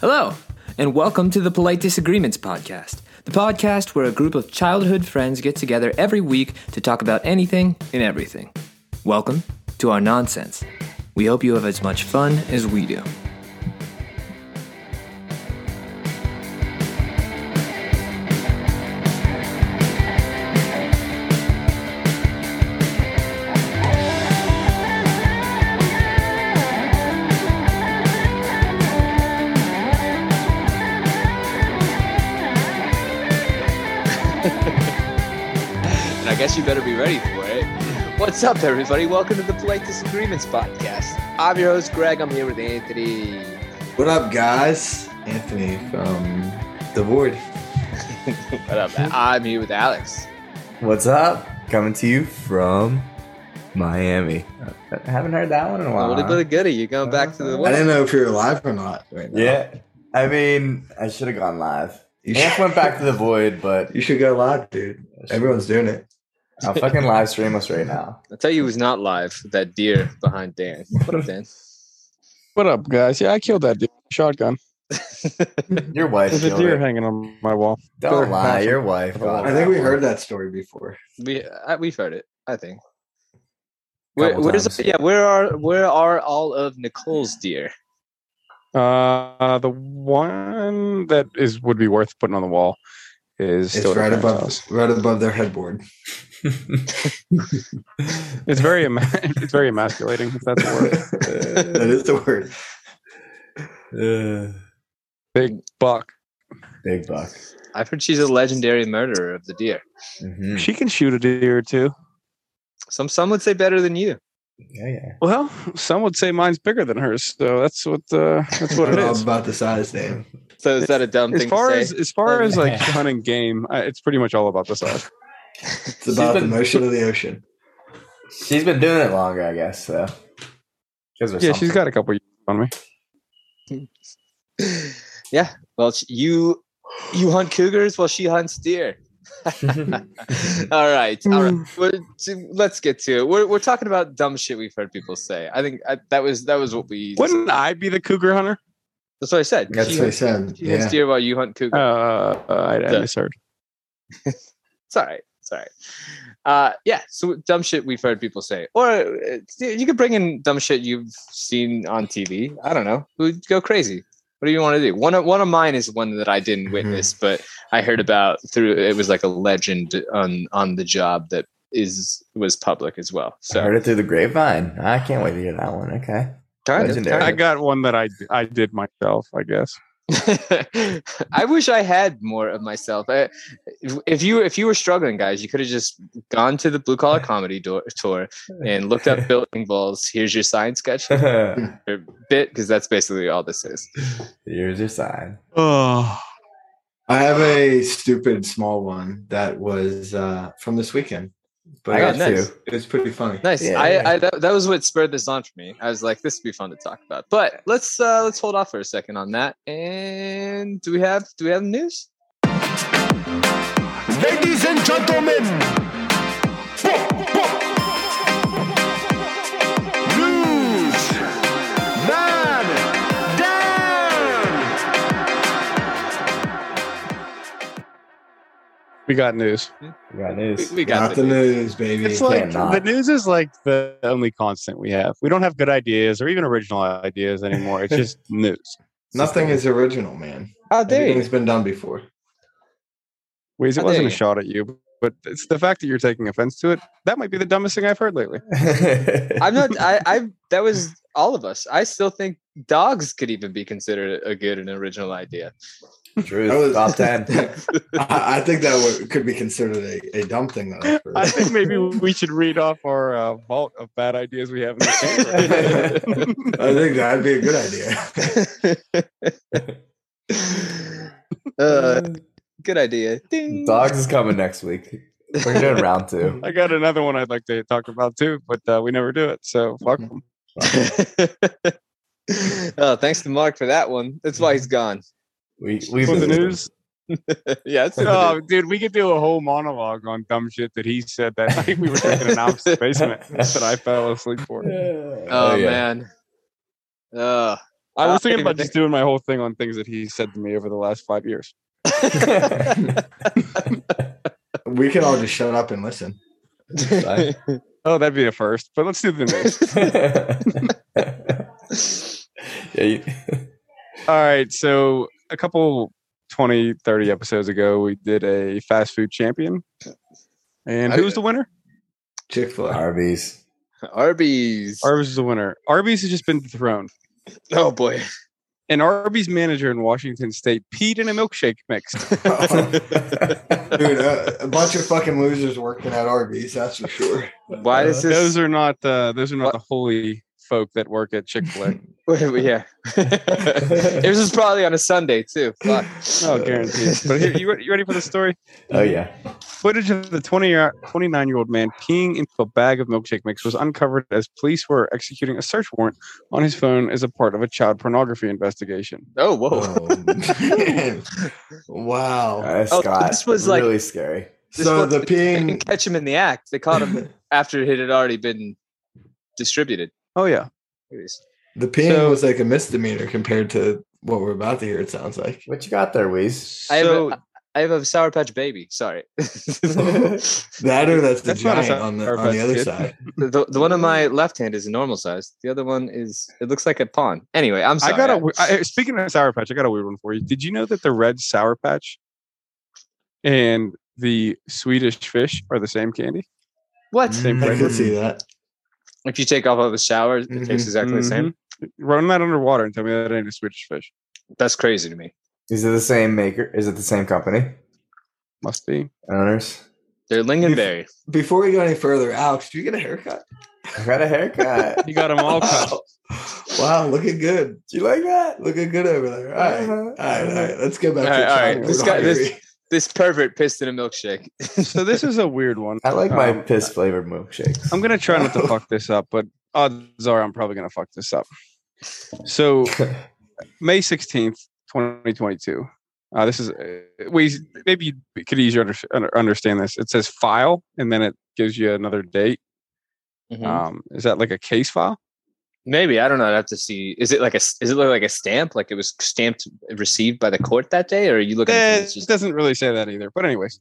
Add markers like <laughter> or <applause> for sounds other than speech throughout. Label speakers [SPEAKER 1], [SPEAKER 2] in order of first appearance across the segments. [SPEAKER 1] Hello, and welcome to the Polite Disagreements Podcast, the podcast where a group of childhood friends get together every week to talk about anything and everything. Welcome to our nonsense. We hope you have as much fun as we do.
[SPEAKER 2] And I guess you better be ready for it. <laughs> What's up, everybody? Welcome to the Polite Disagreements Podcast. I'm your host, Greg. I'm here with Anthony.
[SPEAKER 3] What up, guys? Anthony from The Ward.
[SPEAKER 2] What up, man? Uh, I'm here with Alex.
[SPEAKER 3] What's up? Coming to you from Miami. I haven't heard that one in a while.
[SPEAKER 2] What a little goodie. You're going back to the
[SPEAKER 4] I didn't know if you were live or not right now.
[SPEAKER 3] Yeah. I mean, I should have gone live.
[SPEAKER 4] You
[SPEAKER 3] Almost
[SPEAKER 4] should,
[SPEAKER 3] went back to the void, but
[SPEAKER 4] you should go live, dude. Everyone's doing it.
[SPEAKER 3] I'll fucking live stream us right now.
[SPEAKER 2] I'll tell you who's not live. That deer behind Dan. What up, Dan?
[SPEAKER 5] What up, guys? Yeah, I killed that dude. Shotgun.
[SPEAKER 3] Your wife.
[SPEAKER 5] There's a
[SPEAKER 3] killed
[SPEAKER 5] deer
[SPEAKER 3] it.
[SPEAKER 5] hanging on my wall.
[SPEAKER 3] Don't lie. Your wife.
[SPEAKER 4] I think we heard that story before.
[SPEAKER 2] We I, we've heard it. I think. Where,
[SPEAKER 3] Couple
[SPEAKER 2] where's
[SPEAKER 3] times.
[SPEAKER 2] yeah? Where are where are all of Nicole's deer?
[SPEAKER 5] Uh, the one that is would be worth putting on the wall is
[SPEAKER 4] It's
[SPEAKER 5] still at
[SPEAKER 4] right
[SPEAKER 5] my
[SPEAKER 4] above
[SPEAKER 5] house.
[SPEAKER 4] right above their headboard. <laughs>
[SPEAKER 5] It's very em- <laughs> it's very emasculating. If that's a
[SPEAKER 4] <laughs>
[SPEAKER 5] word.
[SPEAKER 4] that is the word.
[SPEAKER 3] Uh,
[SPEAKER 5] Big buck.
[SPEAKER 3] <sighs> big buck.
[SPEAKER 2] I've heard she's a legendary murderer of the deer.
[SPEAKER 3] hmm
[SPEAKER 5] She can shoot a deer too.
[SPEAKER 2] Some some would say better than you.
[SPEAKER 3] Yeah, yeah.
[SPEAKER 5] Well, some would say mine's bigger than hers. So that's what uh, that's what it
[SPEAKER 4] All
[SPEAKER 5] is.
[SPEAKER 4] about the size, Dan.
[SPEAKER 2] So is that a dumb
[SPEAKER 5] As
[SPEAKER 2] thing
[SPEAKER 5] far
[SPEAKER 2] to say?
[SPEAKER 5] as as far as like hunting game, I, it's pretty much all about the size.
[SPEAKER 4] It's about
[SPEAKER 3] been-
[SPEAKER 4] the motion of the ocean.
[SPEAKER 3] She's been doing it longer, I guess. So. Gives her
[SPEAKER 5] Yeah, she's
[SPEAKER 3] something.
[SPEAKER 5] got a couple years on me.
[SPEAKER 2] <laughs> yeah. Well, sh- you you hunt cougars while she
[SPEAKER 4] <laughs>
[SPEAKER 2] hunts deer.
[SPEAKER 3] <laughs>
[SPEAKER 2] all right, all right. We're- t- let's get to it. We're, we're talking about dumb shit we've heard people say. I think I, that was that was what we.
[SPEAKER 5] Wouldn't I be the cougar hunter?
[SPEAKER 2] That's what I said.
[SPEAKER 4] That's
[SPEAKER 2] she
[SPEAKER 4] what I
[SPEAKER 2] hunts,
[SPEAKER 4] said.
[SPEAKER 2] she hunts
[SPEAKER 4] Yeah.
[SPEAKER 2] deer while you hunt cougar.
[SPEAKER 5] Uh, I, I
[SPEAKER 2] Yeah.
[SPEAKER 5] misheard.
[SPEAKER 2] it's all right. It's all right. Uh, yeah. So dumb shit we've heard people say, or uh, you could bring in dumb shit you've seen on TV. I don't know. We'd go crazy. What do you want to do? One of one of mine is one that I didn't
[SPEAKER 3] Mm-hmm.
[SPEAKER 4] Mhm.
[SPEAKER 2] witness, but I heard about through. It was like a legend on on the job that is was public as well.
[SPEAKER 3] I
[SPEAKER 2] So
[SPEAKER 3] heard it through the grapevine. I can't wait to hear that one. Okay. <laughs>
[SPEAKER 2] kind of,
[SPEAKER 3] Legendary.
[SPEAKER 5] I got one that I I did myself, I guess.
[SPEAKER 2] <laughs> I wish I had more of myself. I, if- if you if you were struggling, guys, you could have just gone to the blue collar comedy door, tour and looked up Bill Engvall's "Here's Your Sign" sketch
[SPEAKER 3] Here's
[SPEAKER 2] or bit because that's basically all this is.
[SPEAKER 3] your sign.
[SPEAKER 5] Oh,
[SPEAKER 4] I have a stupid small one that was uh, from this weekend. But
[SPEAKER 3] I got
[SPEAKER 2] nice.
[SPEAKER 3] two.
[SPEAKER 4] it was pretty funny.
[SPEAKER 2] Nice.
[SPEAKER 3] Yeah,
[SPEAKER 2] I,
[SPEAKER 3] yeah.
[SPEAKER 2] I that, that was what spurred this on for me. I was like, this would be fun to talk about. But let's uh let's hold off for a second on that. And do we have do we have news?
[SPEAKER 6] Ladies and gentlemen, book, book. news, man, Dan.
[SPEAKER 5] we got news.
[SPEAKER 3] We got
[SPEAKER 2] We,
[SPEAKER 3] news. <laughs>
[SPEAKER 2] we got
[SPEAKER 4] Not
[SPEAKER 2] the
[SPEAKER 4] the
[SPEAKER 2] news.
[SPEAKER 4] news, baby.
[SPEAKER 5] It's like
[SPEAKER 3] cannot.
[SPEAKER 5] the news is like the only constant we have. We don't have good ideas or even original ideas anymore. It's <laughs> just news.
[SPEAKER 4] Nothing is original, man.
[SPEAKER 2] How dare Oh, you?
[SPEAKER 4] Everything's been done before. <laughs>
[SPEAKER 5] Ways,
[SPEAKER 2] How
[SPEAKER 5] it
[SPEAKER 2] dare
[SPEAKER 5] wasn't a
[SPEAKER 2] you.
[SPEAKER 5] shot at you, but it's the fact that you're taking offense to it. That might be the dumbest thing I've heard lately.
[SPEAKER 2] I'm not. I, I. That was all of us. I still think dogs could even be considered a good and original idea.
[SPEAKER 3] Truth.
[SPEAKER 4] That was-
[SPEAKER 3] top ten.
[SPEAKER 4] I, I think that would, could be considered a, a dumb thing. That I've heard.
[SPEAKER 5] I think maybe we should read off our uh, vault of bad ideas we have in the <laughs> chamber.
[SPEAKER 4] I think that'd be a good idea. <laughs>
[SPEAKER 2] <laughs> uh, good idea. Ding.
[SPEAKER 3] Dogs is coming next week. We're doing round two.
[SPEAKER 5] I got another one I'd like to talk about too, but uh, we never do it. So fuck 'em.
[SPEAKER 2] <laughs> oh, thanks to Mark for that one. That's why he's gone.
[SPEAKER 3] We we
[SPEAKER 5] For the
[SPEAKER 3] moved them.
[SPEAKER 5] news.
[SPEAKER 2] <laughs>
[SPEAKER 5] <laughs>
[SPEAKER 2] yeah, <laughs> it's
[SPEAKER 5] Oh, dude, we could do a whole monologue on dumb shit that he said that <laughs> night we were taking an ounce to the basement that I fell asleep for.
[SPEAKER 3] Oh,
[SPEAKER 2] Oh
[SPEAKER 3] yeah.
[SPEAKER 2] <laughs> man. Uh,
[SPEAKER 5] I
[SPEAKER 2] Uh,
[SPEAKER 5] was thinking about
[SPEAKER 2] even
[SPEAKER 5] just doing my whole thing on things that he said to me over the last five years.
[SPEAKER 4] We can all just shut up and listen.
[SPEAKER 3] Bye.
[SPEAKER 5] Oh, that'd be a first, but let's do the next. <laughs>
[SPEAKER 3] <laughs>
[SPEAKER 2] <laughs>
[SPEAKER 3] yeah, you,
[SPEAKER 5] All right. So a couple 20, 30 episodes ago, we did a fast food champion. And
[SPEAKER 2] I-
[SPEAKER 5] who was the winner?
[SPEAKER 4] Chick fil
[SPEAKER 3] <laughs>
[SPEAKER 4] A.
[SPEAKER 3] Arby's.
[SPEAKER 2] Arby's.
[SPEAKER 5] Arby's is the winner. Arby's has just been dethroned.
[SPEAKER 2] oh boy. <laughs>
[SPEAKER 5] An Arby's manager in Washington State peed in a milkshake mix.
[SPEAKER 3] Oh,
[SPEAKER 4] Dude, uh, a, a bunch of fucking losers working at Arby's, that's for sure.
[SPEAKER 2] Why does this?
[SPEAKER 5] those are not uh, those are not
[SPEAKER 2] What?
[SPEAKER 5] the holy folk that work at Chick Fil A.
[SPEAKER 2] Wait, wait, <laughs> yeah. it was just probably on a Sunday too. Fuck.
[SPEAKER 5] <laughs> oh, guaranteed. <laughs> But here, you, re- you ready for the story?
[SPEAKER 3] oh yeah.
[SPEAKER 5] Footage of the 20 year, 29 year old man peeing into a bag of milkshake mix was uncovered as police were executing a search warrant on his phone as a part of a child pornography investigation.
[SPEAKER 2] <laughs> Oh, whoa.
[SPEAKER 4] Oh, man. wow.
[SPEAKER 3] Uh,
[SPEAKER 2] Oh,
[SPEAKER 3] Scott,
[SPEAKER 2] this was like-
[SPEAKER 3] really scary.
[SPEAKER 2] This
[SPEAKER 4] So
[SPEAKER 2] one-
[SPEAKER 4] the
[SPEAKER 2] <laughs> They
[SPEAKER 4] peeing
[SPEAKER 2] didn't catch him in the act. They caught him after it had already been distributed.
[SPEAKER 5] Oh yeah,
[SPEAKER 4] <laughs> the peeing
[SPEAKER 5] So-
[SPEAKER 4] was like a misdemeanor compared to what we're about to hear, it sounds like.
[SPEAKER 3] What you got there, Weez?
[SPEAKER 2] I have
[SPEAKER 5] So-
[SPEAKER 2] a, I have a Sour Patch Baby.
[SPEAKER 5] <laughs>
[SPEAKER 2] Sorry. <laughs> the,
[SPEAKER 4] That or that's the
[SPEAKER 5] That's not a
[SPEAKER 4] giant on the
[SPEAKER 5] Sour
[SPEAKER 4] on the
[SPEAKER 5] Patch
[SPEAKER 4] other
[SPEAKER 5] Kid.
[SPEAKER 4] side.
[SPEAKER 2] the the one on my left hand is normal size. The other one is it looks like a pawn. Anyway, I'm sorry.
[SPEAKER 5] I got a. we- I, speaking of sour patch, I got a weird one for you. Did you know that the red sour patch and the Swedish fish are the same candy?
[SPEAKER 2] what?
[SPEAKER 5] Same
[SPEAKER 3] Mm-hmm.
[SPEAKER 4] I
[SPEAKER 5] flavor.
[SPEAKER 4] can see that.
[SPEAKER 2] If you take off all the showers,
[SPEAKER 5] Mm-hmm,
[SPEAKER 2] it tastes exactly the same.
[SPEAKER 5] Mhm. Run that underwater and tell me that ain't a Swedish fish.
[SPEAKER 2] That's crazy to me.
[SPEAKER 3] Is it the same maker? Is it the same company?
[SPEAKER 5] Must be.
[SPEAKER 3] Owners?
[SPEAKER 2] They're lingonberry.
[SPEAKER 4] Before we go any further, Alex, do you get a haircut? <sighs>
[SPEAKER 3] I got a haircut.
[SPEAKER 5] You got them <laughs> all cut.
[SPEAKER 4] Wow, looking good.
[SPEAKER 3] Do you like that?
[SPEAKER 4] Looking good over there. All right.
[SPEAKER 3] Uh-huh.
[SPEAKER 4] All right. All right. Let's go back to
[SPEAKER 2] All right, all right.
[SPEAKER 4] China.
[SPEAKER 5] This
[SPEAKER 4] We're
[SPEAKER 5] guy-
[SPEAKER 2] this-
[SPEAKER 4] hungry.
[SPEAKER 2] This pervert pissed in a milkshake.
[SPEAKER 5] So this is a weird one.
[SPEAKER 3] I like my
[SPEAKER 5] Um,
[SPEAKER 3] piss flavored milkshakes.
[SPEAKER 5] I'm gonna try not to fuck this up, but odds are I'm probably gonna fuck this up.
[SPEAKER 3] <laughs>
[SPEAKER 5] So May 16th, 2022. Uh, this is uh, we maybe you could easier under, under- understand this. It says file, and then it gives you another date.
[SPEAKER 2] Mhm.
[SPEAKER 5] Um, is that like a case file?
[SPEAKER 2] Maybe I don't know. I have to see. Is it like a? s- Is it look like a stamp? Like it was stamped received by the court that day, or are you looking?
[SPEAKER 5] Eh,
[SPEAKER 2] at
[SPEAKER 5] It doesn't really say that either. But anyways,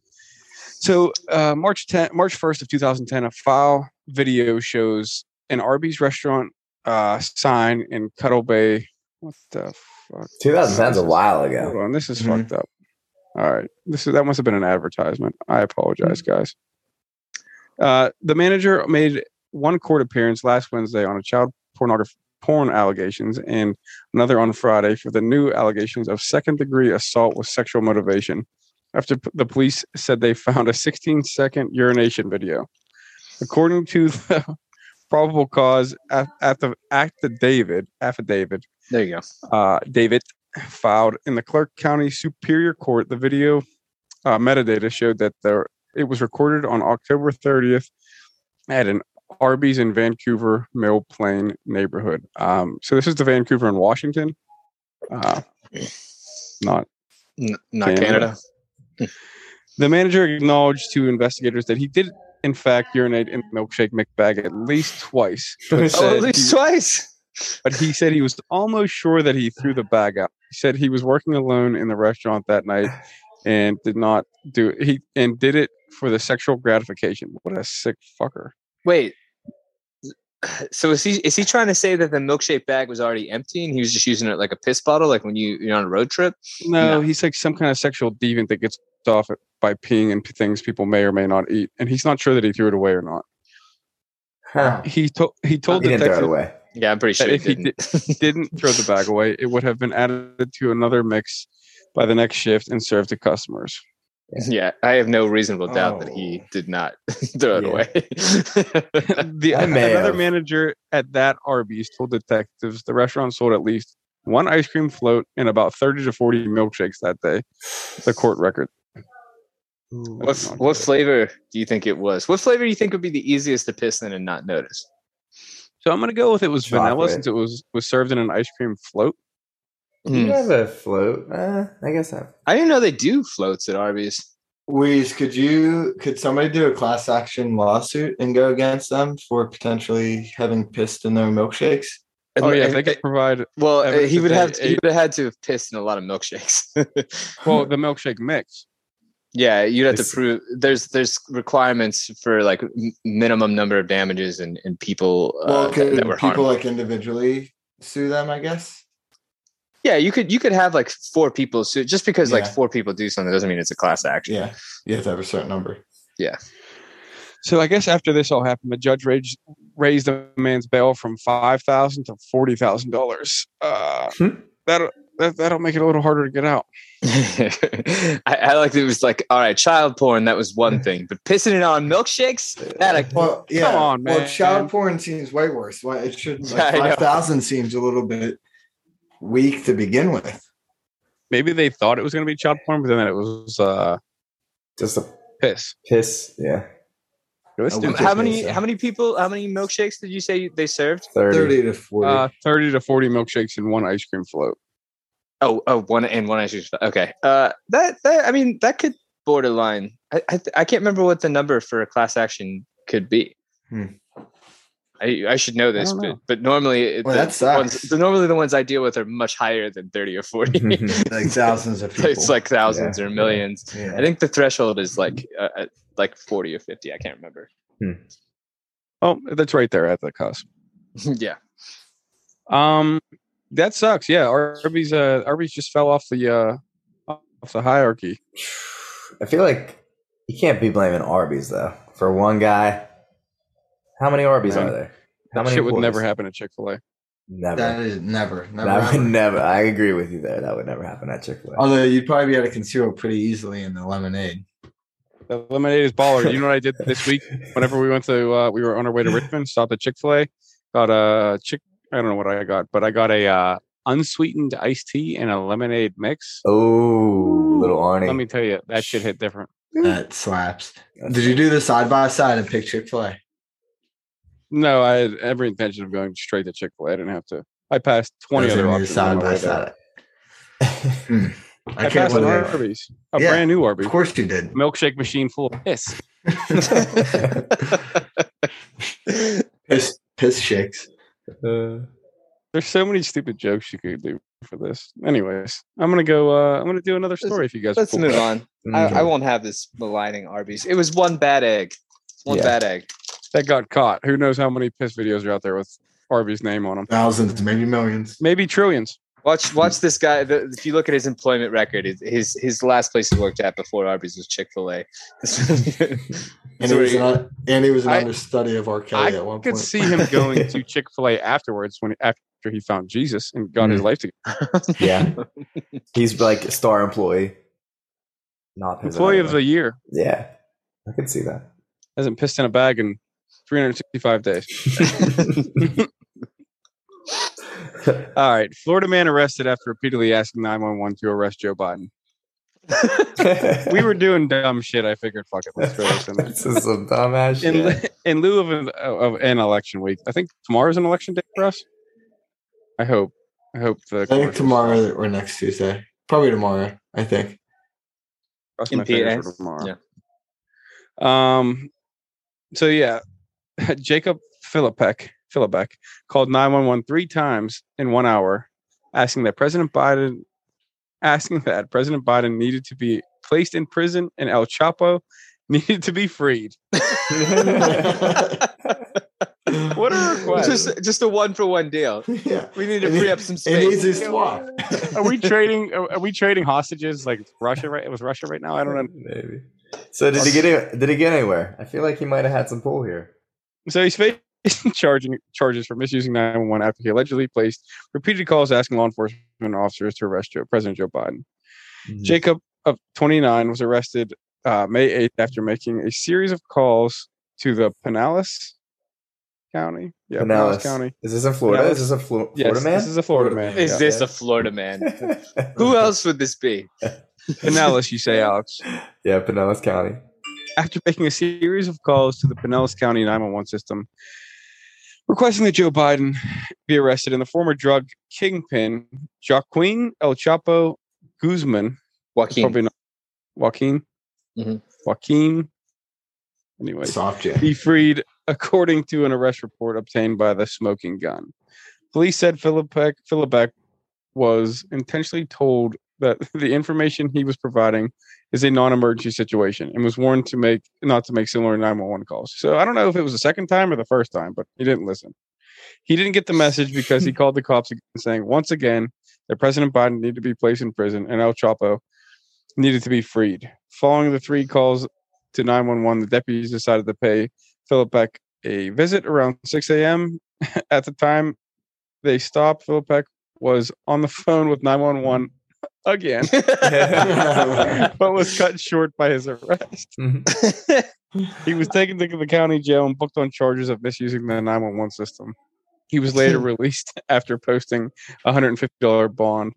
[SPEAKER 5] so uh, March 10, March 1st of 2010, a file video shows an Arby's restaurant uh, sign in Cuddle Bay. What the fuck?
[SPEAKER 3] 2010's a while
[SPEAKER 5] Hold
[SPEAKER 3] ago. Mm-hmm.
[SPEAKER 5] on, this is
[SPEAKER 4] Mhm.
[SPEAKER 5] fucked up. All right, this is that must have been an advertisement. I
[SPEAKER 3] Mm.
[SPEAKER 5] apologize, guys. Uh, the manager made one court appearance last Wednesday on a child pornography porn allegations and another on Friday for the new allegations of second degree assault with sexual motivation. After p- the police said they found a 16 second urination video, according to the <laughs> probable cause at, at the affidavit, affidavit
[SPEAKER 2] there you go.
[SPEAKER 5] uh, David filed in the Clark County Superior Court. The video uh, metadata showed that the, it was recorded on October 30th at an Arby's in Vancouver Mill Plain neighborhood. Um, so this is the Vancouver in Washington. Uh, not
[SPEAKER 2] N- not
[SPEAKER 5] Canada.
[SPEAKER 2] Canada.
[SPEAKER 5] the manager acknowledged to investigators that he did in fact urinate in the milkshake McBag at least twice. but
[SPEAKER 2] Oh,
[SPEAKER 5] said
[SPEAKER 2] at
[SPEAKER 5] he-
[SPEAKER 2] least twice.
[SPEAKER 5] but he said he was almost sure that he threw the bag out. He said he was working alone in the restaurant
[SPEAKER 3] <sighs>
[SPEAKER 5] that night and did not do he and did it for the sexual gratification. What a sick fucker.
[SPEAKER 2] Wait. <sighs> So is he? Is he trying to say that the milkshake bag was already empty and he was just using it like a piss bottle, like when you you're on a road trip?
[SPEAKER 5] No,
[SPEAKER 2] No.
[SPEAKER 5] he's like some kind of sexual deviant that gets off at- by peeing and things people may or may not eat, and he's not sure that he threw it away or not.
[SPEAKER 3] Huh.
[SPEAKER 5] He told he
[SPEAKER 3] He
[SPEAKER 5] told
[SPEAKER 3] didn't throw it
[SPEAKER 5] detectives
[SPEAKER 3] away.
[SPEAKER 2] Yeah, I'm pretty
[SPEAKER 5] that
[SPEAKER 2] sure.
[SPEAKER 5] if
[SPEAKER 2] He
[SPEAKER 5] he
[SPEAKER 2] didn't. <laughs>
[SPEAKER 5] di- didn't throw the bag away, it would have been added to another mix by the next shift and served to customers.
[SPEAKER 2] yeah, I have no reasonable doubt that he
[SPEAKER 4] Oh.
[SPEAKER 2] did not <laughs> throw it
[SPEAKER 3] Yeah.
[SPEAKER 2] away. <laughs>
[SPEAKER 5] the
[SPEAKER 3] I may
[SPEAKER 5] another
[SPEAKER 3] have.
[SPEAKER 5] manager at that Arby's told detectives the restaurant sold at least one ice cream float and about thirty to forty milkshakes that day. The court record.
[SPEAKER 2] What f- what flavor do you think it was? What flavor do you think would be the easiest to piss in and not notice?
[SPEAKER 5] So I'm gonna go with it was vanilla
[SPEAKER 3] Chocolate.
[SPEAKER 5] since it was was served in an ice cream float.
[SPEAKER 3] You
[SPEAKER 2] Hmm.
[SPEAKER 5] Hmm.
[SPEAKER 3] have a float. Uh, I guess I.
[SPEAKER 2] I didn't know they do floats at Arby's.
[SPEAKER 4] Weez, could you could somebody do a class action lawsuit and go against them for potentially having pissed in their milkshakes?
[SPEAKER 5] Oh yeah, if they could provide
[SPEAKER 2] well, uh,
[SPEAKER 5] evidence
[SPEAKER 2] he
[SPEAKER 5] that
[SPEAKER 2] would
[SPEAKER 5] they
[SPEAKER 2] have to, he
[SPEAKER 5] ate-
[SPEAKER 2] would have had to have pissed in a lot of milkshakes. <laughs>
[SPEAKER 5] well the milkshake mix.
[SPEAKER 2] yeah, you'd have to
[SPEAKER 3] This-
[SPEAKER 2] prove there's there's requirements for like m- minimum number of damages and and people uh,
[SPEAKER 4] Well,
[SPEAKER 2] that,
[SPEAKER 4] could
[SPEAKER 2] that were
[SPEAKER 4] people
[SPEAKER 2] harmed.
[SPEAKER 4] like individually sue them? I guess.
[SPEAKER 2] yeah, you could you could have like four people sue just because like
[SPEAKER 4] Yeah.
[SPEAKER 2] four people do something doesn't mean it's a class action.
[SPEAKER 4] Yeah, you have to have a certain number.
[SPEAKER 5] So I guess after this all happened, the judge raised raised the man's bail from five thousand to forty thousand dollars. Uh,
[SPEAKER 3] Hmm.
[SPEAKER 5] That that that'll make it a little harder to get out.
[SPEAKER 2] <laughs> I, I like it was like all right, child porn that was
[SPEAKER 4] <laughs>
[SPEAKER 2] one thing, but pissing it on milkshakes that I,
[SPEAKER 4] Well, yeah.
[SPEAKER 5] on,
[SPEAKER 4] Well,
[SPEAKER 5] man.
[SPEAKER 4] child porn seems way worse. Why it
[SPEAKER 2] <laughs>
[SPEAKER 4] should
[SPEAKER 2] Yeah, I
[SPEAKER 4] like
[SPEAKER 2] know.
[SPEAKER 4] five thousand seems a little bit weak to begin with.
[SPEAKER 5] Maybe they thought it was going to be child porn, but then it was uh,
[SPEAKER 3] Just a
[SPEAKER 5] piss.
[SPEAKER 3] piss. Yeah.
[SPEAKER 5] It
[SPEAKER 3] Oh,
[SPEAKER 5] was
[SPEAKER 4] I
[SPEAKER 3] <laughs>
[SPEAKER 5] stupid.
[SPEAKER 4] wouldn't-
[SPEAKER 2] how many
[SPEAKER 4] Yeah.
[SPEAKER 2] how many people how many milkshakes did you say they served?
[SPEAKER 3] 30.
[SPEAKER 4] Thirty to forty.
[SPEAKER 5] Uh, Thirty to forty milkshakes in one ice cream float.
[SPEAKER 2] Oh, oh, one and one ice cream. sp- Okay. Uh, that that I mean that could borderline. I I, th- I can't remember what the number for a class action could be.
[SPEAKER 4] Hmm.
[SPEAKER 2] I I should know this,
[SPEAKER 5] don't know.
[SPEAKER 2] but but normally it,
[SPEAKER 4] Well,
[SPEAKER 2] the
[SPEAKER 4] that sucks.
[SPEAKER 2] Ones, the, normally the ones I deal with are much higher than thirty or forty.
[SPEAKER 4] like thousands of Hmm. people.
[SPEAKER 2] <laughs> it's like thousands
[SPEAKER 3] Yeah,
[SPEAKER 2] or
[SPEAKER 3] yeah.
[SPEAKER 2] millions.
[SPEAKER 4] yeah. Hmm.
[SPEAKER 2] I think the threshold is like uh, uh, like forty or fifty. I can't remember. <laughs>
[SPEAKER 5] Oh, that's right there at the cusp.
[SPEAKER 4] <laughs>
[SPEAKER 2] yeah.
[SPEAKER 5] Um, that sucks. Yeah, Arby's uh, Arby's just fell off the uh, off the hierarchy.
[SPEAKER 3] <laughs> I feel like you can't be blaming Arby's though for one guy. How many Arby's
[SPEAKER 5] Man,
[SPEAKER 3] are there? How
[SPEAKER 5] That
[SPEAKER 3] many
[SPEAKER 5] shit would never
[SPEAKER 3] employees?
[SPEAKER 5] happen at Chick Fil A.
[SPEAKER 3] Never.
[SPEAKER 4] that is never, never.
[SPEAKER 3] that would
[SPEAKER 4] ever.
[SPEAKER 3] never. I agree with you there. That would never happen at Chick Fil
[SPEAKER 5] Oh,
[SPEAKER 3] A.
[SPEAKER 4] Although you'd probably be able to conceal it pretty easily in the lemonade.
[SPEAKER 5] The lemonade is baller. You know what I did this
[SPEAKER 3] <laughs>
[SPEAKER 5] week? Whenever we went to, uh, we were on our way to Richmond, stopped at Chick Fil A, got a chick. I don't know what I got, but I got a uh, unsweetened iced tea and a lemonade mix.
[SPEAKER 3] Oh, little Arnie.
[SPEAKER 5] Let me tell you, that shit hit different.
[SPEAKER 2] Hmm.
[SPEAKER 4] That slaps.
[SPEAKER 3] <laughs>
[SPEAKER 4] Did
[SPEAKER 5] <laughs>
[SPEAKER 4] you do the side by side and pick Chick Fil A?
[SPEAKER 5] No, I had every intention of going straight to Chick Fil A. I didn't have to. I passed twenty
[SPEAKER 4] Those are
[SPEAKER 5] other
[SPEAKER 4] new
[SPEAKER 5] options. on
[SPEAKER 4] Side
[SPEAKER 5] my way
[SPEAKER 4] by
[SPEAKER 5] there.
[SPEAKER 4] side. Hmm.
[SPEAKER 5] I,
[SPEAKER 4] I can't
[SPEAKER 5] passed an
[SPEAKER 4] believe.
[SPEAKER 5] Arby's, a
[SPEAKER 4] Yeah.
[SPEAKER 5] brand new Arby's,
[SPEAKER 4] Of course you did.
[SPEAKER 5] milkshake machine full of piss.
[SPEAKER 4] piss, piss shakes.
[SPEAKER 3] Uh,
[SPEAKER 5] There's so many stupid jokes you could do for this. Anyways, I'm gonna go. Uh, I'm gonna do another story if you guys. are
[SPEAKER 2] Let's
[SPEAKER 5] cool.
[SPEAKER 2] move on.
[SPEAKER 3] mhm.
[SPEAKER 2] I,
[SPEAKER 4] Hmm.
[SPEAKER 2] I won't have this maligning Arby's. It was one bad egg. One
[SPEAKER 3] Yeah.
[SPEAKER 2] bad egg.
[SPEAKER 5] that got caught. Who knows how many piss videos are out there with Arby's name on them?
[SPEAKER 4] Thousands, maybe millions.
[SPEAKER 5] Maybe trillions.
[SPEAKER 2] Watch, watch this guy. The, if you look at his employment record, his his, his last place he worked at before Arby's was Chick Fil <laughs> A.
[SPEAKER 4] And he was an, and he was an
[SPEAKER 5] I-
[SPEAKER 4] understudy of R. Kelly at one
[SPEAKER 5] I could
[SPEAKER 4] point.
[SPEAKER 5] see him
[SPEAKER 4] <laughs>
[SPEAKER 5] going to Chick Fil A afterwards when after he found Jesus and got
[SPEAKER 4] Mm.
[SPEAKER 5] his life together.
[SPEAKER 3] yeah, he's like a star employee. Not his
[SPEAKER 5] Employee of
[SPEAKER 3] another
[SPEAKER 5] the year
[SPEAKER 3] one. Yeah, I could see that.
[SPEAKER 5] hasn't pissed in a bag in
[SPEAKER 4] <laughs>
[SPEAKER 5] 365 days. All right, Florida man arrested after repeatedly asking 911 to arrest Joe Biden.
[SPEAKER 3] <laughs>
[SPEAKER 5] <laughs> We were doing dumb shit. I figured, fuck it, let's throw this in.
[SPEAKER 4] <laughs>
[SPEAKER 5] there.
[SPEAKER 3] this is <laughs> some dumbass shit.
[SPEAKER 5] In, li- in lieu of an, of an election week, I think tomorrow's an election day for us. I hope. I hope the
[SPEAKER 4] I think tomorrow or next Tuesday. Probably tomorrow, I think.
[SPEAKER 5] Cross
[SPEAKER 2] In
[SPEAKER 5] my fingers
[SPEAKER 2] PA.
[SPEAKER 5] for tomorrow. Um. So yeah, <laughs> Jacob Philipek Philipek called nine one one three times in one hour, asking that President Biden, asking that President Biden needed to be placed in prison and El Chapo <laughs> needed to be freed. <laughs> What a request!
[SPEAKER 2] just just a one for one deal.
[SPEAKER 4] yeah.
[SPEAKER 2] We need to
[SPEAKER 4] It-
[SPEAKER 2] free up some
[SPEAKER 4] An
[SPEAKER 2] space.
[SPEAKER 4] easy swap.
[SPEAKER 5] are we trading? Are, are we trading hostages like Russia? Right with Russia right now? I don't know.
[SPEAKER 3] Maybe. So did he get any- did he get anywhere? I feel like he might have had some pull here.
[SPEAKER 5] So <laughs> he's facing charging charges for misusing 911 after he allegedly placed repeated calls asking law enforcement officers to arrest Joe, President Joe Biden. Jacob of 29 was arrested uh, May 8th after making a series of calls to the Pinellas County. Yeah, Pinellas,
[SPEAKER 3] Pinellas.
[SPEAKER 5] County.
[SPEAKER 3] Is this in Florida?
[SPEAKER 5] Pinellas.
[SPEAKER 3] Is this a Flo-
[SPEAKER 5] Yes,
[SPEAKER 3] Florida man?
[SPEAKER 5] this is a Florida man.
[SPEAKER 2] Is
[SPEAKER 5] yeah. <laughs>
[SPEAKER 2] this a Florida man? <laughs>
[SPEAKER 3] <laughs>
[SPEAKER 2] Who else would this be? <laughs>
[SPEAKER 5] Pinellas, you say, Alex?
[SPEAKER 3] yeah, Pinellas
[SPEAKER 5] <laughs>
[SPEAKER 3] County. <laughs>
[SPEAKER 5] after making a series of calls to the Pinellas County 911 system, requesting that Joe Biden be arrested and the former drug kingpin, Joaquin El Chapo Guzman,
[SPEAKER 2] Joaquin.
[SPEAKER 5] probably not Joaquin,
[SPEAKER 2] Mhm.
[SPEAKER 5] Joaquin, anyway,
[SPEAKER 4] Soft jam.
[SPEAKER 5] <laughs> be freed according to an arrest report obtained by the smoking gun. Police said Philippek Philippek was intentionally told that <laughs> the information he was providing is a non-emergency situation and was warned to make not to make similar 911 calls. So I don't know if it was the second time or the first time, but he didn't listen. He didn't get the message because he called the cops again, saying once again that President Biden needed to be placed in prison and El Chapo needed to be freed. Following the three calls to 911, the deputies decided to pay Philippek a visit around 6 a.m. <laughs> At the time they stopped, Philippek was on the phone with 911 <laughs> again, but was cut short by his arrest. He was taken to the county jail and booked on charges of misusing the 911 system. He was later released after posting a $150 bond,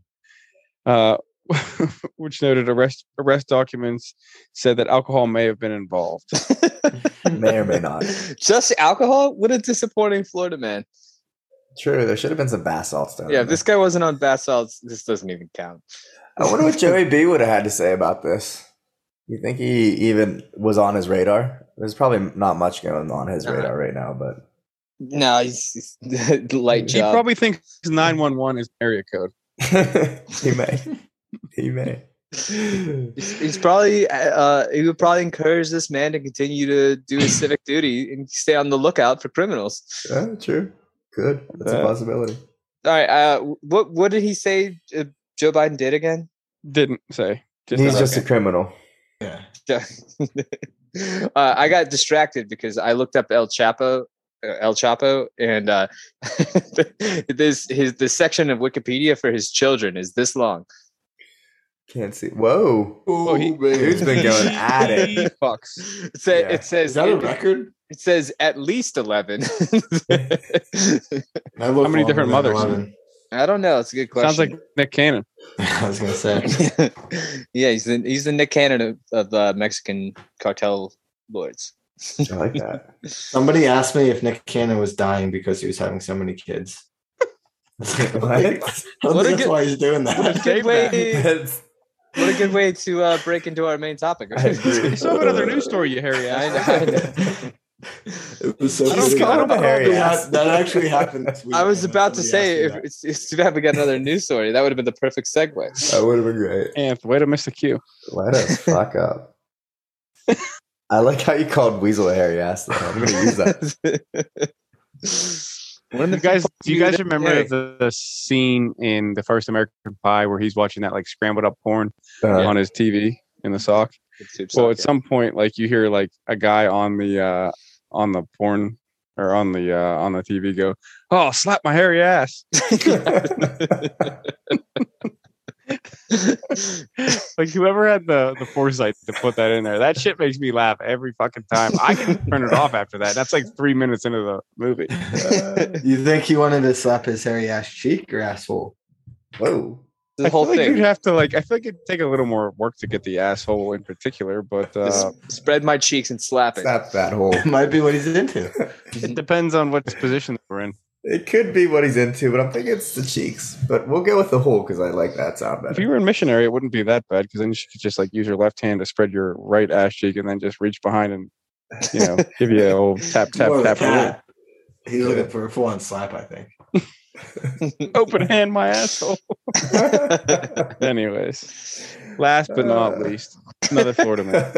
[SPEAKER 5] uh, <laughs> which noted arrest arrest documents said that alcohol may have been involved.
[SPEAKER 3] may or may not.
[SPEAKER 2] Just alcohol? What a disappointing Florida man.
[SPEAKER 3] True, there should have been some bath salts. down
[SPEAKER 2] Yeah,
[SPEAKER 3] there.
[SPEAKER 2] if this guy wasn't on bath salts, this doesn't even count.
[SPEAKER 3] I wonder what Joey B would have had to say about this. You think he even was on his radar? There's probably not much going on his
[SPEAKER 2] No.
[SPEAKER 3] radar right now, but <laughs>
[SPEAKER 2] No, he's, he's <laughs> light
[SPEAKER 5] He
[SPEAKER 2] job.
[SPEAKER 5] probably thinks 911 is area code.
[SPEAKER 3] he may. He may.
[SPEAKER 2] he's, he's probably uh, he would probably encourage this man to continue to do his
[SPEAKER 4] <clears throat>
[SPEAKER 2] civic duty and stay on the lookout for criminals.
[SPEAKER 3] Yeah, true. Good. That's a
[SPEAKER 5] Uh,
[SPEAKER 3] possibility.
[SPEAKER 2] All right, uh, what what did he say? Uh, Joe Biden did again. <laughs>
[SPEAKER 5] Didn't say.
[SPEAKER 3] He's just a
[SPEAKER 5] arrested.
[SPEAKER 3] criminal.
[SPEAKER 4] Yeah.
[SPEAKER 2] uh, I got distracted because I looked up El Chapo, uh, El Chapo, and uh, <laughs> this his the section of Wikipedia for his children is this long.
[SPEAKER 3] Can't see. Whoa.
[SPEAKER 4] Oh,
[SPEAKER 5] he-
[SPEAKER 3] Dude's
[SPEAKER 5] <laughs>
[SPEAKER 3] been going at it.
[SPEAKER 5] He fucks.
[SPEAKER 2] It, sa-
[SPEAKER 3] Yeah.
[SPEAKER 2] it says
[SPEAKER 4] Is that a
[SPEAKER 2] it,
[SPEAKER 4] record?
[SPEAKER 2] it says at
[SPEAKER 4] <laughs>
[SPEAKER 2] least eleven. <laughs>
[SPEAKER 4] I look
[SPEAKER 5] How many
[SPEAKER 4] longer
[SPEAKER 5] different
[SPEAKER 4] than
[SPEAKER 5] mothers?
[SPEAKER 4] 11.
[SPEAKER 2] I don't know. It's a good question.
[SPEAKER 5] Sounds like Nick Cannon.
[SPEAKER 4] <laughs> I was gonna say. <laughs>
[SPEAKER 2] <laughs> yeah, he's the he's the Nick Cannon of, of uh, Mexican cartel lords.
[SPEAKER 3] I like that.
[SPEAKER 4] Somebody asked me if Nick Cannon was dying because he was having so many kids. <laughs> I
[SPEAKER 3] What?
[SPEAKER 4] don't
[SPEAKER 2] What a
[SPEAKER 4] think that's
[SPEAKER 2] good-
[SPEAKER 4] why he's doing
[SPEAKER 2] <laughs> What a
[SPEAKER 4] that.
[SPEAKER 2] good way!
[SPEAKER 3] That's-
[SPEAKER 2] What a good way to uh, break into our main topic.
[SPEAKER 3] <laughs> I agree.
[SPEAKER 5] I
[SPEAKER 3] <laughs>
[SPEAKER 5] saw another news story, you hairy
[SPEAKER 2] <laughs> I
[SPEAKER 5] ass.
[SPEAKER 2] know, I know.
[SPEAKER 4] It was so
[SPEAKER 5] I don't
[SPEAKER 4] funny.
[SPEAKER 5] care. I don't
[SPEAKER 4] That
[SPEAKER 3] care.
[SPEAKER 4] probably ha- That actually happened. this
[SPEAKER 2] I was
[SPEAKER 4] weekend.
[SPEAKER 2] about to
[SPEAKER 4] Somebody
[SPEAKER 2] say,
[SPEAKER 4] asked me
[SPEAKER 2] if it's, it's too bad we got another news story. That would have been the perfect segue.
[SPEAKER 3] That would have been great.
[SPEAKER 5] Anth, way to miss the cue.
[SPEAKER 3] Let us fuck up. <laughs> I like how you called Weasel a hairy ass. Though. I'm gonna use
[SPEAKER 5] <laughs>
[SPEAKER 3] that.
[SPEAKER 2] <laughs> One of
[SPEAKER 5] You guys, do you guys remember
[SPEAKER 2] Hey.
[SPEAKER 5] the, the scene in the first American Pie where he's watching that like scrambled up porn
[SPEAKER 3] Uh,
[SPEAKER 5] on his TV in the sock? Well, at some point, like you hear like a guy on the uh on the porn or on the uh on the TV go, "Oh, slap my hairy ass!" Like whoever had the the foresight to put that in there, that shit makes me laugh every fucking time. I can turn it off after that. That's like three minutes into the movie.
[SPEAKER 4] that. you think he wanted to slap his hairy ass cheek or asshole?
[SPEAKER 3] <laughs> Whoa.
[SPEAKER 2] <laughs> the
[SPEAKER 5] I feel
[SPEAKER 2] whole
[SPEAKER 5] like
[SPEAKER 2] thing.
[SPEAKER 5] you'd have to like. I feel like it'd take a little more work to get the asshole in particular, but uh,
[SPEAKER 2] Just spread my cheeks and slap it.
[SPEAKER 3] Slap that hole.
[SPEAKER 4] Might be what he's into.
[SPEAKER 5] it depends on what position we're in.
[SPEAKER 3] It could be what he's into, but I'm thinking it's the cheeks. But we'll go with the hole because I like that sound
[SPEAKER 5] If
[SPEAKER 3] better. <laughs>
[SPEAKER 5] you were in missionary, it wouldn't be that bad because then you could just like use your left hand to spread your right ass cheek and then just reach behind and you
[SPEAKER 2] <laughs>
[SPEAKER 5] know give you a old tap tap
[SPEAKER 4] More of a
[SPEAKER 5] tap.
[SPEAKER 4] cat. He's looking for a full on slap, I think.
[SPEAKER 5] Open hand my asshole.
[SPEAKER 2] <laughs>
[SPEAKER 5] Anyways, last but not
[SPEAKER 3] Uh.
[SPEAKER 5] least, another Florida man.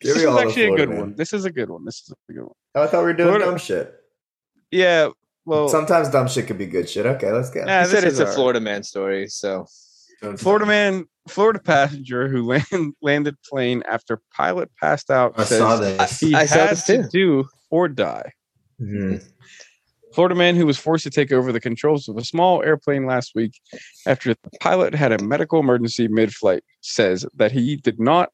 [SPEAKER 3] Give
[SPEAKER 5] this
[SPEAKER 3] me
[SPEAKER 5] is
[SPEAKER 3] all the
[SPEAKER 5] actually a
[SPEAKER 3] Florida
[SPEAKER 5] good
[SPEAKER 3] man.
[SPEAKER 5] one. This is a good one. This is a good one.
[SPEAKER 3] Oh, I thought we were doing
[SPEAKER 5] Florida-
[SPEAKER 3] dumb shit.
[SPEAKER 5] Yeah. Well,
[SPEAKER 3] Sometimes dumb shit could be good shit. Okay, let's go.
[SPEAKER 5] nah,
[SPEAKER 2] I
[SPEAKER 5] this
[SPEAKER 2] said
[SPEAKER 5] is
[SPEAKER 2] it's a
[SPEAKER 5] all right.
[SPEAKER 2] Florida man story, so
[SPEAKER 5] Florida man, Florida passenger who <laughs> land, landed plane after pilot passed out.
[SPEAKER 4] I
[SPEAKER 5] says
[SPEAKER 4] saw this.
[SPEAKER 5] He
[SPEAKER 2] I saw
[SPEAKER 5] had
[SPEAKER 2] this
[SPEAKER 5] to
[SPEAKER 2] too.
[SPEAKER 5] do or die. <laughs>
[SPEAKER 3] Mhm.
[SPEAKER 5] Florida man who was forced to take over the controls of a small airplane last week after the pilot had a medical emergency mid-flight says that he did not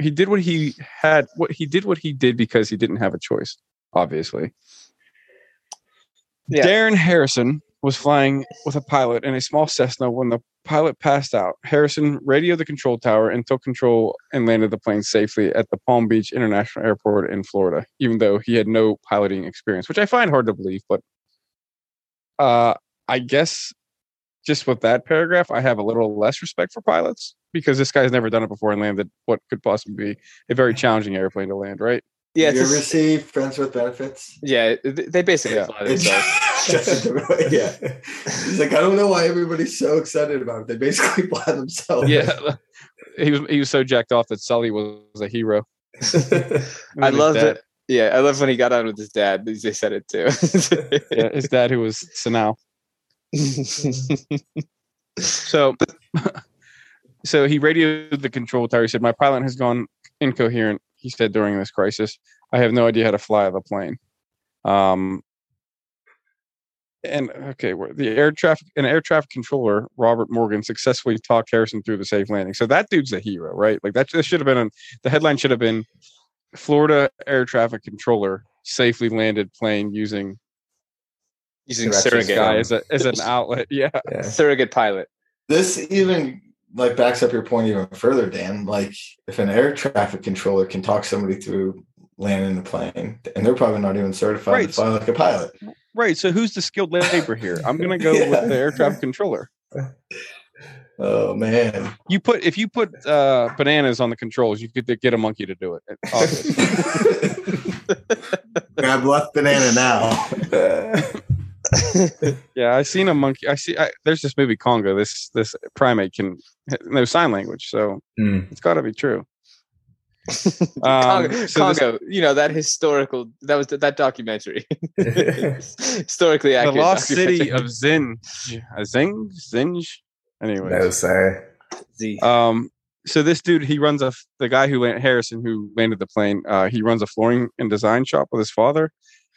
[SPEAKER 5] he did what he had what he did what he did because he didn't have a choice, obviously.
[SPEAKER 2] Yeah.
[SPEAKER 5] Darren Harrison was flying with a pilot in a small Cessna when the pilot passed out. Harrison radioed the control tower and took control and landed the plane safely at the Palm Beach International Airport in Florida, even though he had no piloting experience, which I find hard to believe, but uh, I guess just with that paragraph, I have a little less respect for pilots because this guy's never done it before and landed what could possibly be a very challenging airplane to land, right?
[SPEAKER 2] yeah,
[SPEAKER 4] you
[SPEAKER 2] it's a-
[SPEAKER 4] ever see Friends with Benefits?
[SPEAKER 2] yeah. th- They basically
[SPEAKER 5] Yeah.
[SPEAKER 2] fly
[SPEAKER 4] It's
[SPEAKER 2] themselves.
[SPEAKER 4] just <laughs> yeah. He's like, I don't know why everybody's so excited about it. They basically <laughs> fly themselves.
[SPEAKER 5] Yeah. <laughs> He was he was so jacked off that Sully was, was a hero. <laughs> And
[SPEAKER 2] I
[SPEAKER 5] his
[SPEAKER 2] love
[SPEAKER 5] dad-
[SPEAKER 2] it. Yeah, I love when he got on with his dad. They said it too. <laughs>
[SPEAKER 5] Yeah, his dad who was senile. So, so he radioed the control tower. He said, "My pilot has gone incoherent." He said during this crisis, "I have no idea how to fly the plane." Um, and okay, where- the air traffic an air traffic controller, Robert Morgan, successfully talked Harrison through the safe landing. So that dude's a hero, right? Like that, that should have been an, the headline should have been Florida air traffic controller safely landed plane using
[SPEAKER 2] Using
[SPEAKER 4] Directions
[SPEAKER 2] surrogate,
[SPEAKER 4] Again.
[SPEAKER 5] sky as, a, as an outlet. <laughs> Yeah.
[SPEAKER 3] Yeah.
[SPEAKER 2] surrogate pilot.
[SPEAKER 4] This even like backs up your point even further, Dan. Like if an air traffic controller can talk somebody through landing a plane, and they're probably not even certified
[SPEAKER 5] Right.
[SPEAKER 4] to fly like a pilot.
[SPEAKER 5] Right. So who's the skilled labor here? I'm gonna go
[SPEAKER 4] Yeah.
[SPEAKER 5] with the air traffic controller.
[SPEAKER 4] Oh man.
[SPEAKER 5] You put if you put uh, bananas on the controls, you could get a monkey to do it. It's
[SPEAKER 3] <laughs>
[SPEAKER 5] obvious.
[SPEAKER 4] Grab left banana now.
[SPEAKER 5] yeah, I seen a monkey. I see. I, there's this movie Congo. This this primate can no sign language, so
[SPEAKER 3] Hmm.
[SPEAKER 5] it's got to be true. Um,
[SPEAKER 2] Congo,
[SPEAKER 5] so this-
[SPEAKER 2] Congo you know that historical. That was that documentary. <laughs> Historically
[SPEAKER 5] the
[SPEAKER 2] accurate.
[SPEAKER 5] lost
[SPEAKER 2] documentary.
[SPEAKER 5] city of Zinj, Uh, Zing, Zinj.
[SPEAKER 3] <laughs>
[SPEAKER 5] Anyway,
[SPEAKER 3] no sir.
[SPEAKER 2] Uh,
[SPEAKER 5] Um, so this dude, he runs a the guy who went Harrison, who landed the plane. Uh, he runs a flooring and design shop with his father,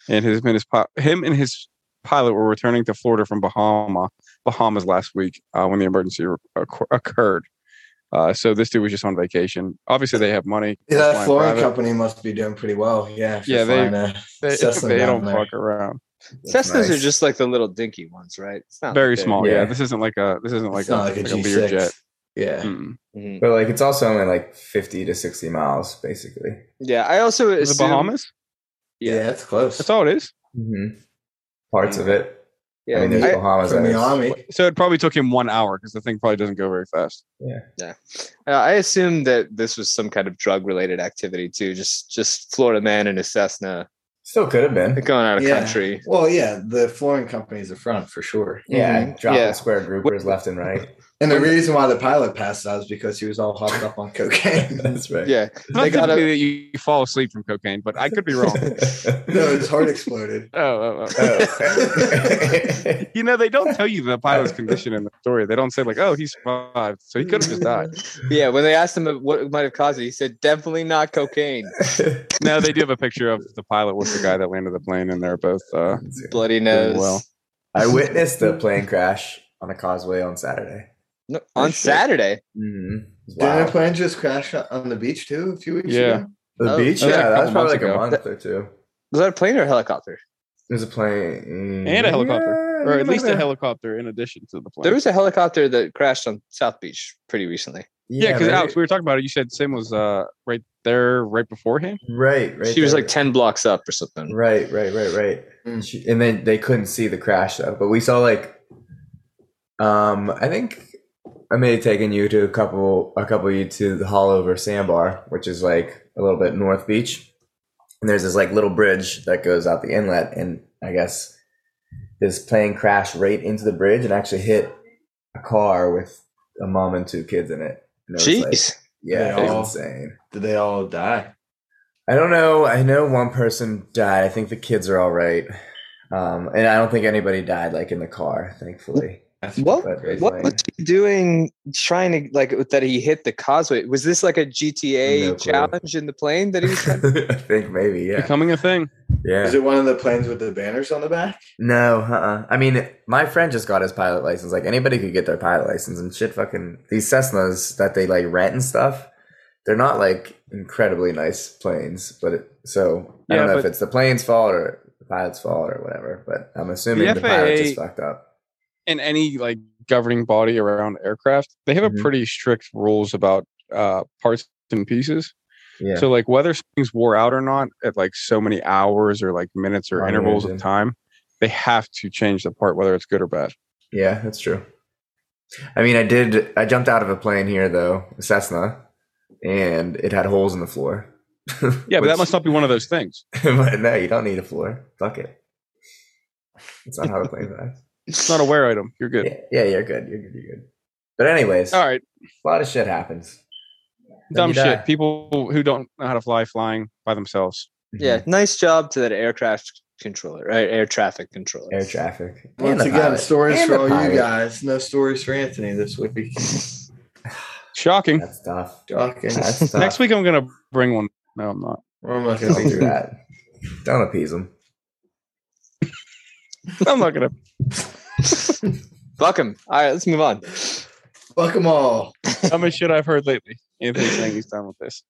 [SPEAKER 5] and his, and his pi- him and his pilot were returning to Florida from Bahama, Bahamas last week uh, when the emergency occur- occurred. Uh, so this dude was just on vacation. Obviously, they have money. They're
[SPEAKER 4] that
[SPEAKER 5] flying
[SPEAKER 4] flooring
[SPEAKER 5] private.
[SPEAKER 4] company must be doing pretty well. Yeah. if you're
[SPEAKER 5] Yeah, they-
[SPEAKER 4] flying a-
[SPEAKER 5] They,
[SPEAKER 4] Cessna
[SPEAKER 5] they
[SPEAKER 4] down
[SPEAKER 5] don't
[SPEAKER 4] there.
[SPEAKER 5] fuck around.
[SPEAKER 3] That's
[SPEAKER 2] Cessnas are
[SPEAKER 3] nice.
[SPEAKER 2] just like the little dinky ones, right? It's not
[SPEAKER 5] Very
[SPEAKER 2] big.
[SPEAKER 5] small. Yeah.
[SPEAKER 3] Yeah.
[SPEAKER 5] this isn't like a this isn't like
[SPEAKER 4] it's
[SPEAKER 5] a,
[SPEAKER 4] not like a
[SPEAKER 5] like a
[SPEAKER 4] G6.
[SPEAKER 5] Learjet.
[SPEAKER 4] Yeah.
[SPEAKER 5] Mm.
[SPEAKER 2] Mhm.
[SPEAKER 3] But like it's also only like fifty to sixty miles, basically.
[SPEAKER 2] Yeah, I also
[SPEAKER 5] The
[SPEAKER 2] assume-
[SPEAKER 5] Bahamas.
[SPEAKER 4] Yeah, that's close.
[SPEAKER 5] That's all it is.
[SPEAKER 3] Mm-hmm. Parts of
[SPEAKER 5] Mm.
[SPEAKER 3] it.
[SPEAKER 2] Yeah,
[SPEAKER 3] I mean, there's
[SPEAKER 2] I-
[SPEAKER 3] Bahamas
[SPEAKER 4] From
[SPEAKER 3] and
[SPEAKER 4] the
[SPEAKER 3] it's-
[SPEAKER 4] army.
[SPEAKER 5] So it probably took him one hour because the thing probably doesn't go very fast.
[SPEAKER 2] Uh, I assume that this was some kind of drug related activity too. Just just Florida man in a Cessna
[SPEAKER 3] Still could have been.
[SPEAKER 2] going out of
[SPEAKER 4] Yeah.
[SPEAKER 2] country.
[SPEAKER 4] Well, yeah, the flooring company's the front for sure. Mm-hmm.
[SPEAKER 3] Yeah,
[SPEAKER 2] Mhm.
[SPEAKER 3] dropping
[SPEAKER 2] Yeah.
[SPEAKER 3] square groupers left and right.
[SPEAKER 4] And the reason why the pilot passed out is because he was all hopped up on
[SPEAKER 3] <laughs>
[SPEAKER 4] cocaine.
[SPEAKER 3] <laughs> That's right.
[SPEAKER 2] Yeah,
[SPEAKER 5] Not
[SPEAKER 2] They
[SPEAKER 5] typically
[SPEAKER 2] gotta-
[SPEAKER 5] that you you fall asleep from cocaine, but I could be
[SPEAKER 3] <laughs>
[SPEAKER 5] wrong.
[SPEAKER 4] no, his heart exploded.
[SPEAKER 5] oh, oh, oh.
[SPEAKER 3] Oh.
[SPEAKER 5] You know, they don't tell you the pilot's condition in the story. They don't say like, "Oh, he survived," so he could have just died.
[SPEAKER 2] yeah. When they asked him what might have caused it, he said definitely not cocaine.
[SPEAKER 5] No, they do have a picture of the pilot with the guy that landed the plane, and they're both. Uh,
[SPEAKER 2] Bloody nose.
[SPEAKER 5] well.
[SPEAKER 3] <laughs> I witnessed the plane crash on a causeway on Saturday.
[SPEAKER 2] No, on
[SPEAKER 4] shit.
[SPEAKER 2] Saturday.
[SPEAKER 3] Mm-hmm.
[SPEAKER 4] Didn't a plane just crash on the beach too a few weeks
[SPEAKER 5] Yeah.
[SPEAKER 4] ago?
[SPEAKER 3] The
[SPEAKER 2] Oh,
[SPEAKER 3] beach?
[SPEAKER 5] that was a
[SPEAKER 3] Yeah, that was
[SPEAKER 5] couple
[SPEAKER 3] probably like a
[SPEAKER 5] months
[SPEAKER 3] month or two.
[SPEAKER 2] Was that a plane or a helicopter?
[SPEAKER 3] There's a plane mm,
[SPEAKER 5] And a helicopter.
[SPEAKER 3] yeah,
[SPEAKER 5] or at
[SPEAKER 3] might
[SPEAKER 5] least a
[SPEAKER 3] have-
[SPEAKER 5] helicopter in addition to the plane.
[SPEAKER 2] There was a helicopter that crashed on South Beach pretty recently.
[SPEAKER 5] yeah, because
[SPEAKER 3] maybe-
[SPEAKER 5] Alex, we were talking about it. You said Sim was uh, right there, right beforehand.
[SPEAKER 3] right, right.
[SPEAKER 2] she was
[SPEAKER 3] there.
[SPEAKER 2] like ten blocks up or something.
[SPEAKER 3] Right, right, right, right.
[SPEAKER 4] Mm.
[SPEAKER 3] She, and then they couldn't see the crash though. But we saw like, um, I think I may have taken you to a couple, a couple of you to the Hollover Sandbar, which is like a little bit North Beach. And there's this like little bridge that goes out the inlet, and I guess this plane crashed right into the bridge and actually hit a car with a mom and two kids in it. And it was, like,
[SPEAKER 2] Jeez.
[SPEAKER 3] yeah, it
[SPEAKER 4] They all-
[SPEAKER 3] was insane.
[SPEAKER 4] Did they all die?
[SPEAKER 3] I don't know. I know one person died. I think the kids are all right. Um, and I don't think anybody died like in the car, thankfully.
[SPEAKER 4] That's
[SPEAKER 2] What?
[SPEAKER 3] But it's
[SPEAKER 2] What
[SPEAKER 3] like-
[SPEAKER 2] was he doing? Trying to like that he hit the causeway. Was this like a GTA
[SPEAKER 3] No clue.
[SPEAKER 2] challenge in the plane that he was
[SPEAKER 3] <laughs>
[SPEAKER 2] trying to?
[SPEAKER 3] I think maybe, yeah.
[SPEAKER 5] Becoming a thing.
[SPEAKER 4] Is
[SPEAKER 3] Yeah.
[SPEAKER 4] it one of the planes with the banners on the back?
[SPEAKER 3] No, uh-uh. I mean, my friend just got his pilot license. Like anybody could get their pilot license and shit fucking these Cessnas that they like rent and stuff. They're not like incredibly nice planes, but it, so I
[SPEAKER 5] Yeah,
[SPEAKER 3] don't know if
[SPEAKER 5] but-
[SPEAKER 3] it's the plane's fault or the pilot's fault or whatever, but I'm assuming
[SPEAKER 5] The
[SPEAKER 3] the, pilot
[SPEAKER 5] FAA
[SPEAKER 3] just fucked up.
[SPEAKER 5] in any like governing body around aircraft, they have
[SPEAKER 3] Mhm.
[SPEAKER 5] a pretty strict rules about uh, parts and pieces.
[SPEAKER 3] Yeah.
[SPEAKER 5] So like whether something's wore out or not at like so many hours or like minutes
[SPEAKER 3] On
[SPEAKER 5] or
[SPEAKER 3] the
[SPEAKER 5] intervals of
[SPEAKER 3] engine.
[SPEAKER 5] time, they have to change the part whether it's good or bad.
[SPEAKER 3] Yeah, that's true. I mean, I did. I jumped out of a plane here though, a Cessna, and it had holes in the floor.
[SPEAKER 5] Yeah, but that
[SPEAKER 3] Which- <laughs>
[SPEAKER 5] must not be one of those things.
[SPEAKER 3] no, you don't need a floor. Fuck it. That's not how the plane flies.
[SPEAKER 5] It's not a wear item. You're <laughs> good.
[SPEAKER 3] Yeah, yeah, you're good. You're good. You're good. But anyways,
[SPEAKER 5] All right,
[SPEAKER 3] a lot of shit
[SPEAKER 5] <laughs>
[SPEAKER 3] happens. Then
[SPEAKER 5] dumb
[SPEAKER 3] you
[SPEAKER 5] shit.
[SPEAKER 3] die.
[SPEAKER 5] People who don't know how to fly flying by themselves.
[SPEAKER 2] Yeah, nice job to that aircraft controller, right? Air traffic controller.
[SPEAKER 3] <laughs> Air traffic. And
[SPEAKER 4] Once
[SPEAKER 3] the
[SPEAKER 4] again,
[SPEAKER 3] pilot.
[SPEAKER 4] stories
[SPEAKER 3] And
[SPEAKER 4] for
[SPEAKER 3] the
[SPEAKER 4] all
[SPEAKER 3] pilot.
[SPEAKER 4] you guys. No stories for Anthony this week.
[SPEAKER 5] Shocking.
[SPEAKER 3] That's tough.
[SPEAKER 4] Shocking.
[SPEAKER 3] That's tough.
[SPEAKER 5] <laughs> Next week I'm gonna bring one. No, I'm not.
[SPEAKER 4] We're not
[SPEAKER 3] Don't
[SPEAKER 4] gonna
[SPEAKER 3] do that. Don't appease
[SPEAKER 5] <laughs>
[SPEAKER 3] them.
[SPEAKER 5] I'm not gonna.
[SPEAKER 2] Fuck him. All right, let's move on.
[SPEAKER 4] fuck them all.
[SPEAKER 5] Dumbest shit I've heard lately. Anthony's saying he's done with this.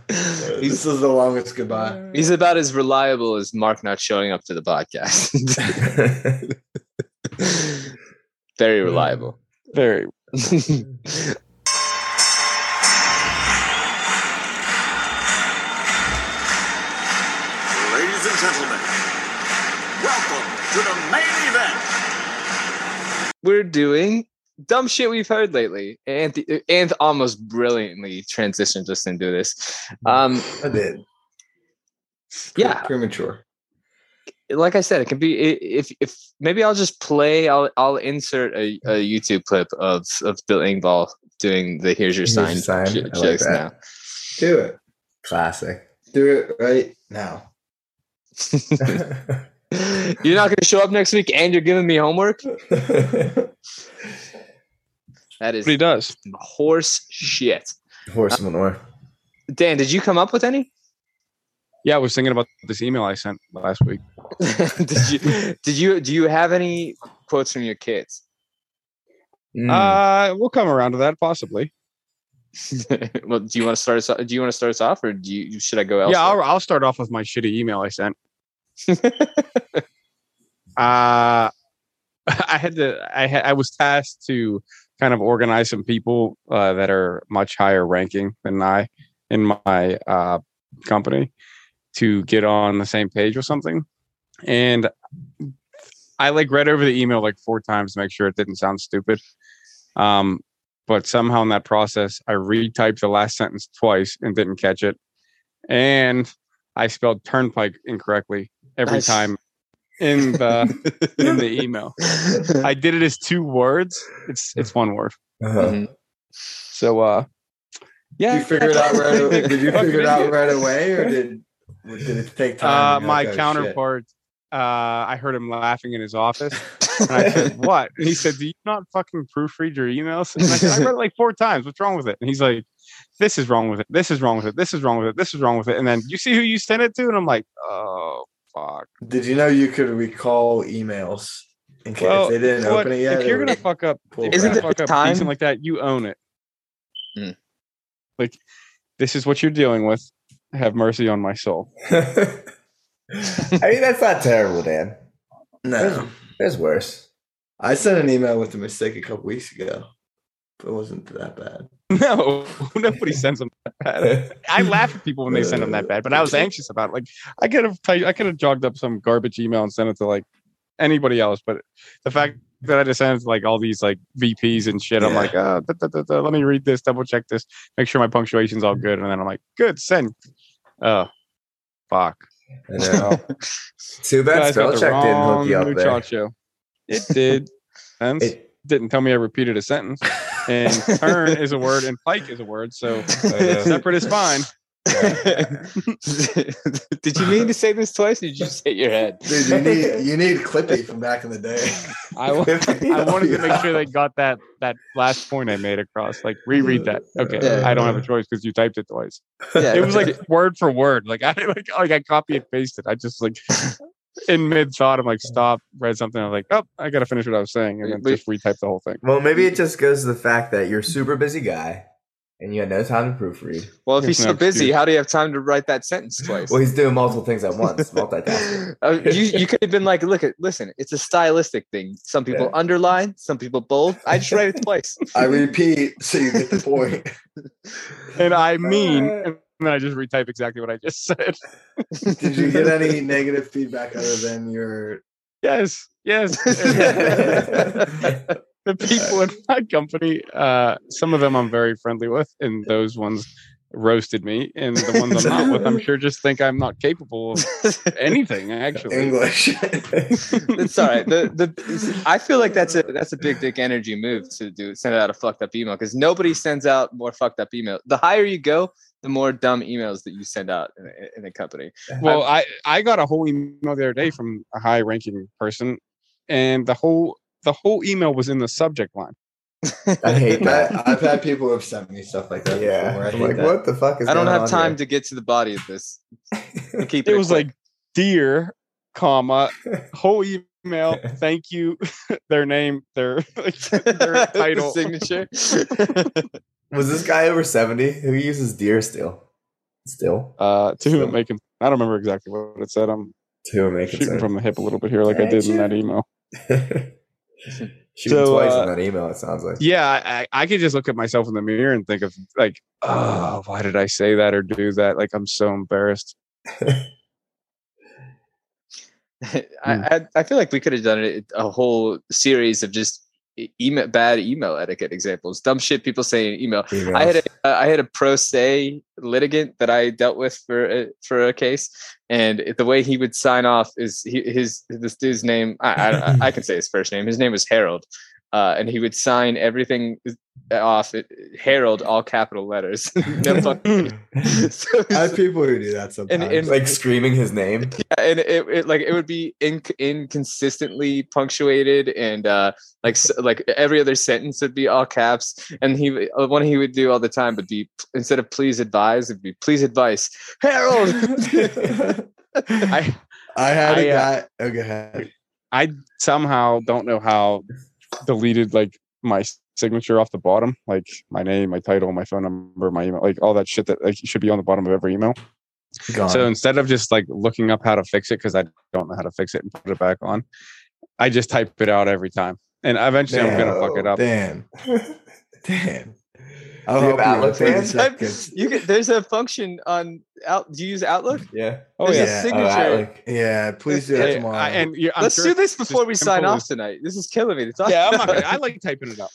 [SPEAKER 4] this is the longest goodbye.
[SPEAKER 2] He's about as reliable as Mark not showing up to the podcast. <laughs> Very reliable.
[SPEAKER 5] Very.
[SPEAKER 6] Ladies and gentlemen, welcome to the main event.
[SPEAKER 2] We're doing dumb shit we've heard lately. Anth, Anth almost brilliantly transitioned us into this. Um,
[SPEAKER 4] I did.
[SPEAKER 2] yeah,
[SPEAKER 4] Premature.
[SPEAKER 2] like I said, it can be i- if if maybe I'll just play. I'll I'll insert a, a YouTube clip of of Bill Engvall doing the "Here's Your
[SPEAKER 3] Here's
[SPEAKER 2] Sign"
[SPEAKER 3] your sign.
[SPEAKER 2] j-
[SPEAKER 3] I like
[SPEAKER 2] jokes
[SPEAKER 3] that.
[SPEAKER 4] Do it.
[SPEAKER 5] <laughs>
[SPEAKER 3] Classic.
[SPEAKER 4] Do it right now.
[SPEAKER 2] now. <laughs> You're not going to show up next week, and you're giving me homework. That is
[SPEAKER 5] But he does.
[SPEAKER 2] horse shit.
[SPEAKER 3] Horse manure.
[SPEAKER 2] Dan, did you come up with
[SPEAKER 3] <laughs>
[SPEAKER 2] any?
[SPEAKER 5] Yeah, I was thinking about this email I sent last week.
[SPEAKER 2] did you did you do you have any quotes from your kids? <laughs>
[SPEAKER 3] Mm.
[SPEAKER 5] Uh, we'll come around to that possibly.
[SPEAKER 2] well, do you want to start us? Do you want to start us off, or do you should I go
[SPEAKER 5] Yeah, I'll,
[SPEAKER 2] elsewhere?
[SPEAKER 5] I'll start off with my shitty email I sent. uh, <laughs> I had to. I had. I was tasked to kind of organize some people uh, that are much higher ranking than I in my uh, company to get on the same page or something. And I like read over the email like four times to make sure it didn't sound stupid. Um, but somehow in that process, I retyped the last sentence twice and didn't catch it, and I spelled turnpike incorrectly every
[SPEAKER 2] Nice.
[SPEAKER 5] time in the
[SPEAKER 2] <laughs>
[SPEAKER 5] in the email. I did it as two words. It's it's one word.
[SPEAKER 3] Uh-huh. <laughs>
[SPEAKER 5] So uh
[SPEAKER 4] Did
[SPEAKER 5] <laughs>
[SPEAKER 4] you
[SPEAKER 5] yeah.
[SPEAKER 4] figure it out right away? Did you
[SPEAKER 5] Fucking
[SPEAKER 4] figure it out
[SPEAKER 5] <laughs> idiot.
[SPEAKER 4] right away or did did it take time?
[SPEAKER 5] Uh,
[SPEAKER 4] You're
[SPEAKER 5] my
[SPEAKER 4] like, oh,
[SPEAKER 5] counterpart uh I heard him laughing in his office. And I said, What? And he said, Do you not fucking proofread your emails? And I said, I read it like four times. What's wrong with it? And he's like, This is wrong with it. This is wrong with it. This is wrong with it. This is wrong with it. And then you see who you sent it to? And I'm like, Oh fuck.
[SPEAKER 4] shit. Did you know you could recall emails in case
[SPEAKER 5] Well,
[SPEAKER 4] they didn't
[SPEAKER 5] What-
[SPEAKER 4] open it yet?
[SPEAKER 5] if you're
[SPEAKER 4] it
[SPEAKER 5] gonna
[SPEAKER 4] would-
[SPEAKER 5] fuck up
[SPEAKER 4] pull
[SPEAKER 5] if
[SPEAKER 4] it Hmm.
[SPEAKER 5] you're
[SPEAKER 2] Isn't
[SPEAKER 5] gonna
[SPEAKER 4] back.
[SPEAKER 2] there
[SPEAKER 5] fuck
[SPEAKER 2] a
[SPEAKER 5] up
[SPEAKER 2] time?
[SPEAKER 5] decent like that, you own it.
[SPEAKER 2] Mm.
[SPEAKER 5] Like, this is what you're dealing with. Have mercy on my soul.
[SPEAKER 3] I mean, that's not terrible, Dan.
[SPEAKER 4] no.
[SPEAKER 3] There's worse.
[SPEAKER 4] I sent an email with a mistake a couple weeks ago. But it wasn't that bad.
[SPEAKER 5] <laughs> No, nobody sends them that bad.
[SPEAKER 3] <laughs>
[SPEAKER 5] I laugh at people when they send them that bad, but I was anxious about it. Like, I could have, ty- I could have jogged up some garbage email and sent it to like anybody else, but the fact that I just sent it to, like all these like VPs and shit, I'm
[SPEAKER 4] Yeah.
[SPEAKER 5] like, uh, da, da, da, da, let me read this, double check this, make sure my punctuation's all good, and then I'm like, good, send. Oh, fuck.
[SPEAKER 3] I know. Too bad
[SPEAKER 5] Guys got the
[SPEAKER 3] Spellcheck didn't hook you
[SPEAKER 5] wrong
[SPEAKER 3] up there.
[SPEAKER 5] muchacho. It did.
[SPEAKER 3] <laughs>
[SPEAKER 5] Sense.
[SPEAKER 3] It,
[SPEAKER 5] didn't tell me I repeated a sentence.
[SPEAKER 3] <laughs>
[SPEAKER 5] And turn is a word and pike is a word, so separate uh, is fine.
[SPEAKER 2] <laughs> did you mean to say this twice? Or did you just hit your head?
[SPEAKER 4] Dude, you
[SPEAKER 2] <laughs>
[SPEAKER 4] need you need Clippy from back in the day.
[SPEAKER 5] <laughs>
[SPEAKER 4] <laughs>
[SPEAKER 5] I, wa- I wanted to make sure they got that that last point I made across. Like reread that. Okay,
[SPEAKER 2] Yeah.
[SPEAKER 5] I don't have a choice because you typed it twice.
[SPEAKER 2] Yeah,
[SPEAKER 5] It was like word for word. Like <laughs> I like, like I copy and pasted. I just like in mid thought I'm like stop read something. I'm like oh I gotta finish what I was saying and then
[SPEAKER 2] But-
[SPEAKER 5] just retype the whole thing.
[SPEAKER 3] well, maybe it just goes to the fact that you're a super busy guy and you had no time to proofread.
[SPEAKER 2] well, if
[SPEAKER 5] There's
[SPEAKER 2] he's so
[SPEAKER 5] no
[SPEAKER 2] busy,
[SPEAKER 5] excuse.
[SPEAKER 2] how do you have time to write that sentence twice?
[SPEAKER 3] Well, he's doing multiple things at once, multitasking.
[SPEAKER 2] Uh, you you could have been like, look at listen, it's a stylistic thing. Some people
[SPEAKER 3] Yeah.
[SPEAKER 2] underline, some people bold. I just write it twice.
[SPEAKER 4] I repeat so you get the point.
[SPEAKER 5] And I mean,
[SPEAKER 2] Uh.
[SPEAKER 5] and then I just retype exactly what I just <laughs> said.
[SPEAKER 4] Did you get any negative feedback other than
[SPEAKER 5] <laughs>
[SPEAKER 4] your
[SPEAKER 5] Yes,
[SPEAKER 2] <laughs>
[SPEAKER 5] yes. the people in my company, uh, some of them I'm very friendly with, and those ones roasted me, and the ones I'm not with, I'm sure just think I'm not capable of anything. Actually,
[SPEAKER 4] English. <laughs>
[SPEAKER 2] it's all right. The, the I feel like that's a that's a big dick energy move to do send out a fucked up email because nobody sends out more fucked up email. The higher you go, the more dumb emails that you send out in a, in a company.
[SPEAKER 5] well, I I got a whole email the other day from a high ranking person, and the whole the whole email was in the subject line.
[SPEAKER 3] I hate that.
[SPEAKER 4] I, have had people who have sent me stuff like that.
[SPEAKER 3] yeah.
[SPEAKER 4] Before. I
[SPEAKER 3] I'm
[SPEAKER 4] hate
[SPEAKER 3] like,
[SPEAKER 4] that.
[SPEAKER 3] what the fuck is
[SPEAKER 2] I don't
[SPEAKER 3] going
[SPEAKER 2] have
[SPEAKER 3] on
[SPEAKER 2] time
[SPEAKER 3] here?
[SPEAKER 2] to get to the body of
[SPEAKER 3] <laughs>
[SPEAKER 2] this. To keep it,
[SPEAKER 5] It was
[SPEAKER 2] quick.
[SPEAKER 5] like, dear, comma, whole <laughs> email. Thank you. their name. Their <laughs> like, <laughs>
[SPEAKER 2] <laughs>
[SPEAKER 5] their
[SPEAKER 2] The
[SPEAKER 5] title.
[SPEAKER 2] signature.
[SPEAKER 5] <laughs>
[SPEAKER 3] Was this guy over 70? Who uses deer still? Still?
[SPEAKER 5] Uh, to whom
[SPEAKER 3] So-
[SPEAKER 5] it may con- I don't remember exactly what it said. I'm
[SPEAKER 3] To make it
[SPEAKER 5] shooting from the hip a little bit here, like I did in that email.
[SPEAKER 3] <laughs> Shooting
[SPEAKER 5] So,
[SPEAKER 3] twice
[SPEAKER 5] uh,
[SPEAKER 3] in that email, it sounds like.
[SPEAKER 5] Yeah, I, I could just look at myself in the mirror and think of like, oh, why did I say that or do that? Like I'm so embarrassed.
[SPEAKER 2] I, I I feel like we could have done it a whole series of just e- email bad email etiquette examples, dumb shit people say in email.
[SPEAKER 3] Emails.
[SPEAKER 2] I had a uh, I had a pro se litigant that I dealt with for a, for a case, and it- the way he would sign off is he, his this dude's name. I, I I can say his first name. His name was Harold, uh, and he would sign everything uh, off it, Harold all capital letters. <laughs> No fucking- <laughs> so,
[SPEAKER 4] I have people who do that sometimes.
[SPEAKER 2] and-
[SPEAKER 3] <laughs> like screaming his name.
[SPEAKER 2] and it, it like it would be inc- inconsistently punctuated and uh like s- like every other sentence would be all caps and he w- uh, one he would do all the time would be instead of please advise it'd be please advice
[SPEAKER 4] <laughs>
[SPEAKER 2] harold <laughs>
[SPEAKER 5] <laughs> I
[SPEAKER 4] I had a
[SPEAKER 5] I, uh,
[SPEAKER 4] guy. oh, go ahead.
[SPEAKER 5] somehow don't know how deleted like my signature off the bottom, like my name, my title, my phone number, my email, like all that shit that like should be on the bottom of every email.
[SPEAKER 4] Gone.
[SPEAKER 5] So instead of just like looking up how to fix it because I don't know how to fix it and put it back on, I just type it out every time. And eventually I'm gonna fuck it up.
[SPEAKER 4] Dan. Dan. I'll
[SPEAKER 3] Do you
[SPEAKER 4] help
[SPEAKER 3] have
[SPEAKER 4] you in
[SPEAKER 3] Outlook, Dan?
[SPEAKER 4] 30
[SPEAKER 2] Type-
[SPEAKER 4] seconds.
[SPEAKER 2] you get there's a function on out do you use outlook
[SPEAKER 3] yeah.
[SPEAKER 5] Oh
[SPEAKER 2] There's
[SPEAKER 5] yeah.
[SPEAKER 2] a
[SPEAKER 4] yeah.
[SPEAKER 2] signature
[SPEAKER 3] Oh, Outlook.
[SPEAKER 4] Yeah, please do
[SPEAKER 5] Yeah,
[SPEAKER 4] that
[SPEAKER 5] yeah,
[SPEAKER 4] tomorrow.
[SPEAKER 5] I- and yeah, I'm
[SPEAKER 2] let's
[SPEAKER 5] sure
[SPEAKER 2] do
[SPEAKER 5] it's
[SPEAKER 2] this
[SPEAKER 5] just
[SPEAKER 2] before we sign
[SPEAKER 5] simple
[SPEAKER 2] off
[SPEAKER 5] as-
[SPEAKER 2] tonight this is killing me to
[SPEAKER 5] <laughs>
[SPEAKER 2] talk
[SPEAKER 5] Yeah, I'm not
[SPEAKER 2] about. <laughs>
[SPEAKER 5] gonna, I like typing it up.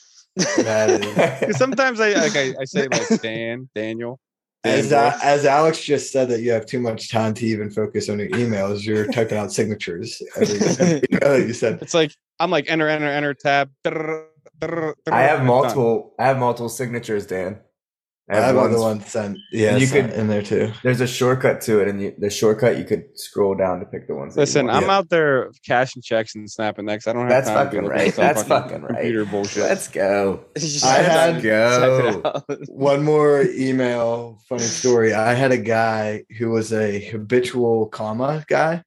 [SPEAKER 4] That is-
[SPEAKER 3] <laughs>
[SPEAKER 5] 'Cause sometimes I like I, I say like Dan, Daniel.
[SPEAKER 4] as,
[SPEAKER 5] Dan
[SPEAKER 4] uh, as Alex just said that you have too much time to even focus on your emails, you're typing out signatures. Every,
[SPEAKER 5] <laughs>
[SPEAKER 4] every email that you
[SPEAKER 5] Wolf.
[SPEAKER 4] said.
[SPEAKER 5] it's like I'm like enter, enter, enter, tab. drrr, drrr,
[SPEAKER 3] I
[SPEAKER 5] drrr,
[SPEAKER 3] have
[SPEAKER 5] done.
[SPEAKER 3] multiple. I have multiple signatures, Dan.
[SPEAKER 4] I have
[SPEAKER 3] ones-
[SPEAKER 4] another one sent. Yeah,
[SPEAKER 3] And you
[SPEAKER 4] you could
[SPEAKER 3] could-
[SPEAKER 4] in there too.
[SPEAKER 3] There's a shortcut to it, and you, the shortcut you could scroll down to pick the ones. that you
[SPEAKER 5] Listen,
[SPEAKER 3] want.
[SPEAKER 5] I'm out there cashing checks and snapping necks. I don't have
[SPEAKER 3] That's
[SPEAKER 5] time
[SPEAKER 3] fucking
[SPEAKER 5] to be looking
[SPEAKER 3] right.
[SPEAKER 5] at some
[SPEAKER 3] That's
[SPEAKER 5] fucking
[SPEAKER 3] fucking right.
[SPEAKER 5] computer bullshit.
[SPEAKER 3] Let's go.
[SPEAKER 2] You just
[SPEAKER 4] I
[SPEAKER 2] type
[SPEAKER 4] had-
[SPEAKER 2] it out.
[SPEAKER 4] One more email, funny story. I had a guy who was a habitual comma guy,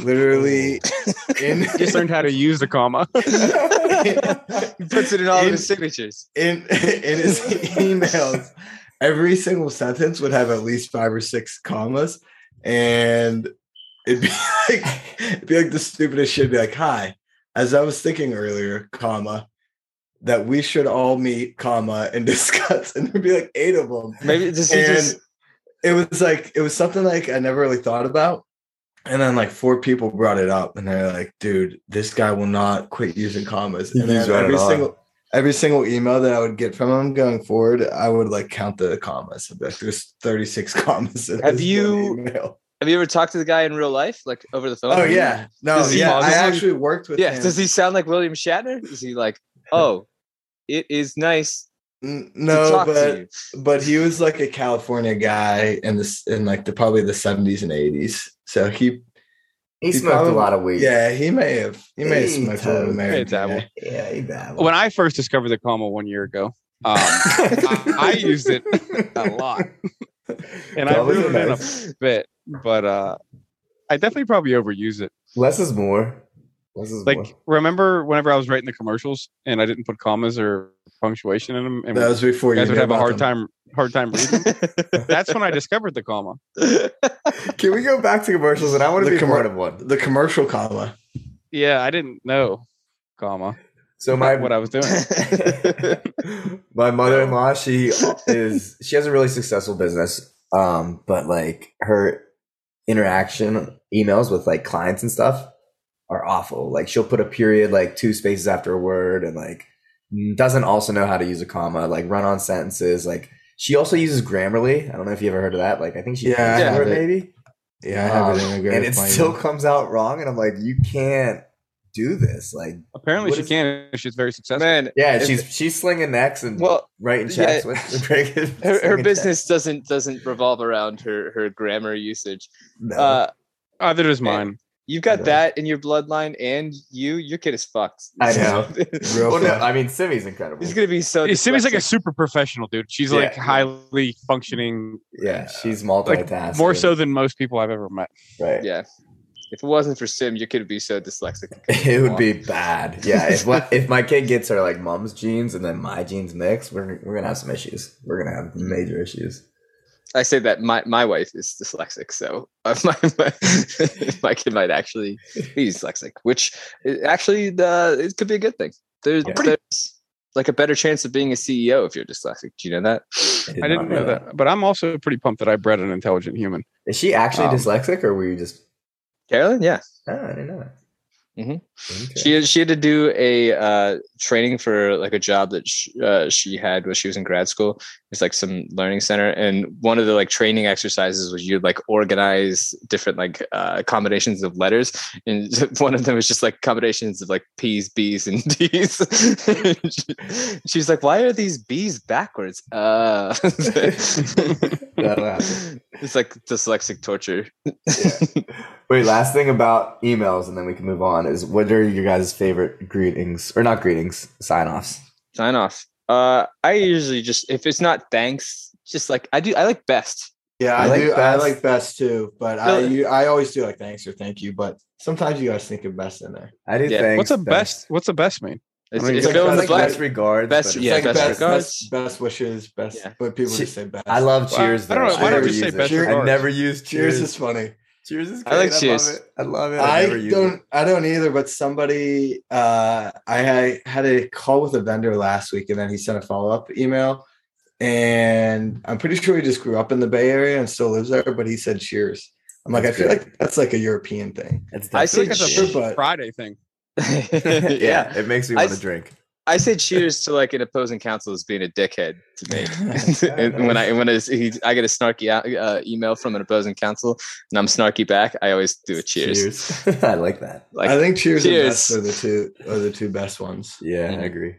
[SPEAKER 4] literally
[SPEAKER 2] Oh. <laughs>
[SPEAKER 4] in
[SPEAKER 5] just learned how to use the comma.
[SPEAKER 2] he puts it in all of
[SPEAKER 4] In-
[SPEAKER 2] his signatures
[SPEAKER 4] in in his emails, every single sentence would have at least five or six commas, and it'd be <laughs> like it'd be like the stupidest shit. It'd Be like, hi, as I was thinking earlier, comma, that we should all meet, comma, and <laughs> discuss, and there'd be like eight of them,
[SPEAKER 2] maybe just, he
[SPEAKER 4] and
[SPEAKER 2] just
[SPEAKER 4] it was like it was something like I never really thought about. And then like four people brought it up, and they're like, "Dude, this guy will not quit using commas."
[SPEAKER 3] He
[SPEAKER 4] And then
[SPEAKER 3] keeps running
[SPEAKER 4] every
[SPEAKER 3] on.
[SPEAKER 4] single every single email that I would get from him going forward, I would like count the commas. I'd be like, There's 36 <laughs> commas. In
[SPEAKER 2] Have
[SPEAKER 4] this
[SPEAKER 2] you-
[SPEAKER 4] one email."
[SPEAKER 2] Have you ever talked to the guy in real life, like over the phone?
[SPEAKER 4] Oh yeah, no,
[SPEAKER 2] Does he
[SPEAKER 4] yeah. I
[SPEAKER 2] pause?
[SPEAKER 4] actually worked with.
[SPEAKER 2] yeah.
[SPEAKER 4] him.
[SPEAKER 2] Does he sound like William Shatner? Is
[SPEAKER 3] <laughs>
[SPEAKER 2] he like, oh, it is nice
[SPEAKER 4] N-
[SPEAKER 2] to
[SPEAKER 4] No,
[SPEAKER 2] talk
[SPEAKER 4] but
[SPEAKER 2] to you?
[SPEAKER 4] but he was like a California guy in this in like the probably the 70s and 80s. So he
[SPEAKER 3] He
[SPEAKER 4] He
[SPEAKER 3] smoked a
[SPEAKER 4] probably-
[SPEAKER 3] lot of weed.
[SPEAKER 4] yeah he may have he may have
[SPEAKER 3] Hey,
[SPEAKER 4] smoked a little
[SPEAKER 3] Toad.
[SPEAKER 4] American
[SPEAKER 5] Hey, Dabble.
[SPEAKER 4] guy.
[SPEAKER 3] Yeah, he babbled.
[SPEAKER 5] When I first discovered the comma one year ago, um, I, I
[SPEAKER 3] <laughs>
[SPEAKER 5] used it a lot. And I
[SPEAKER 3] Probably
[SPEAKER 5] ruined it in a
[SPEAKER 3] nice.
[SPEAKER 5] bit, but uh, I definitely probably overuse it.
[SPEAKER 3] Less is more. Less is more.
[SPEAKER 5] Like, remember whenever I was writing the commercials and I didn't put commas or punctuation in them, and
[SPEAKER 4] That was before
[SPEAKER 5] you
[SPEAKER 4] you
[SPEAKER 5] guys would
[SPEAKER 4] knew
[SPEAKER 5] have a
[SPEAKER 4] about
[SPEAKER 5] hard
[SPEAKER 4] them.
[SPEAKER 5] time hard time
[SPEAKER 3] <laughs>
[SPEAKER 5] reading. That's when I discovered the comma.
[SPEAKER 3] Can we go back to commercials? And I want to
[SPEAKER 4] The
[SPEAKER 3] be
[SPEAKER 4] commer-
[SPEAKER 3] part of one.
[SPEAKER 4] The commercial comma.
[SPEAKER 5] Yeah, I didn't know comma
[SPEAKER 3] So my
[SPEAKER 5] what I was doing.
[SPEAKER 3] <laughs> my mother-in-law she is she has a really successful business um but like her interaction emails with like clients and stuff are awful like she'll put a period like two spaces after a word and like doesn't also know how to use a comma like run on sentences like She also uses Grammarly. I don't know if you ever heard of that. Like, I think she
[SPEAKER 4] Yeah, I
[SPEAKER 3] pays for
[SPEAKER 4] have
[SPEAKER 3] it,
[SPEAKER 4] it.
[SPEAKER 3] maybe.
[SPEAKER 4] Yeah, I have it
[SPEAKER 3] Um,
[SPEAKER 4] in a good
[SPEAKER 3] and it still comes out wrong. And I'm like, you can't do this. Like,
[SPEAKER 5] Apparently,
[SPEAKER 3] What
[SPEAKER 5] she
[SPEAKER 3] is-
[SPEAKER 5] can. if She's very successful.
[SPEAKER 2] <laughs> Man,
[SPEAKER 3] yeah,
[SPEAKER 2] If-
[SPEAKER 3] she's she's slinging necks and
[SPEAKER 2] well,
[SPEAKER 3] writing
[SPEAKER 2] yeah.
[SPEAKER 3] checks. with, <laughs> pretty good-
[SPEAKER 2] her, her
[SPEAKER 3] slinging
[SPEAKER 2] business doesn't doesn't revolve around her her grammar usage.
[SPEAKER 3] checks. No.
[SPEAKER 2] Uh,
[SPEAKER 5] Either does
[SPEAKER 2] Man.
[SPEAKER 5] mine.
[SPEAKER 2] you've
[SPEAKER 3] Yeah.
[SPEAKER 2] got that in your bloodline, and you your kid is fucked. <laughs>
[SPEAKER 3] I know.
[SPEAKER 4] Real
[SPEAKER 3] well, no,
[SPEAKER 4] fun.
[SPEAKER 3] I mean, Simi's incredible.
[SPEAKER 2] He's gonna be so.
[SPEAKER 5] Simi's like a
[SPEAKER 2] dyslexic.
[SPEAKER 5] super professional dude. She's
[SPEAKER 3] Yeah.
[SPEAKER 5] like highly functioning,
[SPEAKER 3] yeah, she's
[SPEAKER 5] like
[SPEAKER 3] multitasking.
[SPEAKER 5] more so than most people I've ever met.
[SPEAKER 3] right?
[SPEAKER 2] yeah. If it wasn't for Sim, your kid would be so dyslexic.
[SPEAKER 3] <laughs> It would be bad. Yeah, if <laughs> my, if my kid gets her like mom's genes and then my genes mix, we're we're gonna have some issues. We're gonna have major issues.
[SPEAKER 2] I say that my, my wife is dyslexic, so <laughs> uh, my, my my kid might actually be dyslexic, which uh, actually the it could be a good thing. There's,
[SPEAKER 3] Yeah.
[SPEAKER 2] there's like a better chance of being a CEO if you're dyslexic. Do you know that?
[SPEAKER 3] did not
[SPEAKER 5] I didn't know that, but I'm also pretty pumped that I bred an intelligent human.
[SPEAKER 3] Is she actually
[SPEAKER 5] Um,
[SPEAKER 3] dyslexic, or were you just?
[SPEAKER 2] Carolyn, yeah.
[SPEAKER 3] Oh, I didn't know that.
[SPEAKER 2] Mhm.
[SPEAKER 5] Mm-hmm.
[SPEAKER 3] Okay.
[SPEAKER 2] She had- she had to do a uh, training for like a job that sh- uh, she had when she was in grad school. It's like some learning center, and one of the like training exercises was you'd like organize different like uh, combinations of letters, and <laughs> one of them was just like combinations of like P's, B's, and <laughs> D's. She- She's like, "Why are these B's backwards?" Uh, <laughs>
[SPEAKER 3] <laughs> That'll happen.
[SPEAKER 2] it's like dyslexic torture.
[SPEAKER 3] Wait, last thing about emails, and then we can move on. Is what are your guys' favorite greetings or not greetings sign offs?
[SPEAKER 2] sign off. Uh, I usually just if it's not thanks, just like I do. I like best.
[SPEAKER 4] Yeah, I,
[SPEAKER 3] I like
[SPEAKER 4] do. I
[SPEAKER 3] best.
[SPEAKER 4] like best too, but I
[SPEAKER 2] No.
[SPEAKER 4] you, I always do like thanks or thank you, but sometimes you gotta sneak a best in there.
[SPEAKER 3] I do.
[SPEAKER 2] Yeah.
[SPEAKER 3] Thanks,
[SPEAKER 5] what's a
[SPEAKER 3] thanks.
[SPEAKER 5] best? What's a best mean?
[SPEAKER 2] It's,
[SPEAKER 5] mean,
[SPEAKER 2] it's
[SPEAKER 4] it's
[SPEAKER 2] fill
[SPEAKER 4] like
[SPEAKER 2] in the
[SPEAKER 3] Best,
[SPEAKER 2] blank.
[SPEAKER 3] best regards.
[SPEAKER 2] Best-
[SPEAKER 3] but it's
[SPEAKER 2] yeah,
[SPEAKER 4] It's like
[SPEAKER 2] best
[SPEAKER 4] best,
[SPEAKER 2] regards.
[SPEAKER 4] best, best wishes, best,
[SPEAKER 2] Yeah.
[SPEAKER 4] but people
[SPEAKER 3] Shit.
[SPEAKER 4] just say best.
[SPEAKER 3] I love
[SPEAKER 5] Well,
[SPEAKER 3] Cheers.
[SPEAKER 5] I don't
[SPEAKER 3] though.
[SPEAKER 5] know,
[SPEAKER 4] don't
[SPEAKER 5] why
[SPEAKER 3] never
[SPEAKER 5] you say
[SPEAKER 3] use it.
[SPEAKER 5] best
[SPEAKER 3] I
[SPEAKER 5] regards?
[SPEAKER 3] never use
[SPEAKER 4] Cheers
[SPEAKER 3] Cheers.
[SPEAKER 4] is funny.
[SPEAKER 3] Cheers is great.
[SPEAKER 2] I like Cheers.
[SPEAKER 3] I love it. I love it. I,
[SPEAKER 4] I
[SPEAKER 3] never use
[SPEAKER 4] don't.
[SPEAKER 3] it.
[SPEAKER 4] I don't either. But somebody, uh, I had, had a call with a vendor last week, and then he sent a follow up email, and I'm pretty sure he just grew up in the Bay Area and still lives there. But he said cheers. I'm like,
[SPEAKER 3] That's
[SPEAKER 4] I feel
[SPEAKER 3] great.
[SPEAKER 4] like that's like a European thing.
[SPEAKER 3] That's
[SPEAKER 2] I
[SPEAKER 5] feel
[SPEAKER 2] say
[SPEAKER 5] like that's a
[SPEAKER 2] cheers.
[SPEAKER 4] But
[SPEAKER 5] Friday thing.
[SPEAKER 4] <laughs>
[SPEAKER 2] <laughs> yeah.
[SPEAKER 3] <laughs> yeah, it makes me
[SPEAKER 2] I
[SPEAKER 3] want to
[SPEAKER 2] s-
[SPEAKER 3] drink.
[SPEAKER 2] I say cheers to like an opposing counsel as being a dickhead to me.
[SPEAKER 4] <laughs>
[SPEAKER 2] and when I and when I, he, I get a snarky uh, email from an opposing counsel and I'm snarky back, I always do a cheers.
[SPEAKER 3] Cheers. <laughs> I like that.
[SPEAKER 2] Like
[SPEAKER 4] I think cheers, and
[SPEAKER 2] cheers.
[SPEAKER 4] best are the two are the two best ones. <laughs>
[SPEAKER 3] Yeah, I
[SPEAKER 2] Mhm.
[SPEAKER 3] agree.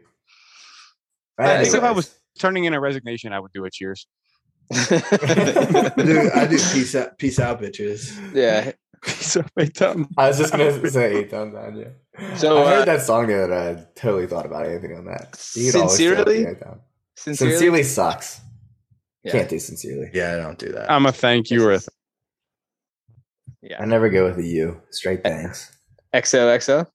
[SPEAKER 5] I think if I
[SPEAKER 3] Anyways.
[SPEAKER 5] was turning in a resignation, I would do a cheers.
[SPEAKER 2] <laughs>
[SPEAKER 4] Dude, I do peace out, peace out, bitches.
[SPEAKER 2] yeah.
[SPEAKER 5] <laughs> so um, I dumb.
[SPEAKER 3] I was just gonna <laughs> say eight times on you.
[SPEAKER 2] So,
[SPEAKER 3] I heard
[SPEAKER 2] uh,
[SPEAKER 3] that song the other day. I totally thought about anything on that. You could always say
[SPEAKER 2] Sincerely?
[SPEAKER 3] eight times.
[SPEAKER 2] Sincerely.
[SPEAKER 3] Sincerely, sucks.
[SPEAKER 2] Yeah.
[SPEAKER 3] Can't do sincerely.
[SPEAKER 4] Yeah, I don't do that.
[SPEAKER 5] I'm a thank you or a
[SPEAKER 3] I
[SPEAKER 2] Yeah.
[SPEAKER 3] never go with a U. Straight thanks.
[SPEAKER 2] XOXO.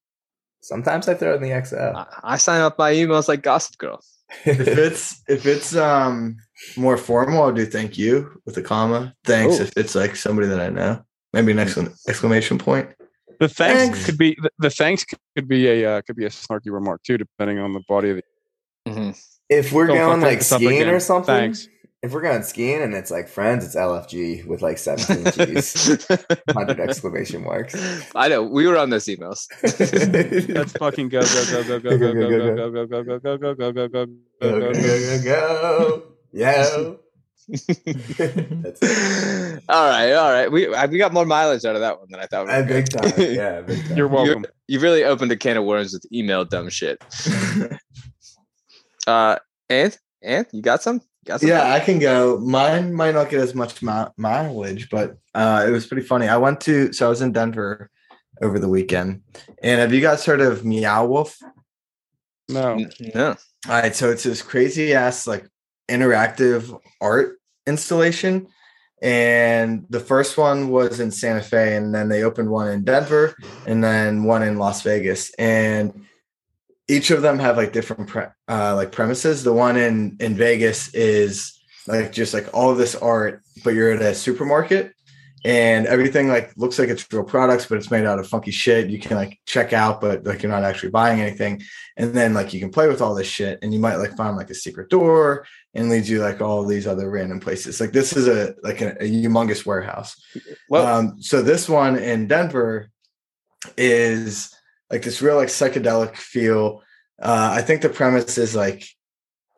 [SPEAKER 3] Sometimes I throw in the XO.
[SPEAKER 2] I, I sign up my emails like Gossip Girl.
[SPEAKER 4] if it's if it's um more formal, I'll do thank you with a comma. Thanks
[SPEAKER 2] Oh.
[SPEAKER 4] if it's like somebody that I know. Maybe an excla- exclamation point. <laughs>
[SPEAKER 5] the thanks,
[SPEAKER 4] Thanks.
[SPEAKER 5] could be the, the thanks could be a uh, could be a snarky remark too, depending on the body of the.
[SPEAKER 2] Mhm.
[SPEAKER 3] <laughs> if we're
[SPEAKER 5] <laughs> Don't
[SPEAKER 3] going
[SPEAKER 5] fuck
[SPEAKER 3] like
[SPEAKER 5] this up
[SPEAKER 3] skiing
[SPEAKER 5] again.
[SPEAKER 3] or something,
[SPEAKER 5] Thanks.
[SPEAKER 3] if we're going skiing and it's like friends, it's LFG with like
[SPEAKER 4] Oh,
[SPEAKER 3] 17 G's,
[SPEAKER 2] <laughs>
[SPEAKER 3] 100 exclamation marks.
[SPEAKER 2] I know we were on those emails. <laughs>
[SPEAKER 5] Let's fucking go go go go go go go go go go go go go go go go
[SPEAKER 3] go, <laughs> go,
[SPEAKER 5] go go.
[SPEAKER 3] go, go. Yeah. That's it.
[SPEAKER 2] all right, all right. We I- we got more mileage out of that one than I thought. We
[SPEAKER 3] Uh,
[SPEAKER 2] were
[SPEAKER 3] big time.
[SPEAKER 2] gonna.
[SPEAKER 3] Yeah, big time.
[SPEAKER 5] You're welcome.
[SPEAKER 2] you really opened a can of worms with email dumb shit. Uh, and and you got some? You got some?
[SPEAKER 4] yeah, I can go. Mine might not get as much mi- mileage, but uh, it was pretty funny. I went to so I was in Denver over the weekend, and have you guys heard of Meow Wolf?
[SPEAKER 5] No.
[SPEAKER 2] N- No.
[SPEAKER 4] All right, so it's this crazy ass like interactive art installation. And the first one was in Santa Fe, and then they opened one in Denver and then one in Las Vegas. And each of them have like different pre- uh, like premises. The one in in Vegas is like just like all of this art, but you're at a supermarket and everything like looks like it's real products, but it's made out of funky shit. You can like check out, but like you're not actually buying anything and then like you can play with all this shit and you might like find like a secret door and leads you like all these other random places like this is a like a, a humongous warehouse
[SPEAKER 2] Well,
[SPEAKER 4] um, so this one in Denver is like this real like psychedelic feel. Uh, I think the premise is like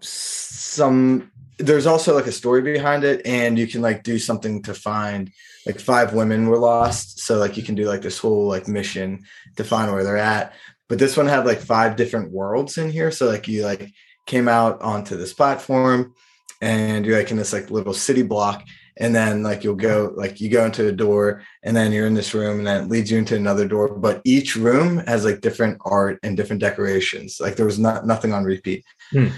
[SPEAKER 4] some there's also like a story behind it and you can like do something to find like five women were lost so like you can do like this whole like mission to find where they're at but this one had like five different worlds in here so like you like came out onto this platform and you're like in this like little city block and then like you'll go like you go into a door and then you're in this room and then it leads you into another door but each room has like different art and different decorations like there was not nothing on repeat
[SPEAKER 3] Hmm.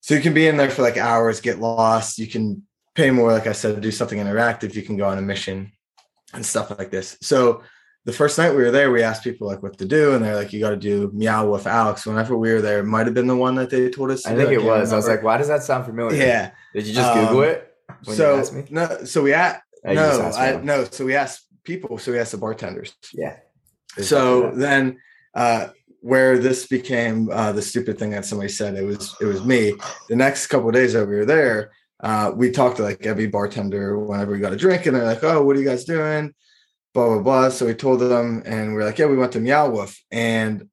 [SPEAKER 4] so you can be in there for like hours get lost you can pay more like i said do something interactive you can go on a mission and stuff like this so the first night we were there we asked people like what to do and they're like you got to do meow with alex whenever we were there it might have been the one that they told us to
[SPEAKER 3] I
[SPEAKER 4] do.
[SPEAKER 3] think it
[SPEAKER 4] can't
[SPEAKER 3] was. I was like,
[SPEAKER 4] remember.
[SPEAKER 3] why does that sound familiar?
[SPEAKER 4] yeah
[SPEAKER 3] Did you just Google
[SPEAKER 4] Um,
[SPEAKER 3] it when
[SPEAKER 4] so
[SPEAKER 3] you asked me?
[SPEAKER 4] no so we at
[SPEAKER 3] Oh, you just
[SPEAKER 4] no,
[SPEAKER 3] asked
[SPEAKER 4] I
[SPEAKER 3] me.
[SPEAKER 4] no. So we asked people. So we asked the bartenders.
[SPEAKER 3] Yeah.
[SPEAKER 4] So then, uh, where this became uh, the stupid thing that somebody said it was it was me. The next couple of days that we were there, uh, we talked to like every bartender whenever we got a drink, and they're like, "Oh, what are you guys doing?" Blah blah blah. So we told them, and we are like, "Yeah, we went to Meow Wolf," and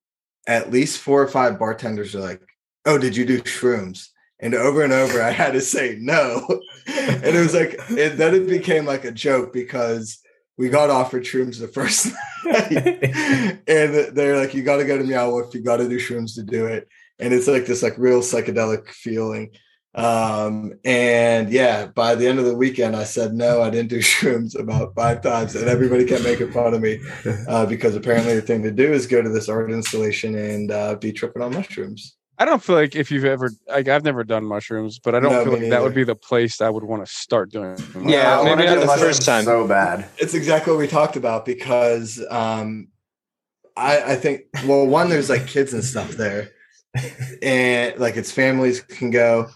[SPEAKER 4] at least four or five bartenders are like, "Oh, did you do shrooms?" And over and over, I had to say no. <laughs> and it was like, it, then it became like a joke because we got offered shrooms the first night. <laughs> and they're like, you got to go to Meow Wolf, you got to do shrooms to do it. And it's like this like real psychedelic feeling. Um, and yeah, by the end of the weekend, I said, no, I didn't do <laughs> shrooms about five times. And everybody kept making fun of me uh, because apparently the thing to do is go to this art installation and uh, be tripping on mushrooms.
[SPEAKER 5] I don't feel like if you've ever like I've never done mushrooms, but I don't
[SPEAKER 4] No,
[SPEAKER 5] feel
[SPEAKER 4] me
[SPEAKER 5] like that would
[SPEAKER 4] neither.
[SPEAKER 5] be the place I would want to start doing. mushrooms.
[SPEAKER 2] Yeah,
[SPEAKER 3] I
[SPEAKER 2] maybe
[SPEAKER 3] wanna
[SPEAKER 2] not
[SPEAKER 3] do
[SPEAKER 2] the
[SPEAKER 3] mushrooms
[SPEAKER 2] first time.
[SPEAKER 3] So bad.
[SPEAKER 4] it's exactly what we talked about because um I, I think well one there's like kids and stuff there and like it's families can go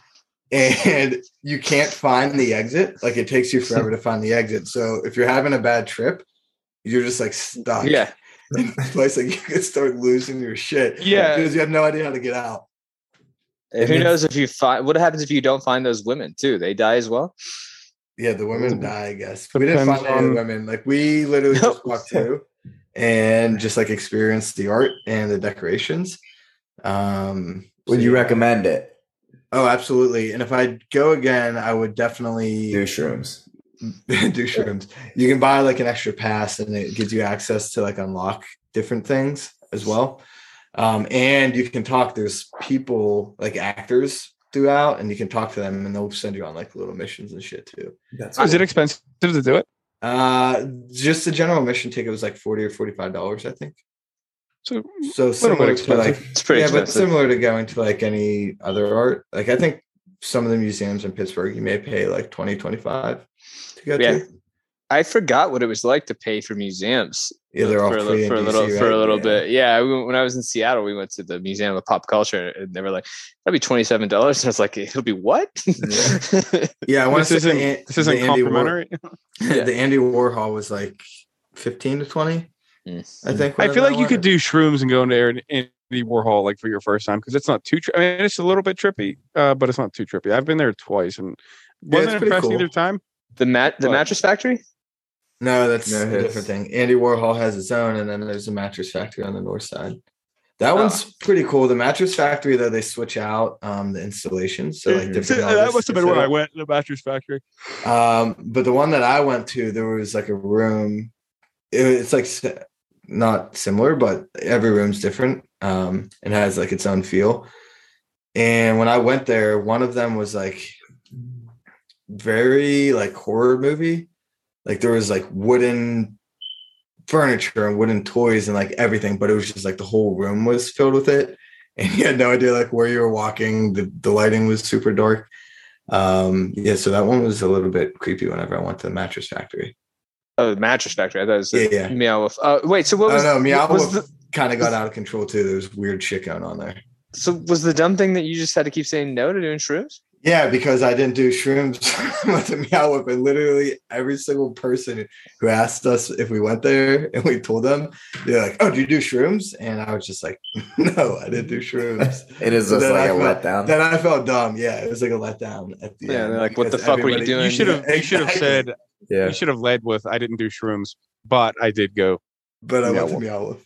[SPEAKER 4] and you can't find the exit like it takes you forever to find the exit so if you're having a bad trip you're just like stuck <laughs>
[SPEAKER 2] Yeah.
[SPEAKER 4] in a place like you could start losing your shit
[SPEAKER 5] Yeah.
[SPEAKER 4] because you have no idea how to get out
[SPEAKER 2] And who knows if you find what happens if you don't find those women too? They die as well.
[SPEAKER 4] yeah the women die i guess we didn't
[SPEAKER 5] Depends
[SPEAKER 4] find any of
[SPEAKER 5] on-
[SPEAKER 4] the women like we literally just walked through and just like experienced the art and the decorations. Um,
[SPEAKER 3] Would
[SPEAKER 4] so
[SPEAKER 3] you
[SPEAKER 4] yeah.
[SPEAKER 3] recommend it?
[SPEAKER 4] Oh, absolutely. And if I go again, I would definitely
[SPEAKER 3] Do shrooms.
[SPEAKER 4] <laughs> do shrooms. You can buy like an extra pass, and it gives you access to like unlock different things as well. Um, and you can talk. There's people like actors throughout, and you can talk to them, and they'll send you on like little missions and shit too.
[SPEAKER 3] That's
[SPEAKER 5] Is it expensive to do it?
[SPEAKER 4] Uh, just the general mission ticket was like forty or forty-five dollars, I think.
[SPEAKER 5] So
[SPEAKER 4] So similar to
[SPEAKER 5] expensive.
[SPEAKER 4] like
[SPEAKER 2] It's pretty
[SPEAKER 4] yeah, but
[SPEAKER 2] expensive.
[SPEAKER 4] similar to going to like any other art. Like I think some of the museums in Pittsburgh, you may pay like 20, 25 to go
[SPEAKER 2] Yeah.
[SPEAKER 4] to.
[SPEAKER 2] I forgot what it was like to pay for museums
[SPEAKER 4] Yeah, they're all
[SPEAKER 2] for a
[SPEAKER 4] free in
[SPEAKER 2] little for a
[SPEAKER 4] DC,
[SPEAKER 2] little for a
[SPEAKER 4] right?
[SPEAKER 2] little
[SPEAKER 4] Yeah.
[SPEAKER 2] bit. Yeah, we, when I was in Seattle, we went to the Museum of Pop Culture, and they were like, "That'd be twenty seven dollars." And I was like, "It'll be what?"
[SPEAKER 4] Yeah, I want to
[SPEAKER 5] this
[SPEAKER 4] say
[SPEAKER 5] isn't
[SPEAKER 4] the An-
[SPEAKER 5] this isn't
[SPEAKER 4] the Andy War-
[SPEAKER 5] complimentary.
[SPEAKER 2] Yeah.
[SPEAKER 4] the Andy Warhol was like fifteen to twenty.
[SPEAKER 2] Mm.
[SPEAKER 4] I think.
[SPEAKER 5] I feel
[SPEAKER 4] whenever
[SPEAKER 5] like you
[SPEAKER 4] went.
[SPEAKER 5] could do shrooms and go into Aaron- Andy Warhol like for your first time because it's not too. Tri- I mean, it's a little bit trippy, uh, but it's not too trippy. I've been there twice and
[SPEAKER 4] Yeah, it's
[SPEAKER 5] wasn't
[SPEAKER 4] pretty
[SPEAKER 5] impressed
[SPEAKER 4] cool.
[SPEAKER 5] either time.
[SPEAKER 2] <laughs> the mat the
[SPEAKER 5] What?
[SPEAKER 2] mattress factory.
[SPEAKER 4] No, that's
[SPEAKER 3] No,
[SPEAKER 4] a
[SPEAKER 3] it's-
[SPEAKER 4] different thing. Andy Warhol has his own, and then there's a mattress factory on the north side. That
[SPEAKER 2] Ah.
[SPEAKER 4] one's pretty cool. The mattress factory, though, they switch out um, the installations. So,
[SPEAKER 5] Mm-hmm. <laughs>
[SPEAKER 4] like,
[SPEAKER 3] Mhm.
[SPEAKER 4] different
[SPEAKER 5] that
[SPEAKER 4] artists
[SPEAKER 5] must
[SPEAKER 4] switch
[SPEAKER 5] have been when
[SPEAKER 4] it
[SPEAKER 5] I
[SPEAKER 4] up.
[SPEAKER 5] went to the Mattress Factory.
[SPEAKER 4] Um, but the one that I went to, there was like a room. It, it's like si- not similar, but every room's different um, and has like its own feel. And when I went there, one of them was like very like horror movie. Like there was like wooden furniture and wooden toys and like everything, but it was just like the whole room was filled with it. And you had no idea like where you were walking. The the lighting was super dark. Um yeah, so that one was a little bit creepy whenever I went to the mattress factory.
[SPEAKER 2] Oh, the mattress factory. I thought it was the
[SPEAKER 4] Yeah, yeah.
[SPEAKER 2] Meow Wolf. Uh, wait, so what
[SPEAKER 4] I
[SPEAKER 2] was,
[SPEAKER 4] don't know, Meow Wolf
[SPEAKER 2] was the
[SPEAKER 4] kind of got
[SPEAKER 2] <laughs>
[SPEAKER 4] out of control too. There was weird shit going on there.
[SPEAKER 2] so was the dumb thing that you just had to keep saying no to doing shrooms?
[SPEAKER 4] Yeah, because I didn't do shrooms <laughs> with the Meow Whip, and literally every single person who asked us if we went there and we told them, they're like, "Oh, do you do shrooms?" And I was just like, <laughs> "No, I didn't do
[SPEAKER 2] <laughs>
[SPEAKER 4] shrooms."
[SPEAKER 3] It is just
[SPEAKER 4] Then
[SPEAKER 3] like
[SPEAKER 4] I
[SPEAKER 3] a
[SPEAKER 4] felt-
[SPEAKER 3] letdown.
[SPEAKER 4] then I felt dumb. Yeah, it was like a letdown at the
[SPEAKER 2] Yeah,
[SPEAKER 4] end.
[SPEAKER 2] they're like, "What the
[SPEAKER 4] because
[SPEAKER 2] fuck were you
[SPEAKER 4] everybody-
[SPEAKER 2] doing?"
[SPEAKER 5] You should
[SPEAKER 2] <laughs>
[SPEAKER 5] have. You should have
[SPEAKER 4] Exactly.
[SPEAKER 5] said.
[SPEAKER 3] yeah.
[SPEAKER 5] You should have led with I didn't do shrooms, but I did go.
[SPEAKER 4] But I
[SPEAKER 5] Meow
[SPEAKER 4] went to Meow Wolf.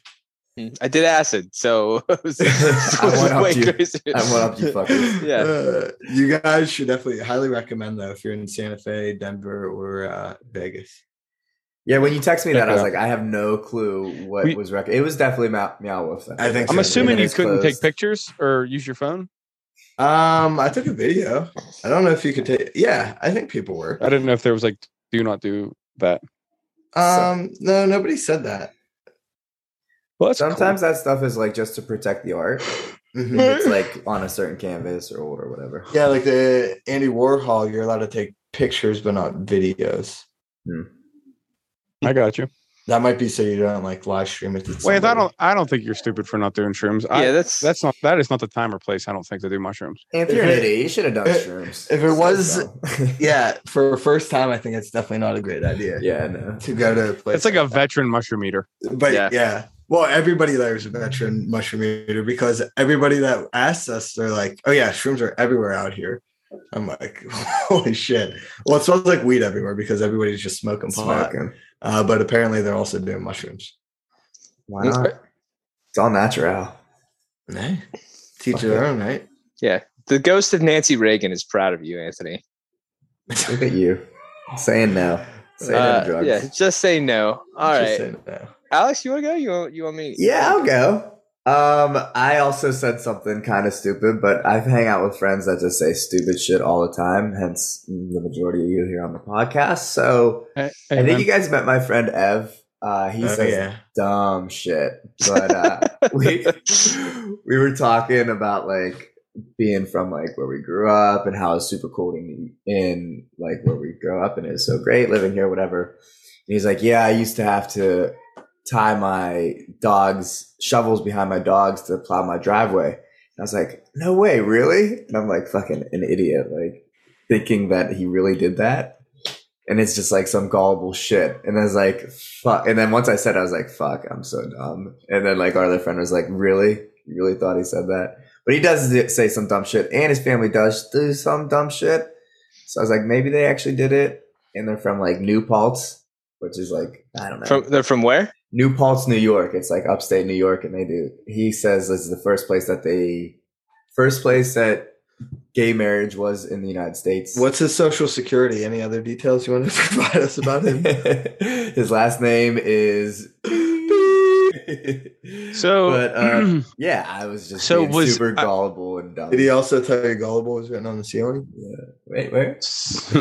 [SPEAKER 2] I did acid, so <laughs>
[SPEAKER 4] <laughs>
[SPEAKER 2] it was, it was
[SPEAKER 3] one-upped
[SPEAKER 2] way
[SPEAKER 3] you.
[SPEAKER 2] crazy.
[SPEAKER 3] I went up you fuckers.
[SPEAKER 2] Yeah.
[SPEAKER 4] Uh, you guys should definitely highly recommend though if you're in Santa Fe, Denver, or uh, Vegas.
[SPEAKER 3] Yeah, when you text me that, I was
[SPEAKER 5] Yeah.
[SPEAKER 3] like, I have no clue what
[SPEAKER 5] We-
[SPEAKER 3] was rec. It was definitely Meow, meow Wolf.
[SPEAKER 4] I think
[SPEAKER 5] I'm
[SPEAKER 4] so.
[SPEAKER 5] assuming
[SPEAKER 3] And
[SPEAKER 5] you
[SPEAKER 3] it's
[SPEAKER 5] couldn't take
[SPEAKER 3] closed.
[SPEAKER 5] pictures or use your phone.
[SPEAKER 4] Um, I took a video. I don't know if you could take. Yeah, I think people were.
[SPEAKER 5] I didn't know if there was like, do not do that.
[SPEAKER 4] Um, no, nobody said that.
[SPEAKER 5] Well, that's cool.
[SPEAKER 3] Sometimes that stuff is like just to protect the
[SPEAKER 4] <laughs>
[SPEAKER 3] art. If it's like on a certain canvas or or whatever.
[SPEAKER 4] Mm-hmm. Yeah, like the Andy Warhol, you're allowed to take pictures but not videos.
[SPEAKER 5] I got you.
[SPEAKER 4] That might be so you don't like live stream it. To
[SPEAKER 5] Wait, I
[SPEAKER 4] somebody.
[SPEAKER 5] don't. I don't think you're stupid for not doing shrooms. I,
[SPEAKER 2] yeah, that's
[SPEAKER 5] that's not. That is not the time or place. I don't think to do mushrooms.
[SPEAKER 3] If you're an
[SPEAKER 4] If it-
[SPEAKER 3] idiot, you should have done
[SPEAKER 4] if-
[SPEAKER 3] shrooms.
[SPEAKER 4] if it was-
[SPEAKER 3] So-
[SPEAKER 4] Yeah, for a first time, I think it's definitely not a great idea
[SPEAKER 3] yeah, no.
[SPEAKER 4] to go to a place.
[SPEAKER 5] It's like a veteran mushroom eater.
[SPEAKER 4] but
[SPEAKER 2] Yeah.
[SPEAKER 4] yeah. Well, everybody there is a veteran mushroom eater because everybody that asks us, they're like, "Oh yeah, shrooms are everywhere out here." I'm like, <laughs> "Holy shit!" Well, it smells like weed everywhere because everybody's just smoking pot.
[SPEAKER 3] Smoking.
[SPEAKER 4] Uh, but apparently, they're also doing mushrooms.
[SPEAKER 3] Why not? It's all natural.
[SPEAKER 4] Hey, teach
[SPEAKER 3] Fuck
[SPEAKER 4] their
[SPEAKER 3] yeah.
[SPEAKER 4] own, right? <laughs>
[SPEAKER 2] the ghost of Nancy Reagan is proud of you, Anthony.
[SPEAKER 3] Look at you. Saying no. Say no
[SPEAKER 2] Uh,
[SPEAKER 3] to drugs.
[SPEAKER 2] yeah,
[SPEAKER 3] Yeah.
[SPEAKER 2] just say no. All right,
[SPEAKER 4] Just saying that.
[SPEAKER 2] Alex, you want to go? You want, you want me?
[SPEAKER 3] I'll go. Um, I also said something kind of stupid, but I hang out with friends that just say stupid shit all the time, hence the majority of you here on the podcast. So I
[SPEAKER 5] Hey, hey,
[SPEAKER 3] think
[SPEAKER 5] man.
[SPEAKER 3] you guys met my friend Ev. Uh, he
[SPEAKER 4] Oh,
[SPEAKER 3] says
[SPEAKER 4] yeah.
[SPEAKER 3] dumb shit. But
[SPEAKER 2] <laughs>
[SPEAKER 3] uh, <laughs> we we were talking about like being from like where we grew up and how it's super cool in, in like where we grew up and it's so great living here, whatever. And he's like, yeah, I used to have to tie my dogs shovels behind my dogs to plow my driveway. And I was like, no way, really? And I'm like, fucking an idiot, like thinking that he really did that and it's just like some gullible shit. And I was like, fuck. And then once I said, it, I was like, fuck, I'm so dumb. And then like our other friend was like, really? You really thought he said that? But he does di- say some dumb shit, and his family does do some dumb shit. So I was like, maybe they actually did it, and they're from like New Paltz, which is like I don't know,
[SPEAKER 2] From they're from where?
[SPEAKER 3] New Paltz, New York. It's like upstate New York, and they do. He says this is the first place that they, first place that gay marriage was in the United States.
[SPEAKER 4] What's his social security? Any other details you want to <laughs> provide us about him?
[SPEAKER 3] <laughs> His last name is.
[SPEAKER 5] <laughs> So,
[SPEAKER 3] but uh,
[SPEAKER 5] <clears throat>
[SPEAKER 3] yeah, I was just
[SPEAKER 5] So
[SPEAKER 3] being
[SPEAKER 5] was-
[SPEAKER 3] super
[SPEAKER 5] I-
[SPEAKER 3] gullible and dumb.
[SPEAKER 4] Did he also tell you gullible was written on the ceiling?
[SPEAKER 3] Wait, where? <laughs>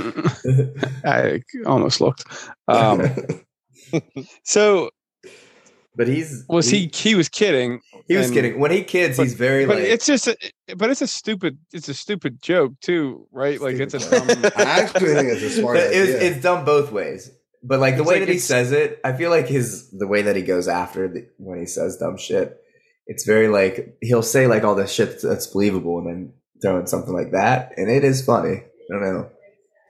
[SPEAKER 5] I almost looked. <laughs> Um, <laughs> so
[SPEAKER 3] but he's
[SPEAKER 5] was he? He was kidding,
[SPEAKER 3] He was
[SPEAKER 5] and-
[SPEAKER 3] kidding. When he kids,
[SPEAKER 5] but-
[SPEAKER 3] he's very
[SPEAKER 5] but
[SPEAKER 3] like.
[SPEAKER 5] it's just. A, but it's a stupid. It's a stupid joke too, right? Like it's a
[SPEAKER 3] Stupid <laughs>
[SPEAKER 5] dumb.
[SPEAKER 4] I actually think it's a <laughs> smart
[SPEAKER 3] But it was-
[SPEAKER 4] idea.
[SPEAKER 3] it's dumb both ways. But like the
[SPEAKER 5] It's
[SPEAKER 3] way
[SPEAKER 5] like
[SPEAKER 3] that he
[SPEAKER 5] it's-
[SPEAKER 3] says it, I feel like his the way that he goes after the, when he says dumb shit, it's very like he'll say like all this shit that's believable and then throw in something like that, and it is funny. I don't know.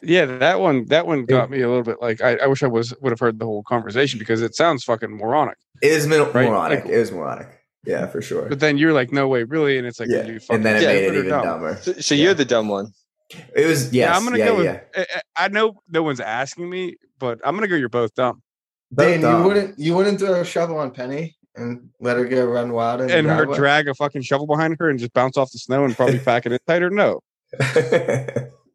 [SPEAKER 5] Yeah, that one. That one got me a little bit. Like I, I wish I was would have heard the whole conversation because it sounds fucking moronic.
[SPEAKER 3] It is mil-
[SPEAKER 5] Right?
[SPEAKER 3] moronic.
[SPEAKER 5] Like-
[SPEAKER 3] it was moronic. Yeah, for sure.
[SPEAKER 5] But then you're like, no way, really, and it's like,
[SPEAKER 3] yeah.
[SPEAKER 5] are you fucking
[SPEAKER 3] And then it
[SPEAKER 2] Yeah,
[SPEAKER 3] made it
[SPEAKER 5] stupid or
[SPEAKER 3] even
[SPEAKER 5] dumb?
[SPEAKER 3] dumber.
[SPEAKER 2] So, so
[SPEAKER 3] Yeah.
[SPEAKER 2] you're the dumb one.
[SPEAKER 3] It was yes, yeah.
[SPEAKER 5] yeah, I'm gonna
[SPEAKER 3] yeah,
[SPEAKER 5] go with. I- I, I know no one's asking me, but I'm gonna go. You're both dumb,
[SPEAKER 3] Both
[SPEAKER 4] Dan,
[SPEAKER 3] dumb.
[SPEAKER 4] you wouldn't you wouldn't throw a shovel on Penny and let her go run wild in the
[SPEAKER 5] and her
[SPEAKER 4] driveway?
[SPEAKER 5] drag a fucking shovel behind her and just bounce off the snow
[SPEAKER 3] <laughs>
[SPEAKER 5] and probably pack it in tighter. No,
[SPEAKER 3] <laughs>
[SPEAKER 5] <laughs>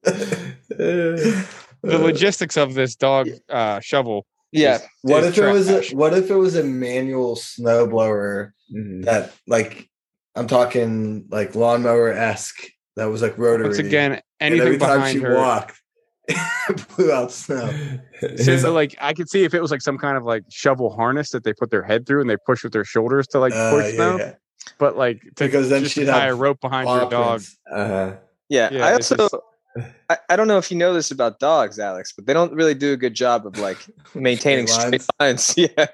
[SPEAKER 5] the
[SPEAKER 4] Uh,
[SPEAKER 5] logistics of this dog uh, shovel.
[SPEAKER 2] Yeah,
[SPEAKER 5] is-
[SPEAKER 4] What if
[SPEAKER 5] is
[SPEAKER 4] it was a,
[SPEAKER 5] trash.
[SPEAKER 4] what if it was a manual snowblower
[SPEAKER 3] Mhm.
[SPEAKER 4] that like I'm talking like lawnmower esque that was like rotary.
[SPEAKER 5] Once again,
[SPEAKER 4] and
[SPEAKER 5] anything
[SPEAKER 4] every time
[SPEAKER 5] behind
[SPEAKER 4] she
[SPEAKER 5] her.
[SPEAKER 4] walked, <laughs> it blew out snow.
[SPEAKER 3] Mm-hmm. <laughs>
[SPEAKER 5] So, like I could see if it was like some kind of like shovel harness that they put their head through and they push with their shoulders to like
[SPEAKER 4] Uh,
[SPEAKER 5] push
[SPEAKER 4] yeah,
[SPEAKER 5] snow.
[SPEAKER 4] yeah.
[SPEAKER 5] But like to
[SPEAKER 4] Because then
[SPEAKER 5] just
[SPEAKER 4] she'd
[SPEAKER 5] tie a
[SPEAKER 4] have
[SPEAKER 5] rope behind
[SPEAKER 4] Paw
[SPEAKER 5] your dog.
[SPEAKER 4] prints.
[SPEAKER 3] uh-huh.
[SPEAKER 2] yeah.
[SPEAKER 5] Yeah,
[SPEAKER 2] I
[SPEAKER 5] it's
[SPEAKER 2] also,
[SPEAKER 5] just-
[SPEAKER 2] I, I don't know if you know this about dogs, Alex, but they don't really do a good job of like maintaining <laughs> straight
[SPEAKER 4] Straight
[SPEAKER 2] lines. <laughs> Yeah.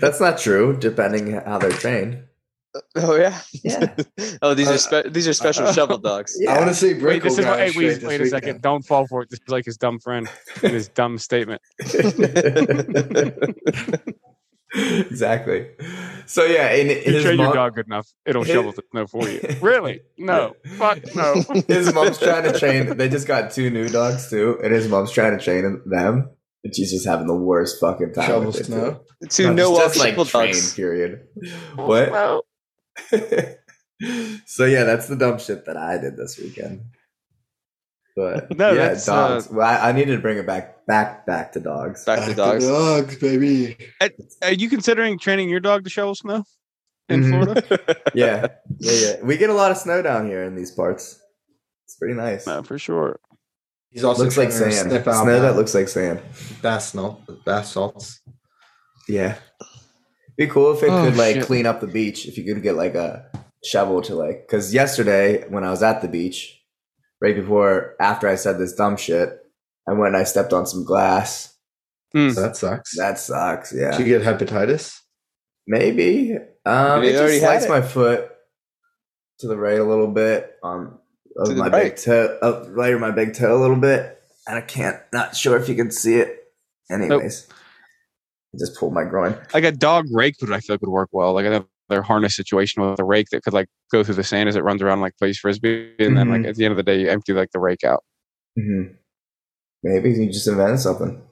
[SPEAKER 3] That's not true, depending how they're trained.
[SPEAKER 2] oh yeah.
[SPEAKER 3] <laughs> Yeah.
[SPEAKER 2] Oh, these
[SPEAKER 4] Uh,
[SPEAKER 2] are spe- these are special shovel dogs. <laughs>
[SPEAKER 3] Yeah.
[SPEAKER 4] I want to see
[SPEAKER 5] Wait,
[SPEAKER 4] Brickle
[SPEAKER 5] this is
[SPEAKER 4] guy
[SPEAKER 5] what, hey,
[SPEAKER 4] straight
[SPEAKER 5] wait,
[SPEAKER 4] this
[SPEAKER 5] wait a second.
[SPEAKER 4] weekend.
[SPEAKER 5] Don't fall for it. This is like his dumb friend and his dumb
[SPEAKER 2] <laughs>
[SPEAKER 5] statement.
[SPEAKER 3] <laughs> exactly. So yeah, and
[SPEAKER 5] You
[SPEAKER 3] his
[SPEAKER 5] train your
[SPEAKER 3] mom- <laughs>
[SPEAKER 5] dog good enough, it'll
[SPEAKER 3] his-
[SPEAKER 5] shovel the snow
[SPEAKER 4] <laughs>
[SPEAKER 5] for you. Really? No. Fuck no. <laughs>
[SPEAKER 3] his mom's trying to train. They just got two new dogs too, and his mom's trying to train them. And she's just having the worst fucking time.
[SPEAKER 4] Shovel
[SPEAKER 3] with it.
[SPEAKER 4] snow.
[SPEAKER 2] to
[SPEAKER 3] No,
[SPEAKER 2] no
[SPEAKER 3] just- just,
[SPEAKER 2] walk people
[SPEAKER 3] train,
[SPEAKER 2] dogs.
[SPEAKER 3] Period. What? <laughs> so yeah, that's the dumb shit that I did this weekend. But
[SPEAKER 5] No,
[SPEAKER 3] yeah,
[SPEAKER 5] that's, uh,
[SPEAKER 3] dogs. well, I, I needed to bring it back, back, back to dogs.
[SPEAKER 2] Back to dogs.
[SPEAKER 4] dogs, baby.
[SPEAKER 5] Are you considering training your dog to shovel snow in
[SPEAKER 2] Mm-hmm.
[SPEAKER 3] Mhm.
[SPEAKER 5] Florida?
[SPEAKER 3] Yeah, yeah, yeah. We get a lot of snow down here in these parts. It's pretty nice.
[SPEAKER 5] No, for sure.
[SPEAKER 4] Uh, He's also
[SPEAKER 3] looks like
[SPEAKER 4] trying to
[SPEAKER 3] sand.
[SPEAKER 4] sniff out
[SPEAKER 3] Snow that looks like sand.
[SPEAKER 4] basalt, basalts.
[SPEAKER 3] Yeah. Be cool if it
[SPEAKER 2] Oh,
[SPEAKER 3] could like
[SPEAKER 2] shit.
[SPEAKER 3] clean up the beach. If you could get like a shovel to like, because yesterday when I was at the beach, right before after I said this dumb shit, I went and I stepped on some glass. <laughs>
[SPEAKER 4] So that sucks.
[SPEAKER 3] That sucks.
[SPEAKER 4] Did
[SPEAKER 3] Yeah,
[SPEAKER 4] you get hepatitis?
[SPEAKER 3] maybe. Um,
[SPEAKER 2] Maybe
[SPEAKER 3] it
[SPEAKER 2] they already
[SPEAKER 3] just
[SPEAKER 2] had
[SPEAKER 3] sliced
[SPEAKER 2] it.
[SPEAKER 3] my foot to the right a little bit on
[SPEAKER 2] To
[SPEAKER 3] of
[SPEAKER 2] the
[SPEAKER 3] my
[SPEAKER 2] right.
[SPEAKER 3] big toe, up right of my big toe a little bit, and I can't. Not sure if you can see it. Anyways, I just pulled my groin.
[SPEAKER 5] Like a dog rake would I feel like would work well. Like another harness situation with a rake that could like go through the sand as it runs around like plays frisbee, and then like
[SPEAKER 3] Mhm.
[SPEAKER 5] at the end of the day you empty like the rake out.
[SPEAKER 3] Mm-hmm. Maybe you just invented something.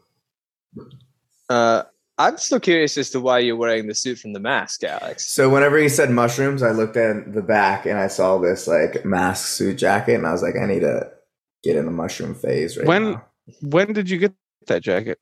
[SPEAKER 2] Uh, I'm still curious as to why you're wearing the suit from the mask, Alex.
[SPEAKER 3] So whenever he said mushrooms, I looked at the back and I saw this like mask suit jacket, and I was like, I need to get in a mushroom phase right
[SPEAKER 5] When-
[SPEAKER 3] now.
[SPEAKER 5] When did you get that jacket?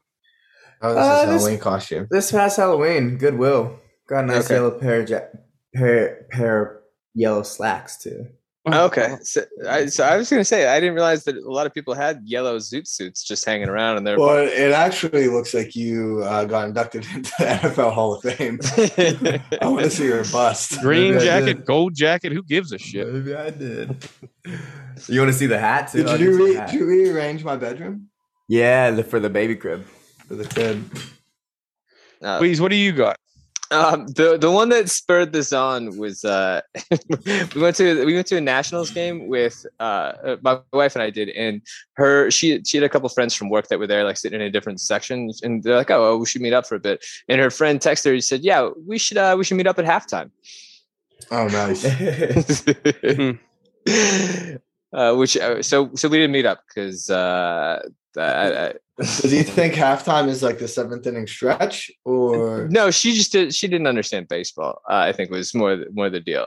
[SPEAKER 4] Oh,
[SPEAKER 3] Uh,
[SPEAKER 4] this is
[SPEAKER 3] this-
[SPEAKER 4] Halloween costume.
[SPEAKER 3] This past Halloween, Goodwill got a nice
[SPEAKER 2] Okay.
[SPEAKER 3] yellow pair of ja- pair pair yellow slacks too. Oh,
[SPEAKER 2] Oh, Okay, so I, so I was gonna say I didn't realize that a lot of people had yellow zoot suits just hanging around, and they're
[SPEAKER 4] Well, it actually looks like you uh, got inducted <laughs> into the NFL Hall of Fame.
[SPEAKER 3] <laughs>
[SPEAKER 4] I want to see your bust.
[SPEAKER 5] Green
[SPEAKER 3] Maybe I
[SPEAKER 5] jacket,
[SPEAKER 3] did.
[SPEAKER 5] gold jacket. Who gives a shit?
[SPEAKER 3] Maybe I did. you want to see the hat too? I'll
[SPEAKER 4] Did
[SPEAKER 3] get
[SPEAKER 4] you,
[SPEAKER 3] the
[SPEAKER 4] re-
[SPEAKER 3] hat.
[SPEAKER 4] did you rearrange my bedroom
[SPEAKER 3] yeah, the- for the baby <laughs> crib.
[SPEAKER 4] for the kid?
[SPEAKER 2] <laughs> Uh,
[SPEAKER 5] Please, what do you got?
[SPEAKER 2] Um, the the one that spurred this on was uh, <laughs> we went to we went to a nationals game with uh, uh, my wife and I did, and her she she had a couple friends from work that were there, like sitting in a different section, and they're like, oh, we should meet up for a bit. And her friend texted her, he said, yeah, we should uh, we should meet up at halftime, <laughs>
[SPEAKER 3] <laughs>
[SPEAKER 4] Oh, nice.
[SPEAKER 2] uh, which uh, so so we didn't meet up because uh, I, I,
[SPEAKER 4] So do you think halftime is like the seventh inning stretch, or
[SPEAKER 2] no, she just did, she didn't understand baseball. Uh, I think was more more the deal.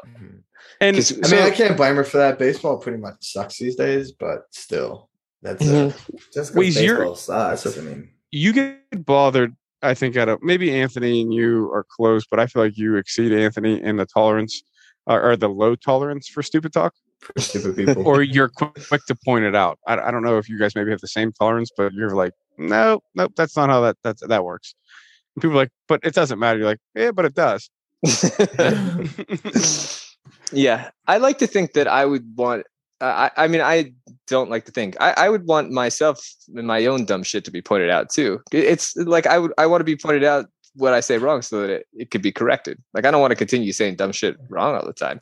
[SPEAKER 5] And
[SPEAKER 2] 'Cause-
[SPEAKER 4] I
[SPEAKER 2] so-
[SPEAKER 4] mean, I can't blame her for that. Baseball pretty much sucks these days, but still, that's
[SPEAKER 2] Mhm.
[SPEAKER 3] Mm-hmm.
[SPEAKER 4] it.
[SPEAKER 3] Just 'cause
[SPEAKER 5] Wheeze, you're-
[SPEAKER 3] baseball sucks. I mean,
[SPEAKER 5] you get bothered. I think out of maybe Anthony and you are close, but I feel like you exceed Anthony in the tolerance or, or the low tolerance for stupid talk,
[SPEAKER 3] for stupid people. <laughs>
[SPEAKER 5] or you're quick, quick to point it out. I, I don't know if you guys maybe have the same tolerance, but you're like, no, nope, that's not how that that that works. And people are like, but it doesn't matter. You're like, yeah, but it does.
[SPEAKER 2] yeah i like to think that i would want i i I mean i don't like to think i i would want myself and my own dumb shit to be pointed out too It- it's like i would i want to be pointed out what i say wrong so that it, it could be corrected like i don't want to continue saying dumb shit wrong all the time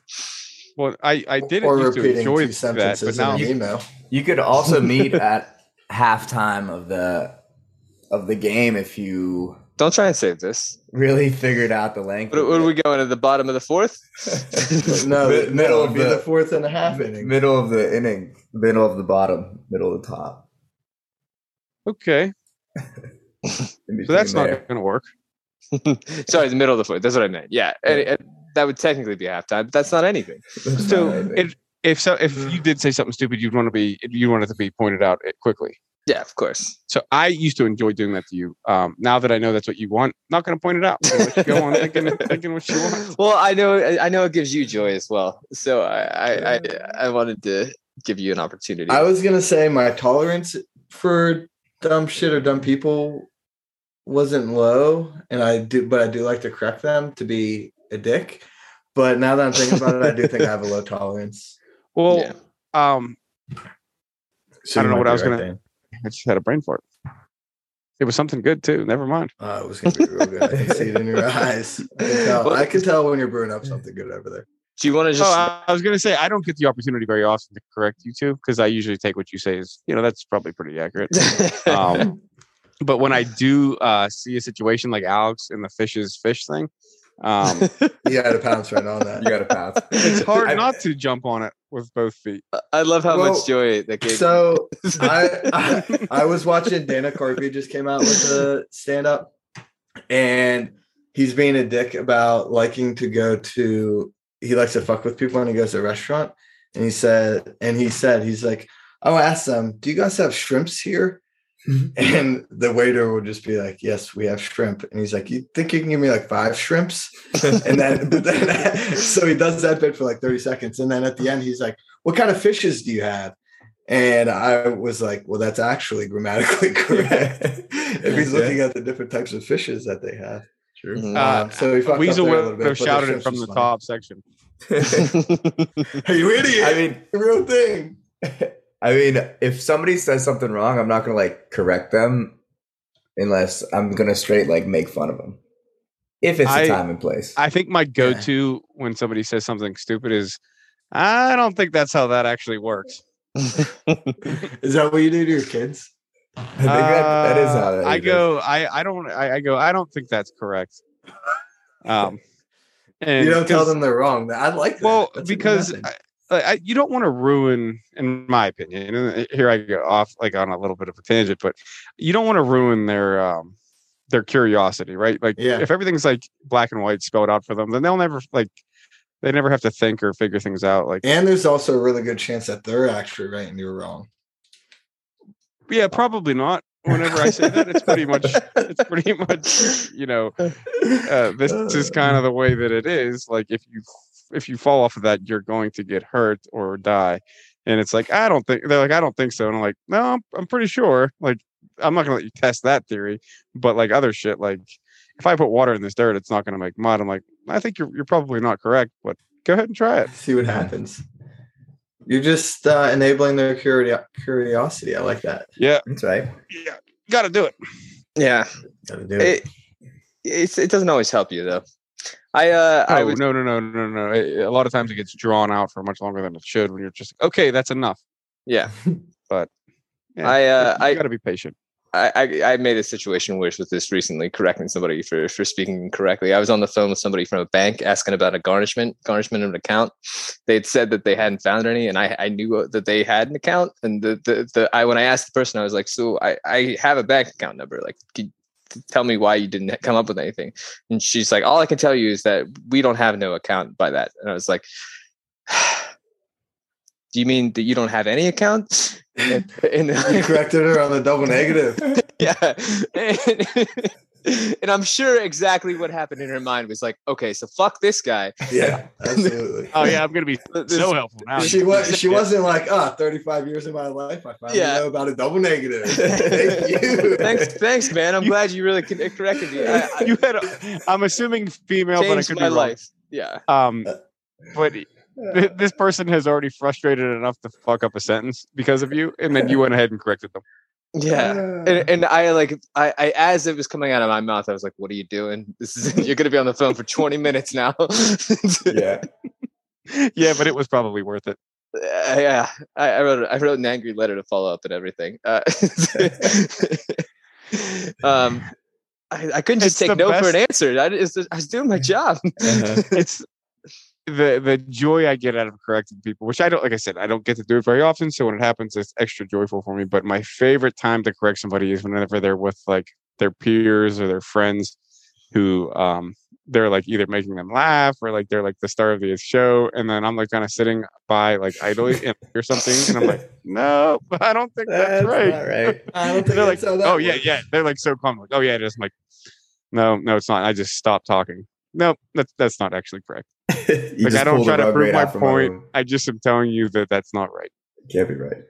[SPEAKER 5] well, I I did
[SPEAKER 4] or
[SPEAKER 5] it to
[SPEAKER 4] repeating
[SPEAKER 5] enjoy
[SPEAKER 4] two
[SPEAKER 5] that, but
[SPEAKER 4] sentences
[SPEAKER 5] now
[SPEAKER 4] in
[SPEAKER 3] <laughs>
[SPEAKER 4] an email.
[SPEAKER 3] You could also meet at halftime of the of the game if you
[SPEAKER 2] don't try and save this
[SPEAKER 3] really figured out the language.
[SPEAKER 2] what, what are we going to the bottom of the fourth <laughs>
[SPEAKER 4] No,
[SPEAKER 3] Mid- middle
[SPEAKER 4] middle
[SPEAKER 3] of
[SPEAKER 4] would be
[SPEAKER 3] the-
[SPEAKER 4] the fourth and a <laughs> half inning.
[SPEAKER 3] middle of the inning, middle of the bottom, middle of the top.
[SPEAKER 5] <laughs> okay,
[SPEAKER 3] in
[SPEAKER 5] so that's
[SPEAKER 3] between
[SPEAKER 5] not
[SPEAKER 3] there.
[SPEAKER 5] going to work.
[SPEAKER 2] sorry the middle of the fourth that's what i meant yeah and, and that would technically be halftime but that's not anything
[SPEAKER 3] That's
[SPEAKER 5] So
[SPEAKER 3] not anything.
[SPEAKER 5] it, if so, if you did say something stupid, you'd want to be you wanted to be pointed out eh, quickly.
[SPEAKER 2] yeah of course
[SPEAKER 5] So I used to enjoy doing that to you. Um, now that I know that's what you want, not going to point it out. I'm gonna let you go on thinking, <laughs> thinking what you want.
[SPEAKER 2] <laughs> well i know i know it gives you joy as well so i i i, I wanted to give you an opportunity
[SPEAKER 4] I was gonna say my tolerance for dumb shit or dumb people wasn't low, and I do, but I do like to correct them to be a dick. But now that I'm thinking about it, I do think I have a low
[SPEAKER 5] <laughs>
[SPEAKER 4] tolerance.
[SPEAKER 5] Well,
[SPEAKER 2] Yeah.
[SPEAKER 5] um, I don't know what I was gonna- I just had a brain fart. It was something good too. Never mind.
[SPEAKER 4] Uh, it was gonna be real good. I can see it
[SPEAKER 5] <laughs>
[SPEAKER 4] in your eyes. I can tell,
[SPEAKER 2] Well-
[SPEAKER 4] I can tell when you're brewing up something good over there.
[SPEAKER 2] do you want to just
[SPEAKER 5] oh, I, I was going to say I don't get the opportunity very often to correct you two because I usually take what you say as you know that's probably pretty <laughs> accurate.
[SPEAKER 4] Oh,
[SPEAKER 2] <laughs>
[SPEAKER 5] Um, but when I do uh, see a situation like Alex in the fish's fish thing, Um,
[SPEAKER 4] You got to pounce right on
[SPEAKER 3] You
[SPEAKER 4] that.
[SPEAKER 3] gotta pass.
[SPEAKER 5] <laughs> it's hard
[SPEAKER 3] I- <laughs>
[SPEAKER 5] not to jump on it with both feet.
[SPEAKER 2] I love how
[SPEAKER 4] Well,
[SPEAKER 2] much joy that gave. me.
[SPEAKER 4] So <laughs> I,
[SPEAKER 2] <laughs>
[SPEAKER 4] I I was watching Dana Carvey just came out with a stand up, and he's being a dick about liking to go to. He likes to fuck with people when he goes to a restaurant, and he said, and he said, he's like, I'll ask them, do you guys have shrimps here? And the waiter will just be like, "Yes, we have shrimp." And he's like, "You think you can give me like five shrimps?" and then, but then <laughs> so he does that bit for like 30 seconds and then at the end he's like what kind of fishes do you have and i was like well that's actually grammatically <laughs> correct if he's
[SPEAKER 3] Yeah.
[SPEAKER 4] looking at the different types of fishes that they have
[SPEAKER 3] True.
[SPEAKER 4] <laughs>
[SPEAKER 2] Mhm.
[SPEAKER 5] Uh,
[SPEAKER 4] Um, so he fucked up
[SPEAKER 5] Weasel
[SPEAKER 4] there a little
[SPEAKER 5] would have
[SPEAKER 4] bit, but the
[SPEAKER 5] shouted it
[SPEAKER 4] shrimps
[SPEAKER 5] from
[SPEAKER 4] was
[SPEAKER 5] the
[SPEAKER 4] funny. <laughs>
[SPEAKER 5] top section.
[SPEAKER 4] hey you idiot
[SPEAKER 3] I mean,
[SPEAKER 4] real
[SPEAKER 5] <laughs>
[SPEAKER 4] thing
[SPEAKER 3] I mean, if somebody says something wrong, I'm not gonna like correct them, unless I'm gonna straight like make fun of them. If it's
[SPEAKER 5] I-
[SPEAKER 3] the time and place.
[SPEAKER 5] I think my go-to when somebody says something stupid is, I don't think that's how that actually works.
[SPEAKER 4] is that what you do to your kids
[SPEAKER 3] I think <laughs> that, that is how
[SPEAKER 5] Uh,
[SPEAKER 3] that
[SPEAKER 5] I
[SPEAKER 3] is.
[SPEAKER 5] go. I I don't. I, I go. I don't think that's correct. Um, and
[SPEAKER 4] you don't tell
[SPEAKER 5] 'cause-
[SPEAKER 4] them they're wrong i like that.
[SPEAKER 5] <laughs> Well,
[SPEAKER 4] That's a good
[SPEAKER 5] because
[SPEAKER 4] method.
[SPEAKER 5] I, I, I- you don't want to ruin, in my opinion. And uh, here I go off like on a little bit of a tangent, but you don't want to ruin their um their curiosity, right? Like
[SPEAKER 4] Yeah.
[SPEAKER 5] if everything's like black and white spelled out for them, then they'll never like they never have to think or figure things out. Like
[SPEAKER 4] and there's also a really good chance that they're actually right and you're wrong
[SPEAKER 5] yeah, probably not. Whenever I say that, it's pretty much it's <laughs> pretty much you know uh, this is kind of the way that it is. Like if you if you fall off of that, you're going to get hurt or die. And it's like I don't think they're like I don't think so. And I'm like no, I'm, I'm pretty sure. Like I'm not gonna let you test that theory. But like other shit, like if I put water in this dirt, it's not gonna make mud. I'm like I think you're you're probably not correct, but go ahead and try it.
[SPEAKER 4] see what happens. You're just uh, enabling their curio- curiosity. I like that.
[SPEAKER 5] Yeah,
[SPEAKER 3] That's right.
[SPEAKER 5] yeah, got to do it.
[SPEAKER 2] yeah,
[SPEAKER 4] Gotta do it.
[SPEAKER 2] it it's, it doesn't always help you though. I uh, I
[SPEAKER 5] Oh,
[SPEAKER 2] would
[SPEAKER 5] no, no, no, no, no, no. It- a lot of times it gets drawn out for much longer than it should when you're just okay, that's enough.
[SPEAKER 2] yeah.
[SPEAKER 5] But, yeah,
[SPEAKER 2] I uh,
[SPEAKER 5] Like, you
[SPEAKER 2] I
[SPEAKER 5] got to be patient.
[SPEAKER 2] I, I I made a situation worse with this recently, correcting somebody for for speaking incorrectly. I was on the phone with somebody from a bank asking about a garnishment, garnishment of an account. They had said that they hadn't found any, and I, I knew that they had an account. And the, the the I when I asked the person, I was like, "So I I have a bank account number. Like, can, tell me why you didn't come up with anything." And she's like, "All I can tell you is that we don't have no account by that." And I was like. Do you mean that you don't have any accounts? <laughs> And, and
[SPEAKER 4] <laughs> You corrected her on the double negative.
[SPEAKER 2] yeah. <laughs> And, and I'm sure exactly what happened in her mind was like, okay, so fuck this guy.
[SPEAKER 4] <laughs> Yeah, <laughs> absolutely.
[SPEAKER 5] Oh yeah, I'm gonna be
[SPEAKER 2] <laughs> This-
[SPEAKER 5] so helpful now.
[SPEAKER 4] She was. She wasn't like, ah, 35 years of my life. I finally
[SPEAKER 2] Yeah.
[SPEAKER 4] know about a double negative. <laughs> Thank you.
[SPEAKER 2] thanks, thanks, man. I'm glad you really con- corrected me. I, I
[SPEAKER 5] <laughs> you had. A, I'm assuming female, but I
[SPEAKER 2] changed
[SPEAKER 5] could be
[SPEAKER 2] my
[SPEAKER 5] wrong.
[SPEAKER 2] life. Yeah.
[SPEAKER 5] Um, but th- this person has already frustrated enough to fuck up a sentence because of you, and then you went ahead and corrected them. <laughs>
[SPEAKER 2] Yeah.
[SPEAKER 4] <laughs>
[SPEAKER 2] And, and I like I, I as it was coming out of my mouth, I was like, "What are you doing? This is <laughs> you're gonna be on the phone for 20 minutes now." <laughs>
[SPEAKER 3] Yeah.
[SPEAKER 5] Yeah, but it was probably worth it.
[SPEAKER 2] Uh, yeah, I, I wrote I wrote an angry letter to follow up and everything. Uh, <laughs> um, I, I couldn't
[SPEAKER 5] It's
[SPEAKER 2] just
[SPEAKER 5] the Uh-huh.
[SPEAKER 2] take no for an answer. I, it's just- I was doing my job. <laughs>
[SPEAKER 5] It's the the joy I get out of correcting people, which I don't. Like I said, I don't get to do it very often, so when it happens, it's extra joyful for me. But my favorite time to correct somebody is whenever they're with like their peers or their friends who um they're like either making them laugh or like they're like the star of the show and then i'm like kind of sitting by like idly and- or something and i'm like
[SPEAKER 4] <laughs>
[SPEAKER 5] no <laughs> i don't think that's, right
[SPEAKER 3] not right.
[SPEAKER 4] I don't think
[SPEAKER 5] They're
[SPEAKER 4] that's
[SPEAKER 5] like,
[SPEAKER 4] how that
[SPEAKER 5] oh yeah,
[SPEAKER 4] works.
[SPEAKER 5] yeah. They're like so calm. Like, oh yeah, it is. I'm like, no, no, it's not. I just stopped talking. No, that's that's not actually correct.
[SPEAKER 3] <laughs> You
[SPEAKER 5] <laughs> like
[SPEAKER 3] just
[SPEAKER 5] I don't
[SPEAKER 3] pulled
[SPEAKER 5] try
[SPEAKER 3] the
[SPEAKER 5] to
[SPEAKER 3] rug
[SPEAKER 5] prove
[SPEAKER 3] right
[SPEAKER 5] my
[SPEAKER 3] out from under
[SPEAKER 5] point.
[SPEAKER 3] them.
[SPEAKER 5] I just am telling you that that's not right,
[SPEAKER 3] Can't be right.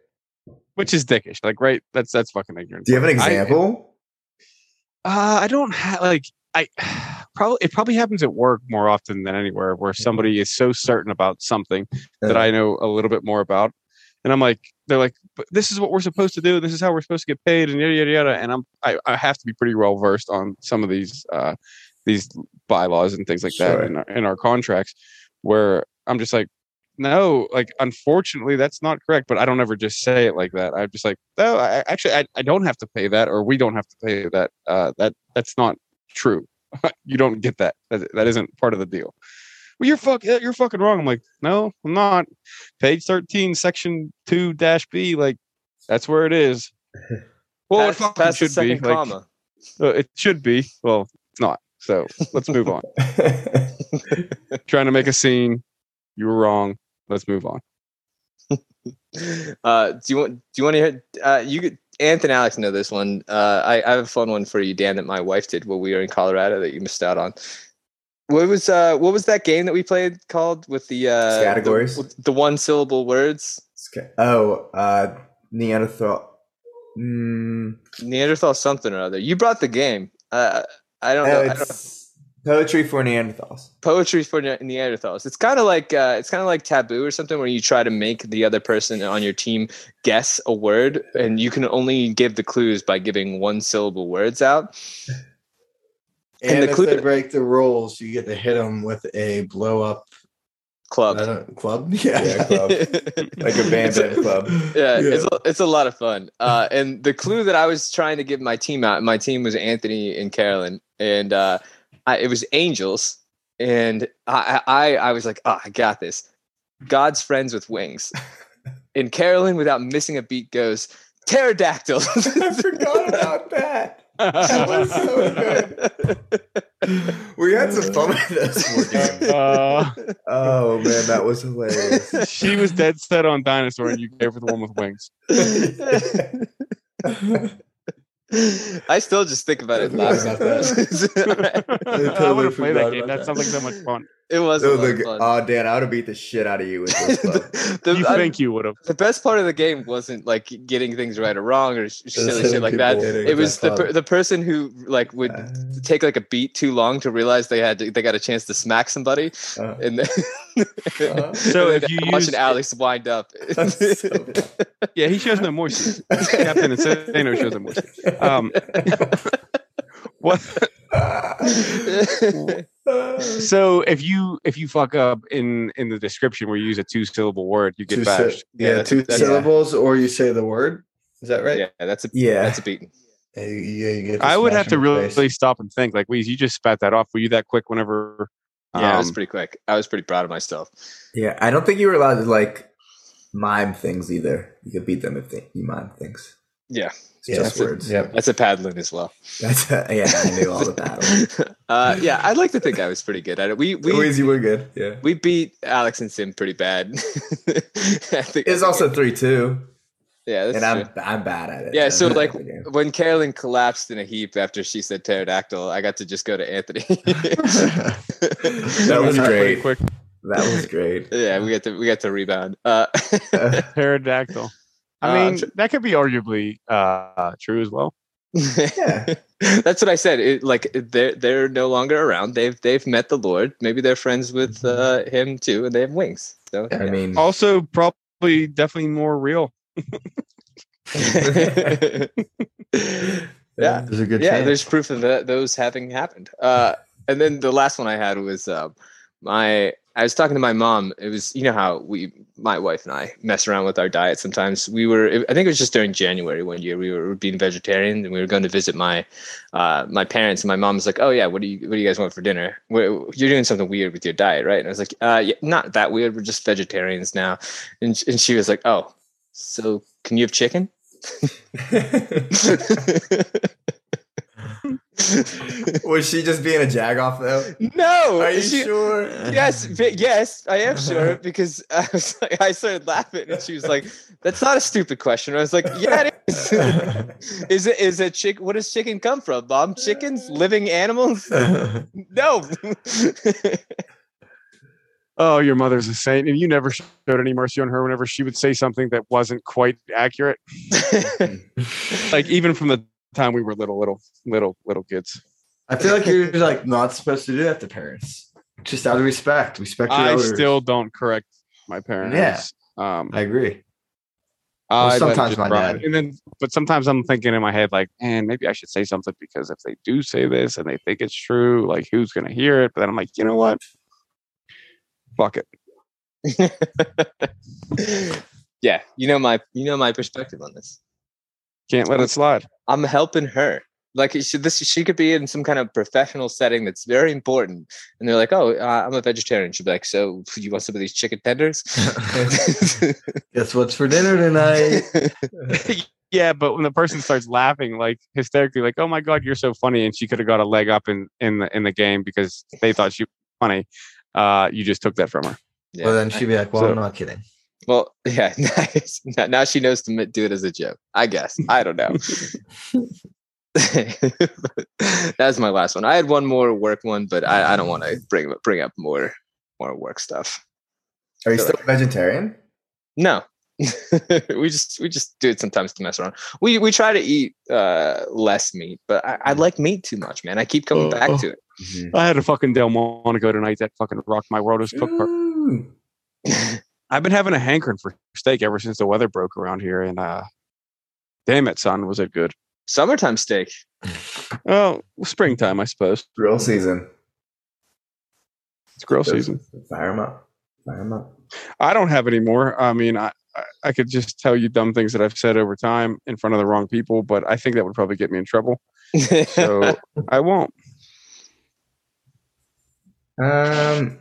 [SPEAKER 5] which is dickish. Like, right? That's that's fucking ignorant.
[SPEAKER 3] Do you have an
[SPEAKER 5] I- <laughs>
[SPEAKER 3] example?
[SPEAKER 5] Uh, I don't have like I <sighs> probably it probably happens at work more often than anywhere where somebody is so certain about something that
[SPEAKER 3] Uh,
[SPEAKER 5] I know a little bit more about, and I'm like, they're like, but this is what we're supposed to do. This is how we're supposed to get paid, and yada yada yada. And I'm I, I have to be pretty well versed on some of these uh these bylaws and things like
[SPEAKER 3] Sure.
[SPEAKER 5] that in our, in our contracts, where I'm just like. No, like unfortunately, that's not correct. But I don't ever just say it like that. I'm just like, no, I, actually, I, I don't have to pay that, or we don't have to pay that. Uh, that that's not true. <laughs> you don't get that. that. That isn't part of the deal. Well, you're fuck, you're fucking wrong. I'm like, no, I'm not. Page thirteen, section two dash B, like that's where it <laughs> is. Well,
[SPEAKER 2] Past-
[SPEAKER 5] it fucking
[SPEAKER 2] past the
[SPEAKER 5] should be.
[SPEAKER 2] second
[SPEAKER 5] Like,
[SPEAKER 2] comma.
[SPEAKER 5] uh, it should be. Well, it's not. So let's move <laughs> on. Trying to make a scene. You were wrong. Let's move <laughs> on.
[SPEAKER 2] Uh, do you want? Do you want to hear? Uh, you, could- Anth and Alex know this one. Uh, I, I have a fun one for you, Dan, that my wife did while we were in Colorado that you missed out on. What was uh, what was that game that we played called with the uh,
[SPEAKER 3] Categories?
[SPEAKER 2] the, the one syllable words?
[SPEAKER 3] Sca- oh, uh, Neanderthal. Mm,
[SPEAKER 2] Neanderthal something or other. You brought the game. Uh, I don't know.
[SPEAKER 3] oh,
[SPEAKER 2] I don't
[SPEAKER 3] it's poetry for Neanderthals.
[SPEAKER 2] poetry for Ne- Neanderthals. It's kind of like uh, it's kind of like taboo or something where you try to make the other person on your team guess a word, and you can only give the clues by giving one syllable words out.
[SPEAKER 4] And,
[SPEAKER 2] And the
[SPEAKER 4] if
[SPEAKER 2] clue-
[SPEAKER 4] they break the rules, you get to hit them with a blow up
[SPEAKER 2] Club.
[SPEAKER 4] club. <laughs>
[SPEAKER 3] <laughs>
[SPEAKER 4] Yeah.
[SPEAKER 3] Yeah, club. Like a band
[SPEAKER 2] It's a-
[SPEAKER 3] band club.
[SPEAKER 2] yeah, it's a, it's a lot of fun. Uh, and the clue that I was trying to give my team out, my team was Anthony and Carolyn, and uh, I, it was angels. And I, I I was like, oh, I got this. God's friends with <laughs> wings. And Carolyn, without missing a beat, goes <laughs> pterodactyl.
[SPEAKER 3] I forgot about that. That was so good. <laughs> We had some fun with this one game.
[SPEAKER 5] <laughs> Uh,
[SPEAKER 3] Oh man, that was
[SPEAKER 2] <laughs>
[SPEAKER 3] hilarious.
[SPEAKER 5] she was dead set on dinosaur, and you gave her the one with <laughs> wings.
[SPEAKER 2] I still just think about it. and laugh.
[SPEAKER 4] About that.
[SPEAKER 2] <laughs>
[SPEAKER 5] I would have played
[SPEAKER 4] forgot
[SPEAKER 5] that game.
[SPEAKER 4] about
[SPEAKER 5] That
[SPEAKER 4] that.
[SPEAKER 5] sounds like so much fun.
[SPEAKER 2] it was a
[SPEAKER 3] So
[SPEAKER 2] lot of
[SPEAKER 3] the,
[SPEAKER 2] fun.
[SPEAKER 3] oh Dan, I would have beat the shit out of you with this club.
[SPEAKER 2] <laughs> The- the-
[SPEAKER 5] You
[SPEAKER 2] I-
[SPEAKER 5] think you would have?
[SPEAKER 2] the best part of the game wasn't like getting things right or wrong or sh- silly
[SPEAKER 4] hitting
[SPEAKER 2] shit like
[SPEAKER 4] people
[SPEAKER 2] that.
[SPEAKER 4] with
[SPEAKER 2] It
[SPEAKER 4] that
[SPEAKER 2] was the, per-
[SPEAKER 4] club.
[SPEAKER 2] the person who like would
[SPEAKER 3] Uh,
[SPEAKER 2] take like a beat too long to realize they had to, they got a chance to smack somebody,
[SPEAKER 3] uh,
[SPEAKER 2] and then <laughs>
[SPEAKER 3] uh,
[SPEAKER 5] So <laughs>
[SPEAKER 2] and
[SPEAKER 5] if
[SPEAKER 2] then
[SPEAKER 5] you use-
[SPEAKER 2] watching Alex wind up,
[SPEAKER 5] <laughs>
[SPEAKER 3] that's so
[SPEAKER 5] Yeah, he shows no mercy. Captain Insano shows no mercy.
[SPEAKER 3] funny.
[SPEAKER 5] Um, <laughs> what? So if you if you fuck up in in the description where you use a two syllable word, you get
[SPEAKER 4] Two
[SPEAKER 5] bashed.
[SPEAKER 4] sy- yeah,
[SPEAKER 2] that's-
[SPEAKER 4] two
[SPEAKER 2] that's-
[SPEAKER 4] syllables, or you say the word. Is that right?
[SPEAKER 2] <laughs> yeah, that's a
[SPEAKER 3] Yeah.
[SPEAKER 2] that's a beating.
[SPEAKER 4] Yeah, you- yeah, you get
[SPEAKER 5] I would have
[SPEAKER 4] smash
[SPEAKER 5] to
[SPEAKER 4] in the
[SPEAKER 5] really
[SPEAKER 4] face.
[SPEAKER 5] stop and think. Like, Weez, you just spat that off. Were you that quick? Whenever,
[SPEAKER 2] Yeah, I was
[SPEAKER 5] um,
[SPEAKER 2] pretty quick. I was pretty proud of myself.
[SPEAKER 3] <laughs> yeah, I don't think you were allowed to like mime things either. You could beat them if they, you mime things.
[SPEAKER 2] Yeah.
[SPEAKER 3] It's
[SPEAKER 4] Yeah,
[SPEAKER 3] just
[SPEAKER 4] that's it.
[SPEAKER 3] words.
[SPEAKER 4] Yep.
[SPEAKER 2] That's a paddling as well.
[SPEAKER 3] That's a, yeah, I knew all the battles.
[SPEAKER 2] uh, yeah, I'd like to think I was pretty good at it. <laughs> We we
[SPEAKER 3] Louise, you were good. Yeah.
[SPEAKER 2] we beat Alex and Sim pretty bad. <laughs> I think-
[SPEAKER 3] It's also three two,
[SPEAKER 2] yeah, that's
[SPEAKER 3] and
[SPEAKER 2] true.
[SPEAKER 3] I'm I'm bad at it.
[SPEAKER 2] Yeah,
[SPEAKER 3] I'm
[SPEAKER 2] so,
[SPEAKER 3] bad at
[SPEAKER 2] like,
[SPEAKER 3] the game.
[SPEAKER 2] when Carolyn collapsed in a heap after she said pterodactyl, I got to just go to Anthony. <laughs>
[SPEAKER 3] that was
[SPEAKER 5] pretty
[SPEAKER 3] great.
[SPEAKER 5] quick.
[SPEAKER 3] That was
[SPEAKER 2] <laughs>
[SPEAKER 3] great.
[SPEAKER 2] yeah, we got to we got to rebound. Uh, <laughs>
[SPEAKER 3] Uh,
[SPEAKER 5] Pterodactyl. I
[SPEAKER 2] Uh,
[SPEAKER 5] mean,
[SPEAKER 2] tr-
[SPEAKER 5] that could be arguably uh, true as well.
[SPEAKER 3] yeah,
[SPEAKER 2] that's what I said. It, like they're they're no longer around. They've they've met the Lord. Maybe they're friends with uh, him too, and they have wings. So
[SPEAKER 3] I mean,
[SPEAKER 5] Also, probably definitely more real.
[SPEAKER 2] <laughs> yeah.
[SPEAKER 4] There's a good
[SPEAKER 2] yeah,
[SPEAKER 4] chance.
[SPEAKER 2] there's proof of that, those having happened. Uh, and then the last one I had was uh, my. I was talking to my mom. It was you know how we, my wife and I, mess around with our diet sometimes. We were, I think it was just during January one year. We were being vegetarian, and we were going to visit my uh, my parents. And my mom was like, "Oh yeah, what do you what do you guys want for dinner? Wh- You're doing something weird with your diet, right?" And I was like, uh, yeah, "Not that weird. We're just vegetarians now." And and she was like, "Oh, so can you have chicken?"
[SPEAKER 3] <laughs> was she just being a jagoff though?
[SPEAKER 2] <laughs> no.
[SPEAKER 3] Are you
[SPEAKER 2] she-
[SPEAKER 3] sure?
[SPEAKER 2] Yes, vi- yes,
[SPEAKER 3] <laughs>
[SPEAKER 2] I am sure because I was like, I started laughing and she was like, "That's not a stupid question." I was like, "Yeah, it
[SPEAKER 3] <laughs>
[SPEAKER 2] is. is it is it chick? What does chicken come from, Mom? Chickens, living animals? No." <laughs>
[SPEAKER 5] Oh, your mother's a saint, and you never showed any mercy on her whenever she would say something that wasn't quite accurate. Like even from the time we were little, little, little, little kids.
[SPEAKER 4] <laughs> I feel like you're like not supposed to do that to parents. Just out of respect, respect. Your
[SPEAKER 5] I
[SPEAKER 4] elders.
[SPEAKER 5] still don't correct my parents. Yeah. Um,
[SPEAKER 4] I agree.
[SPEAKER 5] I let it
[SPEAKER 4] sometimes
[SPEAKER 5] just
[SPEAKER 4] my
[SPEAKER 5] ride.
[SPEAKER 4] dad.
[SPEAKER 5] and then, but sometimes I'm thinking in my head like, and maybe I should say something because if they do say this and they think it's true, like who's gonna hear it? But then I'm like, you know what? Fuck it.
[SPEAKER 2] yeah, you know my you know my perspective on this.
[SPEAKER 5] Can't let it slide.
[SPEAKER 2] I'm helping her. Like it should, this, she could be in some kind of professional setting that's very important, and they're like, "Oh, uh, I'm a vegetarian." She'd be like, "So you want some of these chicken
[SPEAKER 4] <laughs>
[SPEAKER 2] tenders?"
[SPEAKER 4] Guess what's for dinner tonight?
[SPEAKER 5] Yeah, but when the person starts laughing like hysterically, like "Oh my god, you're so funny," and she could have got a leg up in in the in the game because they thought she was funny. Uh, you just took that from her.
[SPEAKER 2] <laughs> yeah.
[SPEAKER 4] well, then she'd be like, "Well,
[SPEAKER 5] So-
[SPEAKER 4] I'm not kidding."
[SPEAKER 2] <laughs> Well, yeah, <laughs> nice. Now- Now she knows to m- do it as a joke. I guess. I don't know. <laughs> That's my last one. I had one more work one, but I, I don't want to bring bring up more more work stuff.
[SPEAKER 3] Are you still vegetarian?
[SPEAKER 2] No. <laughs> we just we just do it sometimes to mess around. We we try to eat uh less meat, but I,
[SPEAKER 3] Mm.
[SPEAKER 2] I like meat too much, man. I keep coming back
[SPEAKER 3] Oh.
[SPEAKER 2] to
[SPEAKER 5] I had a fucking Delmonico tonight that fucking rocked my world. It was cooked perfect.
[SPEAKER 3] Ooh.
[SPEAKER 2] it. <laughs>
[SPEAKER 5] I've been having a hankering for steak ever since the weather broke around here, and uh, damn it, son, was it good?
[SPEAKER 2] Summertime steak.
[SPEAKER 5] Oh, springtime, I suppose.
[SPEAKER 3] Grill season.
[SPEAKER 5] It's grill season.
[SPEAKER 3] Fire them up. Fire them up.
[SPEAKER 5] I don't have any more. I mean, I, I- I could just tell you dumb things that I've said over time in front of the wrong people, but I think that would probably get me in trouble.
[SPEAKER 2] <laughs>
[SPEAKER 5] So I won't.
[SPEAKER 3] Um,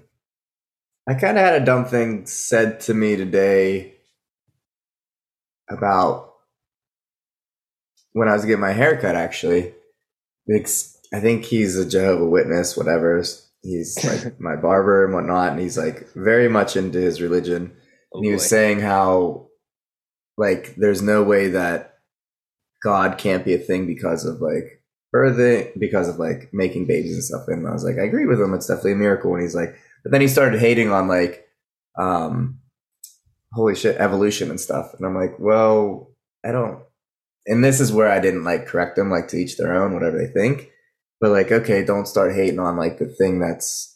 [SPEAKER 3] I kind of had a dumb thing said to me today about when I was getting my hair cut. Actually, It's- I think he's a Jehovah Witness, whatever. He's like my barber and whatnot, and he's like very much into his religion.
[SPEAKER 2] Oh,
[SPEAKER 3] and he was
[SPEAKER 2] <laughs> boy.
[SPEAKER 3] saying how like there's no way that god can't be a thing because of like birthing because of like making babies and stuff and i was like i agree with him it's definitely a miracle and he's like but then he started hating on like um holy shit evolution and stuff and i'm like well i don't and this is where i didn't like correct them like to each their own whatever they think but like okay don't start hating on like the thing that's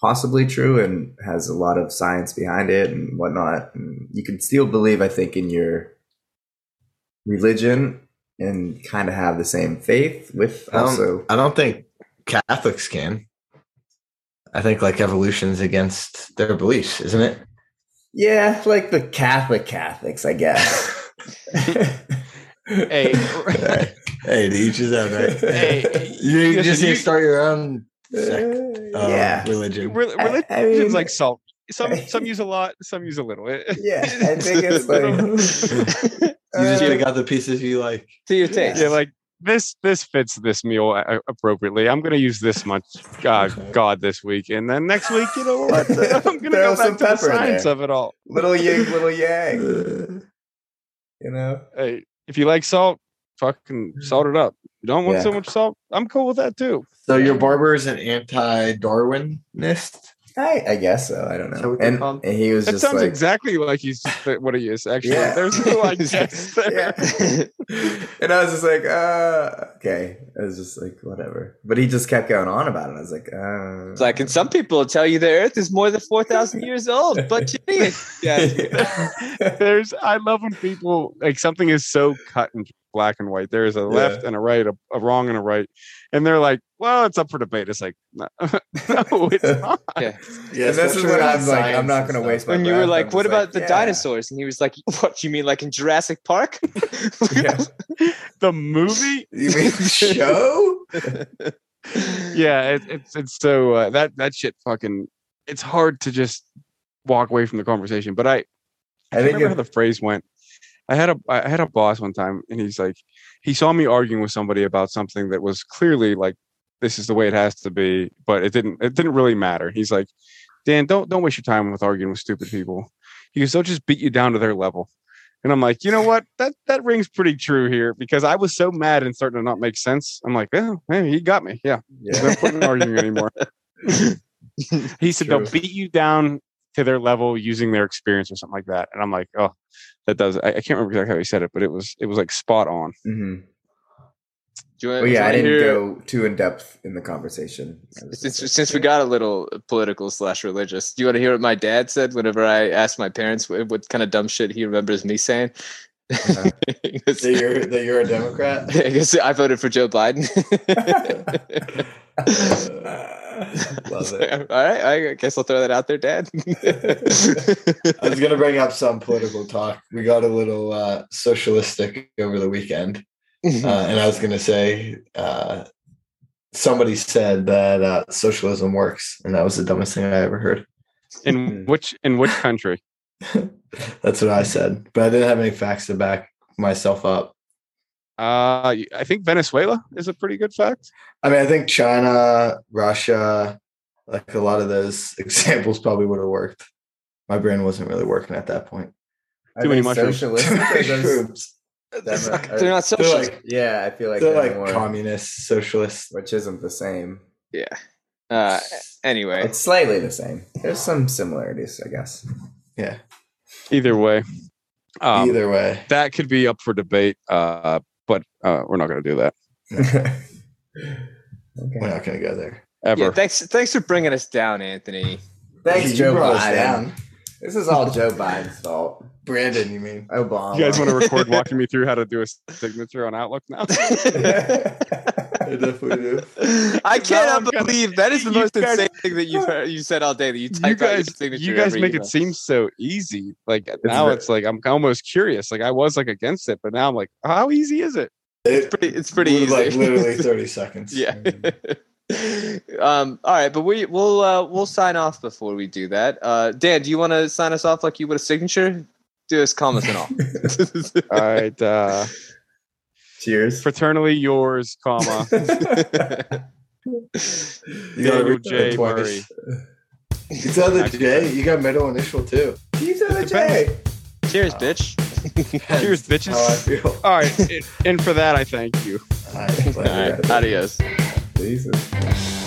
[SPEAKER 3] possibly true and has a lot of science behind it and whatnot. And you can still believe, I think, in your religion and kind of have the same faith with
[SPEAKER 4] I don't,
[SPEAKER 3] also.
[SPEAKER 4] I don't think Catholics can. I think like evolution's against their beliefs, isn't it?
[SPEAKER 3] Yeah, like the Catholic Catholics, I guess.
[SPEAKER 4] <laughs>
[SPEAKER 3] <laughs>
[SPEAKER 5] Hey,
[SPEAKER 4] hey, to each his own,
[SPEAKER 3] <laughs>
[SPEAKER 4] right? you
[SPEAKER 5] listen,
[SPEAKER 4] just need
[SPEAKER 5] you-
[SPEAKER 4] to start your own sect, uh,
[SPEAKER 3] yeah.
[SPEAKER 4] religion.
[SPEAKER 3] I- I mean-
[SPEAKER 5] religion's like salt.
[SPEAKER 3] <laughs>
[SPEAKER 5] Some some use a lot, some use a little. <laughs>
[SPEAKER 3] Yeah, I think it's like.
[SPEAKER 4] You just
[SPEAKER 3] Uh,
[SPEAKER 4] pick out the pieces you like.
[SPEAKER 2] to your
[SPEAKER 3] Yeah.
[SPEAKER 2] taste.
[SPEAKER 5] yeah, like this this fits this meal a- a- appropriately. I'm gonna use this much uh, God this week, and then next week, you
[SPEAKER 3] <laughs>
[SPEAKER 5] know what? <laughs> I'm
[SPEAKER 3] Throw
[SPEAKER 5] gonna go back
[SPEAKER 3] some
[SPEAKER 5] to the
[SPEAKER 3] pepper in
[SPEAKER 5] science
[SPEAKER 3] there.
[SPEAKER 5] of it all.
[SPEAKER 3] little yig, little yang,
[SPEAKER 5] <laughs>
[SPEAKER 4] Uh,
[SPEAKER 3] you know?
[SPEAKER 5] Hey, if you like salt, fucking salt it up. You don't want
[SPEAKER 3] Yeah.
[SPEAKER 5] so much salt. I'm cool with that too.
[SPEAKER 4] So your barber is an anti-Darwinist.
[SPEAKER 3] I, I guess so. I don't
[SPEAKER 4] Is that
[SPEAKER 3] know.
[SPEAKER 4] what they're
[SPEAKER 3] And,
[SPEAKER 4] called?
[SPEAKER 3] and he was
[SPEAKER 5] That
[SPEAKER 3] just
[SPEAKER 5] sounds
[SPEAKER 3] like,
[SPEAKER 5] exactly like he's what he is. Actually,
[SPEAKER 3] Yeah.
[SPEAKER 5] there's no
[SPEAKER 3] <laughs>
[SPEAKER 5] like guess there.
[SPEAKER 3] Yeah. and I was just like, uh, okay. I was just like, whatever. But he just kept going on about it. I was like, uh.
[SPEAKER 2] It's
[SPEAKER 3] <laughs>
[SPEAKER 2] like, and some people tell you the Earth is more than four thousand years old, but you idiot.
[SPEAKER 3] <laughs>
[SPEAKER 2] Yeah,
[SPEAKER 5] <laughs> There's I love when people like something is so cut and black and white. There is a left and a right, a, a wrong and a right, and they're like, "Well, it's up for debate." It's like, no, <laughs> no <laughs> it's not.
[SPEAKER 3] and this is what I'm like, I'm not going to
[SPEAKER 4] <laughs>
[SPEAKER 3] waste my
[SPEAKER 2] when you were
[SPEAKER 3] breath.
[SPEAKER 2] like,
[SPEAKER 3] I'm
[SPEAKER 2] "What
[SPEAKER 3] just
[SPEAKER 2] about the
[SPEAKER 3] yeah.
[SPEAKER 2] dinosaurs?" and he was like, "What you mean, like in Jurassic Park?" <laughs>
[SPEAKER 3] Yeah.
[SPEAKER 5] The movie,
[SPEAKER 3] You mean the show?
[SPEAKER 5] yeah, it, it's it's so uh, that that shit fucking. It's hard to just walk away from the conversation, but
[SPEAKER 3] I
[SPEAKER 5] I I
[SPEAKER 3] think
[SPEAKER 5] remember how
[SPEAKER 3] it,
[SPEAKER 5] the phrase went. I had a I had a boss one time, and he's like, he saw me arguing with somebody about something that was clearly like, this is the way it has to be, but it didn't it didn't really matter. He's like, Dan, don't don't waste your time with arguing with stupid people. He goes, they'll just beat you down to their level. And I'm like, you know what? That that rings pretty true here because I was so mad and starting to not make sense. I'm like, yeah, yeah, he got me. Yeah, there's
[SPEAKER 2] <laughs>
[SPEAKER 5] no
[SPEAKER 3] yeah.
[SPEAKER 5] point in arguing anymore. he said they'll
[SPEAKER 3] True.
[SPEAKER 5] beat you down to their level using their experience or something like that. And I'm like, oh, that does. I, I can't remember exactly how he said it, but it was it was like spot on.
[SPEAKER 3] hmm
[SPEAKER 2] Do you want,
[SPEAKER 3] Well, yeah, I
[SPEAKER 2] do you wanna
[SPEAKER 3] didn't
[SPEAKER 2] hear-
[SPEAKER 3] go too in depth in the conversation. I was
[SPEAKER 2] Since,
[SPEAKER 3] just like,
[SPEAKER 2] since
[SPEAKER 5] <laughs>
[SPEAKER 2] we got a little political slash religious, do you want to hear what my dad said whenever I asked my parents what, what kind of dumb shit he remembers me saying?
[SPEAKER 3] Uh-huh.
[SPEAKER 2] <laughs> 'Cause-
[SPEAKER 4] That you're that you're a Democrat.
[SPEAKER 2] I guess I voted for
[SPEAKER 5] <laughs>
[SPEAKER 2] Joe Biden.
[SPEAKER 3] <laughs>
[SPEAKER 2] <laughs>
[SPEAKER 3] Love
[SPEAKER 2] All
[SPEAKER 3] it.
[SPEAKER 2] right, I guess I'll throw that out
[SPEAKER 5] <laughs>
[SPEAKER 2] there, Dad. <laughs>
[SPEAKER 4] I was gonna bring up some political talk. We got a little uh, socialistic over the weekend. Uh,
[SPEAKER 3] Hmm.
[SPEAKER 4] and I was going to say, uh, somebody said that uh, socialism works, and that was the dumbest thing I ever heard.
[SPEAKER 5] In which in which country?
[SPEAKER 4] <laughs> That's what I said, but I didn't have any facts to back myself up.
[SPEAKER 5] Uh, I think Venezuela is a pretty good fact.
[SPEAKER 4] I mean, I think China, Russia, like a lot of those <laughs> examples probably would have worked. My brain wasn't really working at that point.
[SPEAKER 3] I
[SPEAKER 5] Too many
[SPEAKER 3] think
[SPEAKER 5] mushrooms.
[SPEAKER 4] <laughs>
[SPEAKER 5] <laughs>
[SPEAKER 3] socialists are <laughs> those-
[SPEAKER 4] Groups.
[SPEAKER 2] That's
[SPEAKER 3] Demo-
[SPEAKER 2] not- they're not
[SPEAKER 4] They're
[SPEAKER 2] socialists.
[SPEAKER 4] like,
[SPEAKER 3] yeah, I feel like
[SPEAKER 4] <laughs> they're
[SPEAKER 3] they're
[SPEAKER 4] like
[SPEAKER 3] more-
[SPEAKER 4] communists, socialists.
[SPEAKER 3] which isn't the same.
[SPEAKER 2] uh, anyway,
[SPEAKER 3] It's slightly the same. There's some similarities, I guess. <laughs>
[SPEAKER 4] Yeah.
[SPEAKER 5] Either way, um,
[SPEAKER 4] Either way,
[SPEAKER 5] that could be up for debate. Uh, but uh, we're not going to do that
[SPEAKER 4] we're
[SPEAKER 3] okay.
[SPEAKER 4] not going to go there.
[SPEAKER 5] ever.
[SPEAKER 2] yeah, thanks thanks for bringing us down, Anthony.
[SPEAKER 5] <laughs>
[SPEAKER 2] <laughs>
[SPEAKER 3] Thanks,
[SPEAKER 4] You
[SPEAKER 3] Joe
[SPEAKER 4] brought us
[SPEAKER 3] Biden.
[SPEAKER 4] down.
[SPEAKER 3] This is all Joe Biden's fault.
[SPEAKER 4] Brandon,
[SPEAKER 3] <laughs>
[SPEAKER 4] you mean?
[SPEAKER 3] Obama.
[SPEAKER 5] you guys want to record walking me through how to do a signature on Outlook now?
[SPEAKER 4] I definitely do.
[SPEAKER 2] I cannot
[SPEAKER 5] I'm gonna-
[SPEAKER 2] believe that is the
[SPEAKER 5] You
[SPEAKER 2] most
[SPEAKER 5] guys-
[SPEAKER 2] insane thing that you've heard, you said all day. That you typed
[SPEAKER 5] you
[SPEAKER 2] out your
[SPEAKER 5] guys,
[SPEAKER 2] signature.
[SPEAKER 5] you guys
[SPEAKER 2] every
[SPEAKER 5] make
[SPEAKER 2] email.
[SPEAKER 5] it seem so easy. Like now,
[SPEAKER 3] ve-
[SPEAKER 5] it's like I'm almost curious. Like I was like against it, but now I'm like, how easy is
[SPEAKER 2] <laughs>
[SPEAKER 5] it?
[SPEAKER 4] It,
[SPEAKER 2] pretty. It's pretty easy.
[SPEAKER 4] Like
[SPEAKER 2] <laughs>
[SPEAKER 4] literally 30 seconds.
[SPEAKER 2] yeah.
[SPEAKER 3] Mm.
[SPEAKER 2] <laughs> um. All right, but we we'll uh, we'll sign off before we do that. Uh, Dan, do you want to sign us off like you would a signature? Do us comments and all.
[SPEAKER 5] All right, uh,
[SPEAKER 3] Cheers.
[SPEAKER 5] fraternally yours,
[SPEAKER 2] <laughs>
[SPEAKER 5] comma
[SPEAKER 4] You gotta
[SPEAKER 5] Daniel
[SPEAKER 4] read
[SPEAKER 5] J.
[SPEAKER 4] that
[SPEAKER 5] Murray.
[SPEAKER 4] twice. <laughs> It's other
[SPEAKER 5] Actually,
[SPEAKER 4] J. You got middle initial
[SPEAKER 5] <laughs>
[SPEAKER 4] too.
[SPEAKER 3] You said the
[SPEAKER 5] Depends.
[SPEAKER 3] J.
[SPEAKER 2] Cheers, bitch.
[SPEAKER 5] Cheers,
[SPEAKER 4] How I
[SPEAKER 5] bitches.
[SPEAKER 4] feel.
[SPEAKER 5] <laughs> All right, and for that I thank you.
[SPEAKER 4] All right,
[SPEAKER 2] All right, adios.
[SPEAKER 3] Jesus.